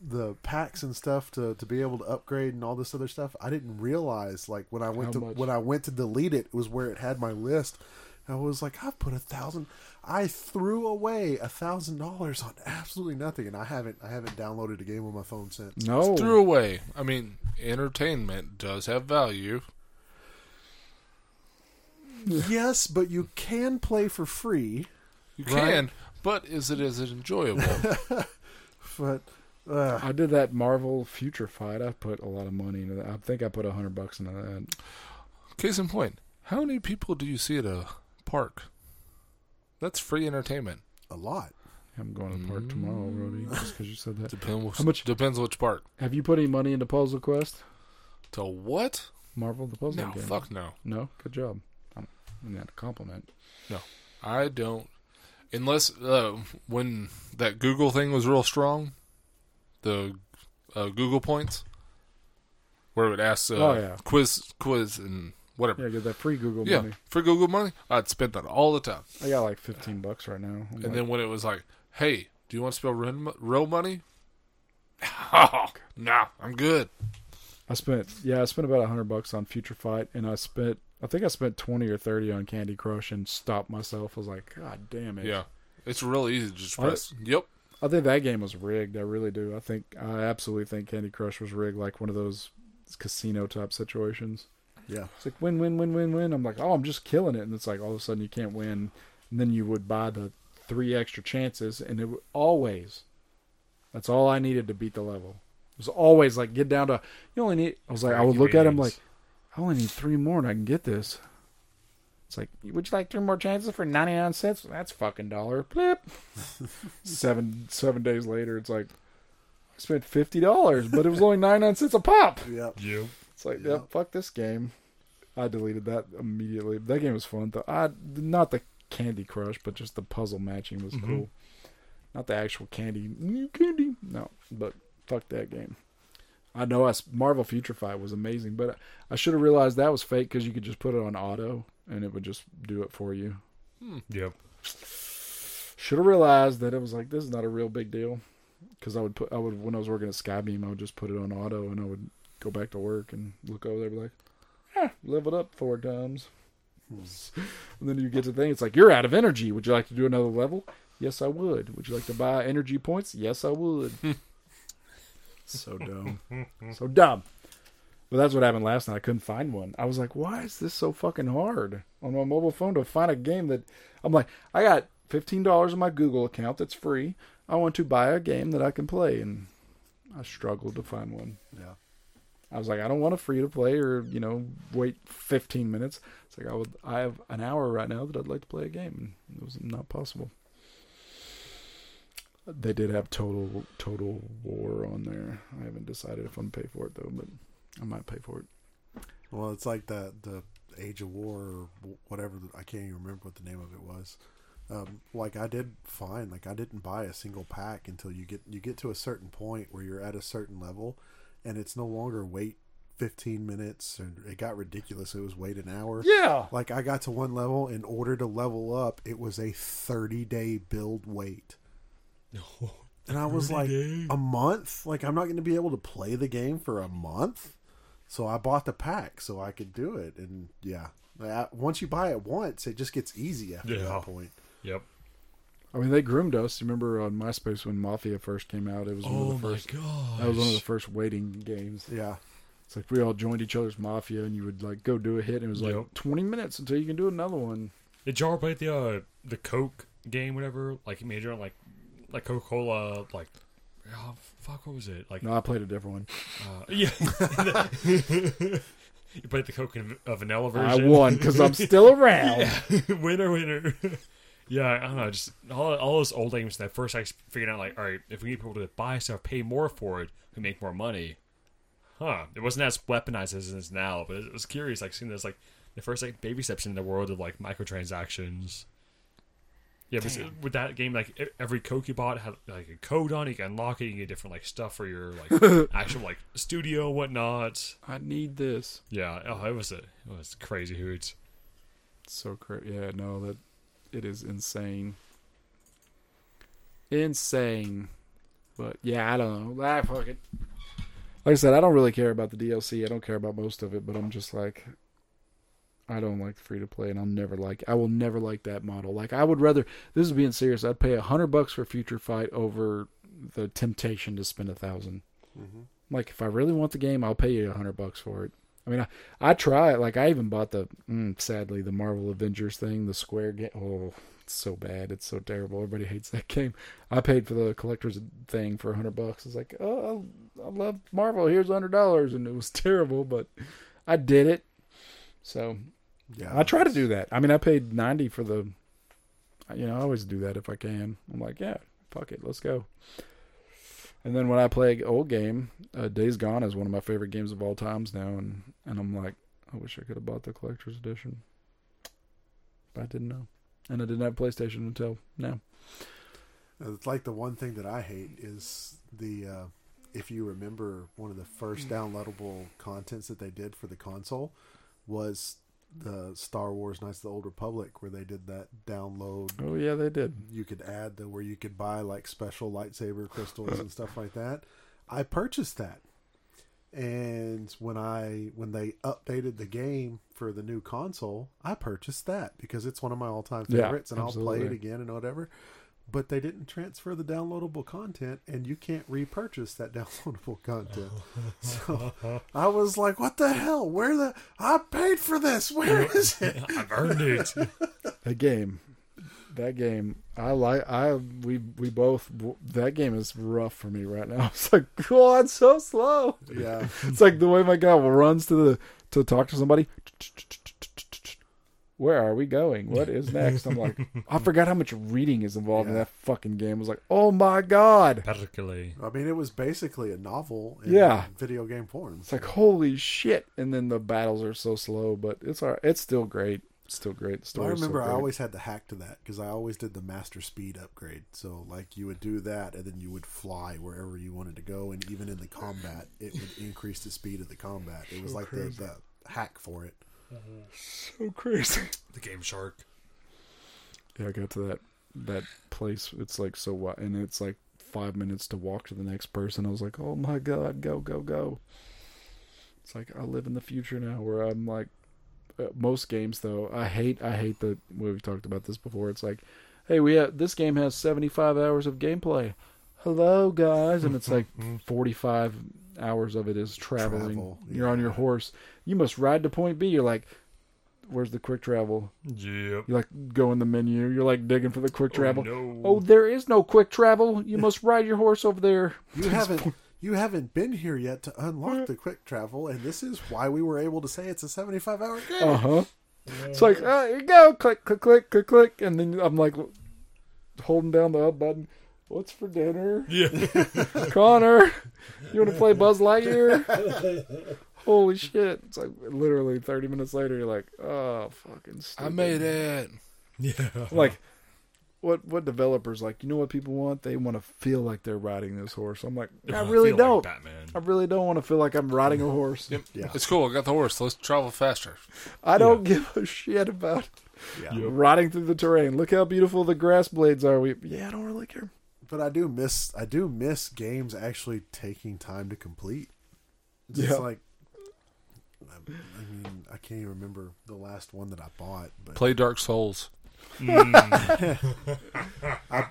F: the packs and stuff to, to be able to upgrade and all this other stuff. I didn't realize like when I went
C: How
F: to
C: much?
F: when I went to delete it was where it had my list. I was like, I've put a thousand. I threw away a thousand dollars on absolutely nothing, and I haven't I haven't downloaded a game on my phone
C: [LAUGHS]
F: since.
C: no.
E: Threw away. I mean, entertainment does have value.
F: Yes, but you can play for free.
E: You
F: Right.
E: can, but is it is it enjoyable?
F: But Ugh.
C: I did that Marvel Future Fight. I put a lot of money into that. I think I put a hundred bucks into that.
E: Case in point, how many people do you see at a park? That's free entertainment.
F: a lot.
C: I'm going to the park tomorrow, Brody. Just because you said [LAUGHS] that.
E: Depends
C: How much-
E: Depends which park.
C: Have you put any money into Puzzle Quest?
E: To what?
C: Marvel the Puzzle
E: No,
C: Game?
E: fuck no.
C: No, good job. I'm I'm not a compliment.
E: I don't. Unless uh, when that Google thing was real strong, the uh, Google points, where it would ask uh,
C: Oh, yeah.
E: quiz, quiz, and whatever.
C: Yeah, get that free Google
E: Yeah,
C: money.
E: for Google money, I'd spend that all the time.
C: I got like 15 bucks right now. I'm like,
E: And then when it was like, "Hey, do you want to spell real mo- real money?" [LAUGHS] nah, I'm good.
C: I spent yeah, I spent about 100 bucks on Future Fight, and I spent I think I spent 20 or 30 on Candy Crush, and stopped myself. I was like, God damn it.
E: Yeah, it's real easy to just
C: I-
E: press. yep.
C: I think that game was rigged. I really do. I think I absolutely think Candy Crush was rigged, like one of those casino type situations.
F: Yeah.
C: It's like win, win, win, win, win. I'm like, oh, I'm just killing it, and it's like all of a sudden you can't win, and then you would buy the three extra chances, and it would always. That's all I needed to beat the level. It was always like get down to you only need. I was like, I would look at him like, I only need three more, and I can get this. It's like, would you like three more chances for ninety nine cents? That's fucking dollar. Blip. [LAUGHS] seven seven days later, it's like I spent fifty dollars, but it was only ninety nine cents a pop.
F: Yep.
D: You.
C: It's like, yeah, fuck this game. I deleted that immediately. That game was fun though. I not the Candy Crush, but just the puzzle matching was cool. Not the actual candy, "Mm, candy. No, but fuck that game. I know I s- Marvel Future Fight was amazing, but I, I should have realized that was fake because you could just put it on auto and it would just do it for you.
D: Yep.
C: Should have realized that it was like this is not a real big deal because I would put I would when I was working at Skybeam I would just put it on auto and I would go back to work and look over there and be like, ah, leveled up four times. [LAUGHS] And then you get to the thing, it's like you're out of energy. Would you like to do another level? Yes, I would. Would you like to buy energy points? Yes, I would. [LAUGHS] so dumb, so dumb. But that's what happened last night. I couldn't find one. I was like, why is this so fucking hard on my mobile phone to find a game that I'm like, I got fifteen dollars in my Google account that's free. I want to buy a game that I can play, and I struggled to find one.
F: Yeah.
C: I was like, I don't want a free to play or you know wait fifteen minutes. It's like I would, I have an hour right now that I'd like to play a game, and it was not possible. They did have total total war on there. I haven't decided if I'm gonna pay for it though, but I might pay for it.
F: Well, it's like the the Age of War or wh- whatever. I can't even remember what the name of it was. Um, like I did fine. Like I didn't buy a single pack until you get you get to a certain point where you're at a certain level, and it's no longer wait fifteen minutes. And it got ridiculous. It was wait an hour.
C: Yeah,
F: Like I got to one level in order to level up, it was a thirty day build wait. And I was like, a month? Like I'm not going to be able to play the game for a month. So I bought the pack so I could do it. And yeah, that- once you buy it once, it just gets easy after
D: Yeah.
F: that point.
D: [LAUGHS] Yep.
C: I mean they groomed us. You remember on MySpace when Mafia first came out? It was one
D: Oh
C: of the first.
D: god.
C: That was one of the first waiting games.
F: Yeah,
C: It's like we all joined each other's mafia, and you would like go do a hit, and it was like
D: Yep.
C: twenty minutes until you can do another one.
D: Did y'all play the uh, the Coke game, whatever? Like major, like like Coca Cola, like oh, fuck, what was it? Like
C: No, I played a different one.
D: uh, [LAUGHS] yeah, you played the Coke and uh, vanilla version.
C: I won because
D: [LAUGHS]
C: I'm still around.
D: winner, winner. [LAUGHS] yeah, I don't know. Just all, all those old games that first I figured out, like, all right, if we need people to buy stuff, pay more for it, we make more money. Huh? It wasn't as weaponized as it is now, but it was curious, like seeing this, like the first like baby steps in the world of like microtransactions. Yeah, but with that game, like e- every Coke you bought had like a code on it, you can unlock it, you can get different like stuff for your [LAUGHS] like actual like studio and whatnot.
C: I need this.
D: Yeah, oh, it was a, it was crazy hoots.
C: It's so crazy. Yeah, no, that it is insane. Insane. But yeah, I don't know. Ah, fuck it. Like I said, I don't really care about the DLC. I don't care about most of it, but I'm just like, I don't like free to play, and I'll never like. I will never like that model. Like I would rather. This is being serious. I'd pay a hundred bucks for Future Fight over the temptation to spend a 1000 Like if I really want the game, I'll pay you a hundred bucks for it. I mean, I, I try it. Like I even bought the mm, sadly the Marvel Avengers thing, the Square game. Oh, it's so bad. It's so terrible. Everybody hates that [LAUGHS] game. I paid for the collector's thing for a hundred bucks. It's like, oh, I, I love Marvel. Here's a hundred dollars, and it was [LAUGHS] terrible, but I did it. So
F: Yeah,
C: I try to do that. I mean, I paid ninety for the. You know, I always do that if I can. I'm like, yeah, fuck it, let's go. And then when I play old game, uh, Days Gone is one of my favorite games of all times now, and and I'm like, I wish I could have bought the collector's edition, but I didn't know, and I didn't have PlayStation until now.
F: It's like the one thing that I hate is the uh, if you remember one of the first downloadable contents that they did for the console was the Star Wars Knights of the Old Republic where they did that download
C: Oh yeah, they did.
F: you could add the where you could buy like special lightsaber crystals and stuff like that. I purchased that. And when I when they updated the game for the new console, I purchased that because it's one of my all-time
C: Yeah,
F: favorites and I'll play it
C: absolutely.
F: again and whatever. But they didn't transfer the downloadable content and you can't repurchase that [LAUGHS] downloadable content.
C: [LAUGHS]
F: so I was like, what the hell? Where the I paid for this. Where
C: [LAUGHS]
F: is it?
D: I've earned [LAUGHS] it.
C: That game, that game, I like. I we we both that game is rough for me right now. [LAUGHS] It's like, God, it's so slow.
F: Yeah.
C: [LAUGHS] It's like the way my guy runs to the to talk to somebody. Where are we going? What is next? I'm
F: [LAUGHS]
C: like, I forgot how much reading is involved in
F: Yeah.
C: that fucking game. I was like, oh my god!
D: Particularly.
F: I mean, it was basically a novel in
C: Yeah.
F: video game form.
C: It's like holy shit! And then the battles are so slow, but it's all right. It's still great. It's still great. The
F: I
C: story's so
F: remember I
C: great.
F: always had the hack to that because I always did the master speed upgrade. So, like, you would do that and then you would fly wherever you wanted to go. And even in the combat, it would increase the speed of the combat. It was like the, the hack for it.
C: [LAUGHS] so crazy.
D: The Game Shark.
C: Yeah, I got to that that place. It's like so what, and it's like five minutes to walk to the next person. I was like, oh my god, go go go. It's like I live in the future now, where I'm like, uh, most games though, I hate I hate the we've talked about this before. It's like, hey, we have, this game has 75 hours of gameplay. Hello guys, and it's like 45 hours of it is traveling.
F: Travel,
C: You're on your horse. You must ride to point B. You're like, where's the quick travel?
D: Yep.
C: You like go in the menu. You're like digging for the quick travel.
D: no. [LAUGHS]
C: Oh, there is no quick travel. You must [LAUGHS] ride your horse over there.
F: You haven't. You haven't been here yet to unlock the quick travel, and this is why we were able to say it's a seventy-five hour game.
C: Uh huh. It's like oh, here you go, click, click, click, click, click, and then I'm like holding down the up button. What's for [LAUGHS] dinner? Yeah, Connor, you want to play Buzz [LAUGHS] Lightyear? Holy shit! It's like literally 30 minutes later. You're like, oh, fucking. Stupid.
E: I made it.
C: I'm like what what developers like you know what people want they want to feel like they're riding this horse i'm like i really
D: feel like
C: don't
D: Batman.
C: i really don't want to feel like i'm riding a horse
F: Yeah.
E: It's cool. I got the horse. Let's travel faster.
C: i don't give a shit about
F: Yeah.
C: riding through the terrain look how beautiful the grass blades are we yeah i don't really care
F: but I do miss I do miss games actually taking time to complete. Just
C: Yeah.
F: like I, I mean, I can't even remember the last one that I bought, but
E: Play Dark Souls.
F: I,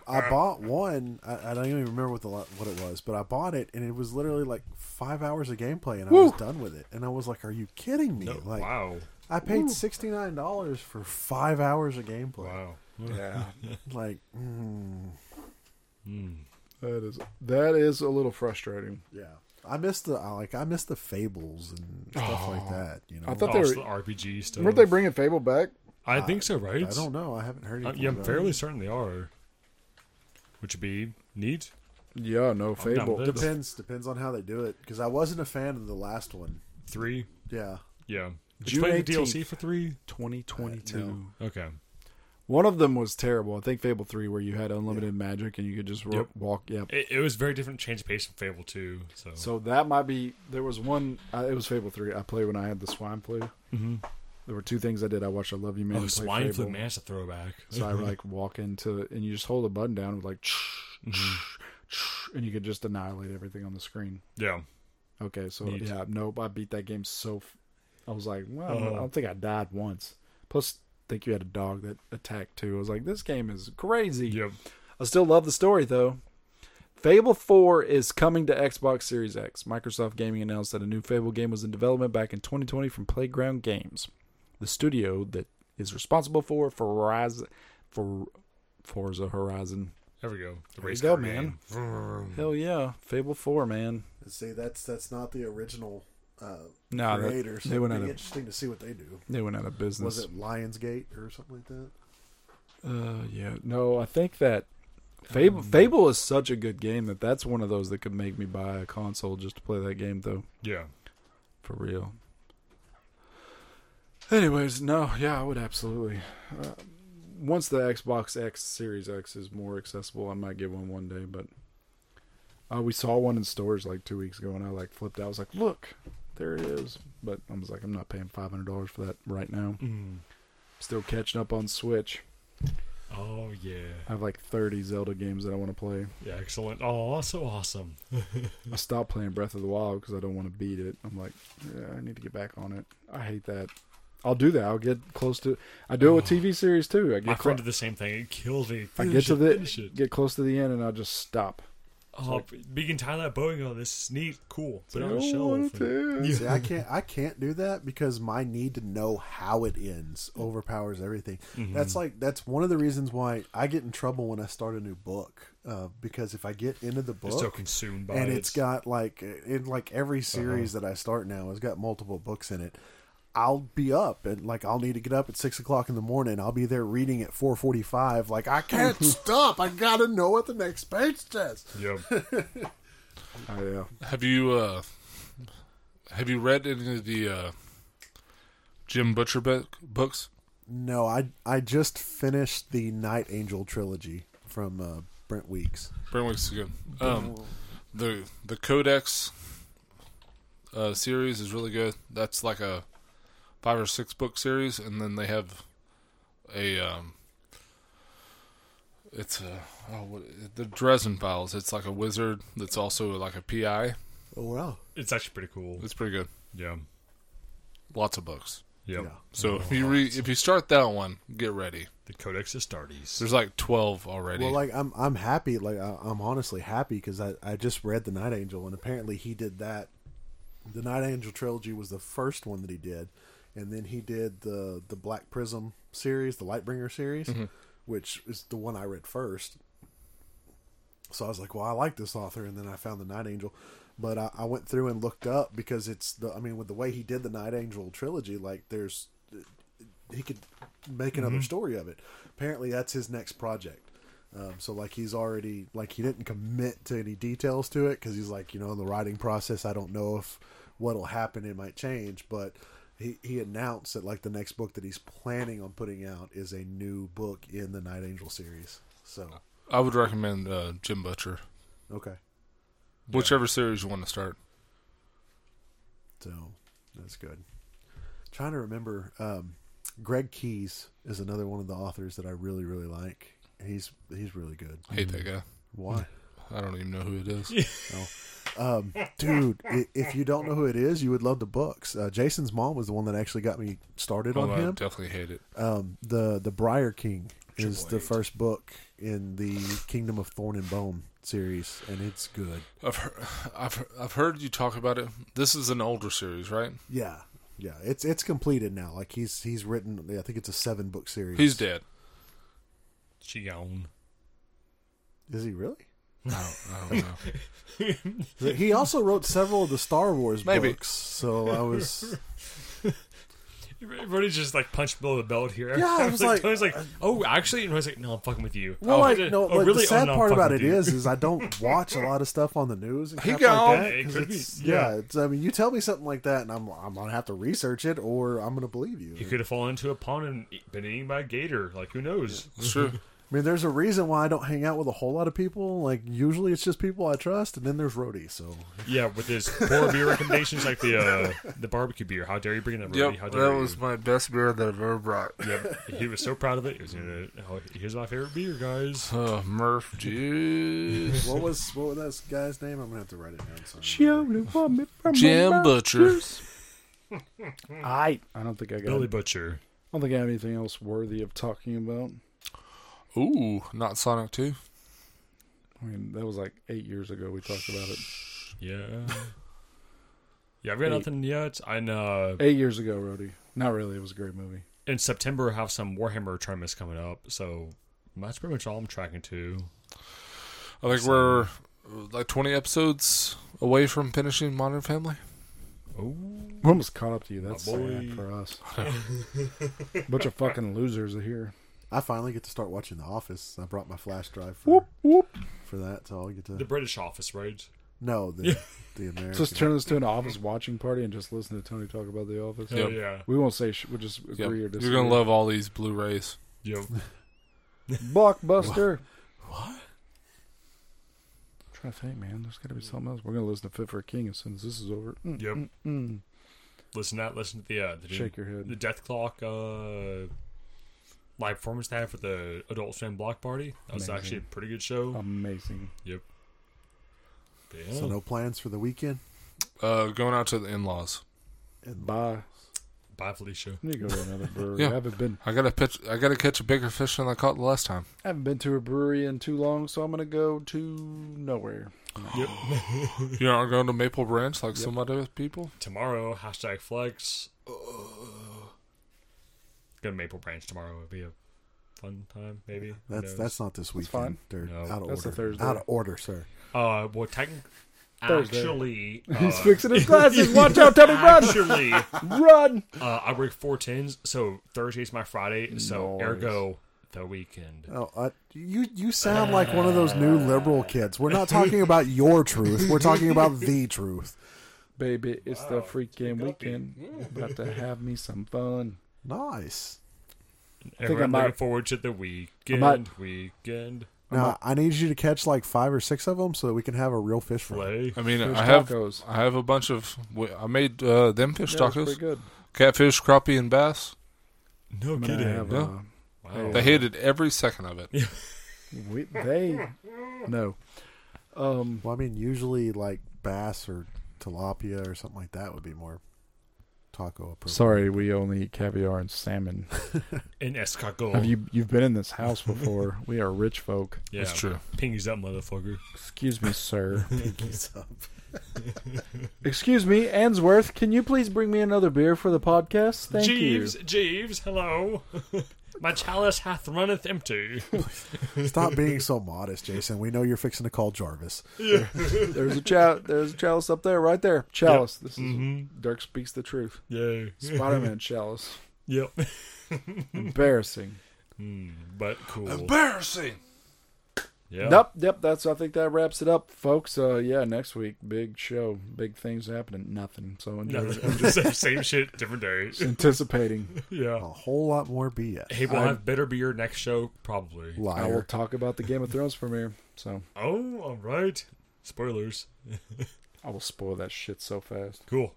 F: I bought one. I, I don't even remember what the lo- what it was, but I bought it and it was literally like five hours of gameplay, and I was done with it. And I was like, "Are you kidding me?" like
D: wow.
F: I paid sixty nine dollars for five hours of gameplay.
D: Wow.
C: yeah
F: Like, mm,
C: that is that is a little frustrating
F: yeah, I missed the I like I missed the fables and stuff like that. You know,
C: I thought
D: Oh,
C: they
D: it's
C: were
D: the RPG stuff.
C: weren't they bringing fable back
D: I think so, right?
F: I don't know. I haven't heard
D: Uh,
F: anything.
D: yeah, I'm
F: about
D: fairly
F: it.
D: certain they are. Which would be neat.
C: yeah no
D: down
C: fable
D: with it.
F: Depends depends on how they do it because I wasn't a fan of the last one.
D: Three.
F: Yeah,
D: Yeah. Did
C: June
D: you play
C: 18th.
D: the DLC for three?
C: 2022
D: Okay.
C: Uh, one of them was terrible i think fable 3 where you had unlimited magic and you could just ro-
D: Yep.
C: walk yeah
D: It, it was very different change of pace from Fable 2. So,
C: So that might be. There was one. Uh, it was Fable Three. I played when I had the swine flu. Mm-hmm. There were two things I did. I watched I Love You Man.
D: oh,
C: and played
D: swine flu,
C: Fable.
D: man, that's a throwback.
C: So I
D: Mm-hmm.
C: like walk into and you just hold a button down with like,
D: Mm-hmm.
C: [LAUGHS] and you could just annihilate everything on the screen.
D: yeah.
C: Okay, so
D: Neat.
C: yeah, nope. I beat that game so. F- I was like, well, I don't- I
D: Uh-huh.
C: don't think I died once. Plus, I think you had a dog that attacked too. I was like, this game is crazy.
D: Yep.
C: I still love the story though. Fable 4 is coming to Xbox Series X. Microsoft Gaming announced that a new Fable game was in development back in 2020 from Playground Games, the studio that is responsible for Horizon, for Forza Horizon.
D: There we go. The race
C: you go,
D: car
C: man.
F: Mm-hmm.
D: Vroom.
C: Hell yeah, Fable 4, man.
F: See, that's that's not the original uh,
C: No, that-
F: creator. So
C: they went
F: it'd
C: out
F: be
C: of
F: interesting to see what they do.
C: they went out of business.
F: Was it Lionsgate or something like that?
C: Uh, yeah. No, I think that Fable Fable is such a good game that that's one of those that could make me buy a console just to play that game, though,
D: Yeah.
C: for real. Anyways, no, yeah, I would absolutely. Uh, once the Xbox X Series X is more accessible, I might get one one day. But uh, we saw one in stores like two weeks ago, and I like flipped out. I was like, "Look, there it is!" But I was like, "I'm not paying five hundred dollars for that right now." Still catching up on Switch.
D: Oh yeah.
C: I have like 30 Zelda games that I want to play.
D: Yeah. Excellent. Oh, so awesome.
C: I stopped playing Breath of the Wild because I don't want to beat it. I'm like, yeah, I need to get back on it. I hate that. I'll do that. I'll get close to. I do it with TV series too. I
D: Oh. My
C: get, clo-
D: friend did the same thing. It kills me.
C: I
D: Finish
C: get to
D: it, finish
C: the
D: it.
C: get close to the end and I'll just stop.
D: Oh, but you can tie that bow and go. This is neat. Cool. Put it on the
C: I don't
D: shelf.
C: want to.
F: See, I can't I can't do that because my need to know how it ends overpowers everything.
C: Mm-hmm.
F: That's like that's one of the reasons why I get in trouble when I start a new book uh, because if I get into the book
D: It's so consumed by
F: and
D: it.
F: it's Uh-huh. got like in like every series that I start now has got multiple books in it. I'll be up and like I'll need to get up at six o'clock in the morning. I'll be there reading at four forty-five. Like I [LAUGHS] can't stop. I gotta know what the next page says. [LAUGHS]
D: Yep.
C: Oh, yeah.
E: Have you uh have you read any of the uh Jim Butcher book, books?
F: No, I I just finished the Night Angel trilogy from uh, Brent Weeks.
E: Brent Weeks is good. Um the the Codex uh series is really good. That's like a five or six book series and then they have a um it's a oh what the Dresden Files. It's like a wizard that's also like a PI.
F: Oh wow!
D: It's actually pretty cool.
E: It's pretty good.
D: Yeah.
E: Lots of books.
D: Yep.
F: Yeah.
E: So if you re- if you start that one, get ready.
D: The Codex Astartes.
E: There's like twelve already.
F: Well, like I'm I'm happy. Like I, I'm honestly happy because I I just read the Night Angel and apparently he did that. The Night Angel trilogy was the first one that he did, and then he did the the Black Prism series, the Lightbringer series, which is the one I read first. So I was like, well, I like this author, and then I found the Night Angel, but I, I went through and looked up because it's the I mean with the way he did the Night Angel trilogy, like there's he could make another story of it. Apparently, that's his next project. Um, so like he's already like he didn't commit to any details to it because he's like you know in the writing process I don't know if what'll happen it might change but he he announced that like the next book that he's planning on putting out is a new book in the Night Angel series so
E: I would recommend uh, Jim Butcher,
F: okay
E: whichever series you want to start.
F: So that's good. Trying to remember, um, Greg Keys is another one of the authors that I really really like. He's he's really good.
E: I hate that guy.
F: Why,
E: I don't even know who it is.
F: dude? i- If you don't know who it is, you would love the books. Uh, Jason's mom was the one that actually got me started
E: Oh,
F: on
E: I
F: him.
E: definitely hate it.
F: Um, the the Briar King is the first book in the Kingdom of Thorn and Bone series, and it's good.
E: I've heard, I've he- I've heard you talk about it. This is an older series, right?
F: Yeah, yeah, it's it's completed now. Like he's he's written, I think it's a seven book series.
E: He's dead.
D: Chion.
F: Is he really?
E: I don't, I [LAUGHS] don't know.
F: He also wrote several of the Star Wars
E: Maybe.
F: books, so I
E: [LAUGHS]
F: was
D: Everybody just like punched below the belt here. [LAUGHS]
F: Yeah, I was like- uh,
D: Tony's like, oh, actually, and I was like, no, I'm fucking with you.
F: well,
D: oh,
F: like,
D: uh,
F: no,
D: oh,
F: like,
D: really?
F: the
D: Oh,
F: sad
D: no, I'm
F: part
D: fucking
F: about it
D: with you.
F: is, is
D: [LAUGHS]
F: I don't watch a lot of stuff on the news. And
E: He
F: crap
E: gone.
F: Like that,
D: It
F: 'cause
D: could be-
F: it's-
D: yeah.
F: yeah. it's, I mean, you tell me something like that, and I'm I'm gonna have to research it, or I'm gonna believe you.
D: You could have fallen into a pond and eat- been eaten by a gator. Like, who knows?
E: It's true.
F: I mean, there's a reason why I don't hang out with a whole lot of people. Like usually, it's just people I trust, and then there's Rhodey. So
D: yeah, with his poor beer recommendations, like the uh, the barbecue beer. How dare you bring that? Rudy?
E: Yep,
D: How
E: that
D: dare you?
E: was my best beer that I've ever brought.
D: Yep. He was so proud of it. He was gonna, oh, here's my favorite beer, guys.
E: Uh, Murph juice.
F: what was what was that guy's name? I'm gonna have to write it down. Somewhere.
E: Jim Butcher.
C: [LAUGHS] I I don't think I got.
D: Billy
C: I
D: Butcher.
C: don't think I have anything else worthy of talking about.
E: Ooh, not Sonic Two.
C: I mean, that was like eight years ago we talked about it.
D: Yeah. yeah, I've got nothing yet. And uh,
C: Eight years ago, Rody. Not really. It was a great movie.
D: in September, I have some Warhammer tournaments coming up. So that's pretty much all I'm tracking to.
E: I think we're uh, like 20 episodes away from finishing Modern Family.
C: We're almost caught up to you. That's
D: boy.
C: sad for us. Bunch of fucking losers are here.
F: I finally get to start watching The Office. I brought my flash drive for,
C: Whoop whoop.
F: for that, so I'll get
D: The
F: to
D: British office, right?
F: no the the American.
C: Let's turn this to an office watching party and just listen to Tony talk about the office.
E: Yep.
D: Oh, yeah.
C: We won't say. Sh- we'll just agree
E: Yep.
C: or
E: You're
C: disagree.
E: gonna love all these Blu-rays.
D: Yep.
C: Blockbuster. What? trying to think, man. There's got to be something else. We're gonna listen to Fit for a King as soon as this is over. Mm.
D: Yep. Listen to that. Listen to the, uh, the
C: Shake your head.
D: the Death Clock uh, live performance they had for the Adult Swim Block Party. That was
C: Amazing. Oh,
D: actually a pretty good show.
C: Amazing.
D: yep. But yeah.
F: So no plans for the weekend.
E: Uh, going out to the in-laws.
C: Bye.
D: Bye, Felicia.
C: I need to go to another brewery.
E: Yeah.
C: I haven't been.
E: I gotta pitch. I gotta catch a bigger fish than I caught the last time.
C: I haven't been to a brewery in too long, so I'm gonna go to nowhere.
E: You're not going to Maple Branch like some other people.
D: Tomorrow, hashtag flex. Go to Maple Branch tomorrow. It'd be a fun time, maybe. Who
F: That's
D: knows?
F: that's not this weekend.
C: fine.
F: They're
D: No.
F: out of
C: That's a
F: order.
C: Thursday.
F: Out of order, sir.
D: Uh, well, technically,
C: Thursday. [LAUGHS]
D: actually, uh,
C: He's fixing his glasses. Watch out, [LAUGHS] Tony! Run,
D: actually, uh,
C: run!
D: I work four tens, so Thursday's my Friday. So
C: Nice.
D: ergo, the weekend.
F: Oh, I, you you sound like one of those new
D: [LAUGHS]
F: liberal kids. We're not talking about your truth. We're talking
D: [LAUGHS]
F: about the truth.
C: Baby, Oh, it's the freaking weekend. About to have me some [LAUGHS] fun.
F: Nice.
D: Everyone
C: I might-
D: looking forward to the weekend.
C: might-
D: weekend
F: Now I need you to catch like five or six of them so that we can have a real fish fry.
D: play.
E: I mean,
C: Fish
E: I have.
C: tacos.
E: I have a bunch of. we- I made uh, them fish
C: Yeah, it was
E: tacos,
C: pretty good.
E: catfish, crappie, and bass.
D: No
C: I'm gonna have,
E: Yeah.
C: uh,
D: Wow.
E: They hated every second of it.
C: [LAUGHS] we, they no. Um,
F: Well, I mean, usually like bass or tilapia or something like that would be more taco appropriate.
C: sorry, we only eat caviar and salmon.
D: In escargot.
C: Have you you've been in this house before? [LAUGHS] we are rich folk.
D: yeah.
E: It's true.
D: Pingy's up, motherfucker.
C: Excuse me, sir.
F: Pinkies up.
C: [LAUGHS] Excuse me, Answorth. Can you please bring me another beer for the podcast? Thank
D: Jeeves,
C: you.
D: Jeeves, hello. [LAUGHS] My chalice hath runneth empty.
F: [LAUGHS] Stop being so modest, Jason. We know you're fixing to call Jarvis.
C: [LAUGHS] There's a chal- there's a chalice up there, right there. Chalice. This is Dirk speaks the truth.
D: Yay.
C: Spider [LAUGHS] Man chalice.
D: Yep.
C: Embarrassing.
D: But cool.
E: Uh, Embarrassing.
D: yeah. [LAUGHS]
C: Yep, yep. That's I think that wraps it up, folks. Uh, yeah, next week, big show, big things happening. Nothing. So enjoy.
D: Nothing. Same- same shit, different days. [LAUGHS]
C: anticipating.
D: Yeah.
F: A whole lot more BS.
D: Hey, we'll have better beer next show, probably.
C: I will
F: Liar.
C: talk about the Game of Thrones premiere. So
D: Oh, all right. Spoilers.
C: I will spoil that shit so fast.
D: Cool.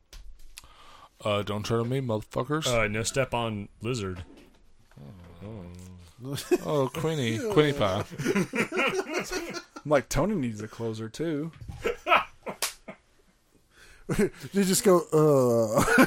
E: Uh, don't turn on me, motherfuckers.
D: Uh, no step on lizard.
E: oh, Queenie, Queenie pie.
C: I'm like Tony needs a closer too.
F: You just go, uh.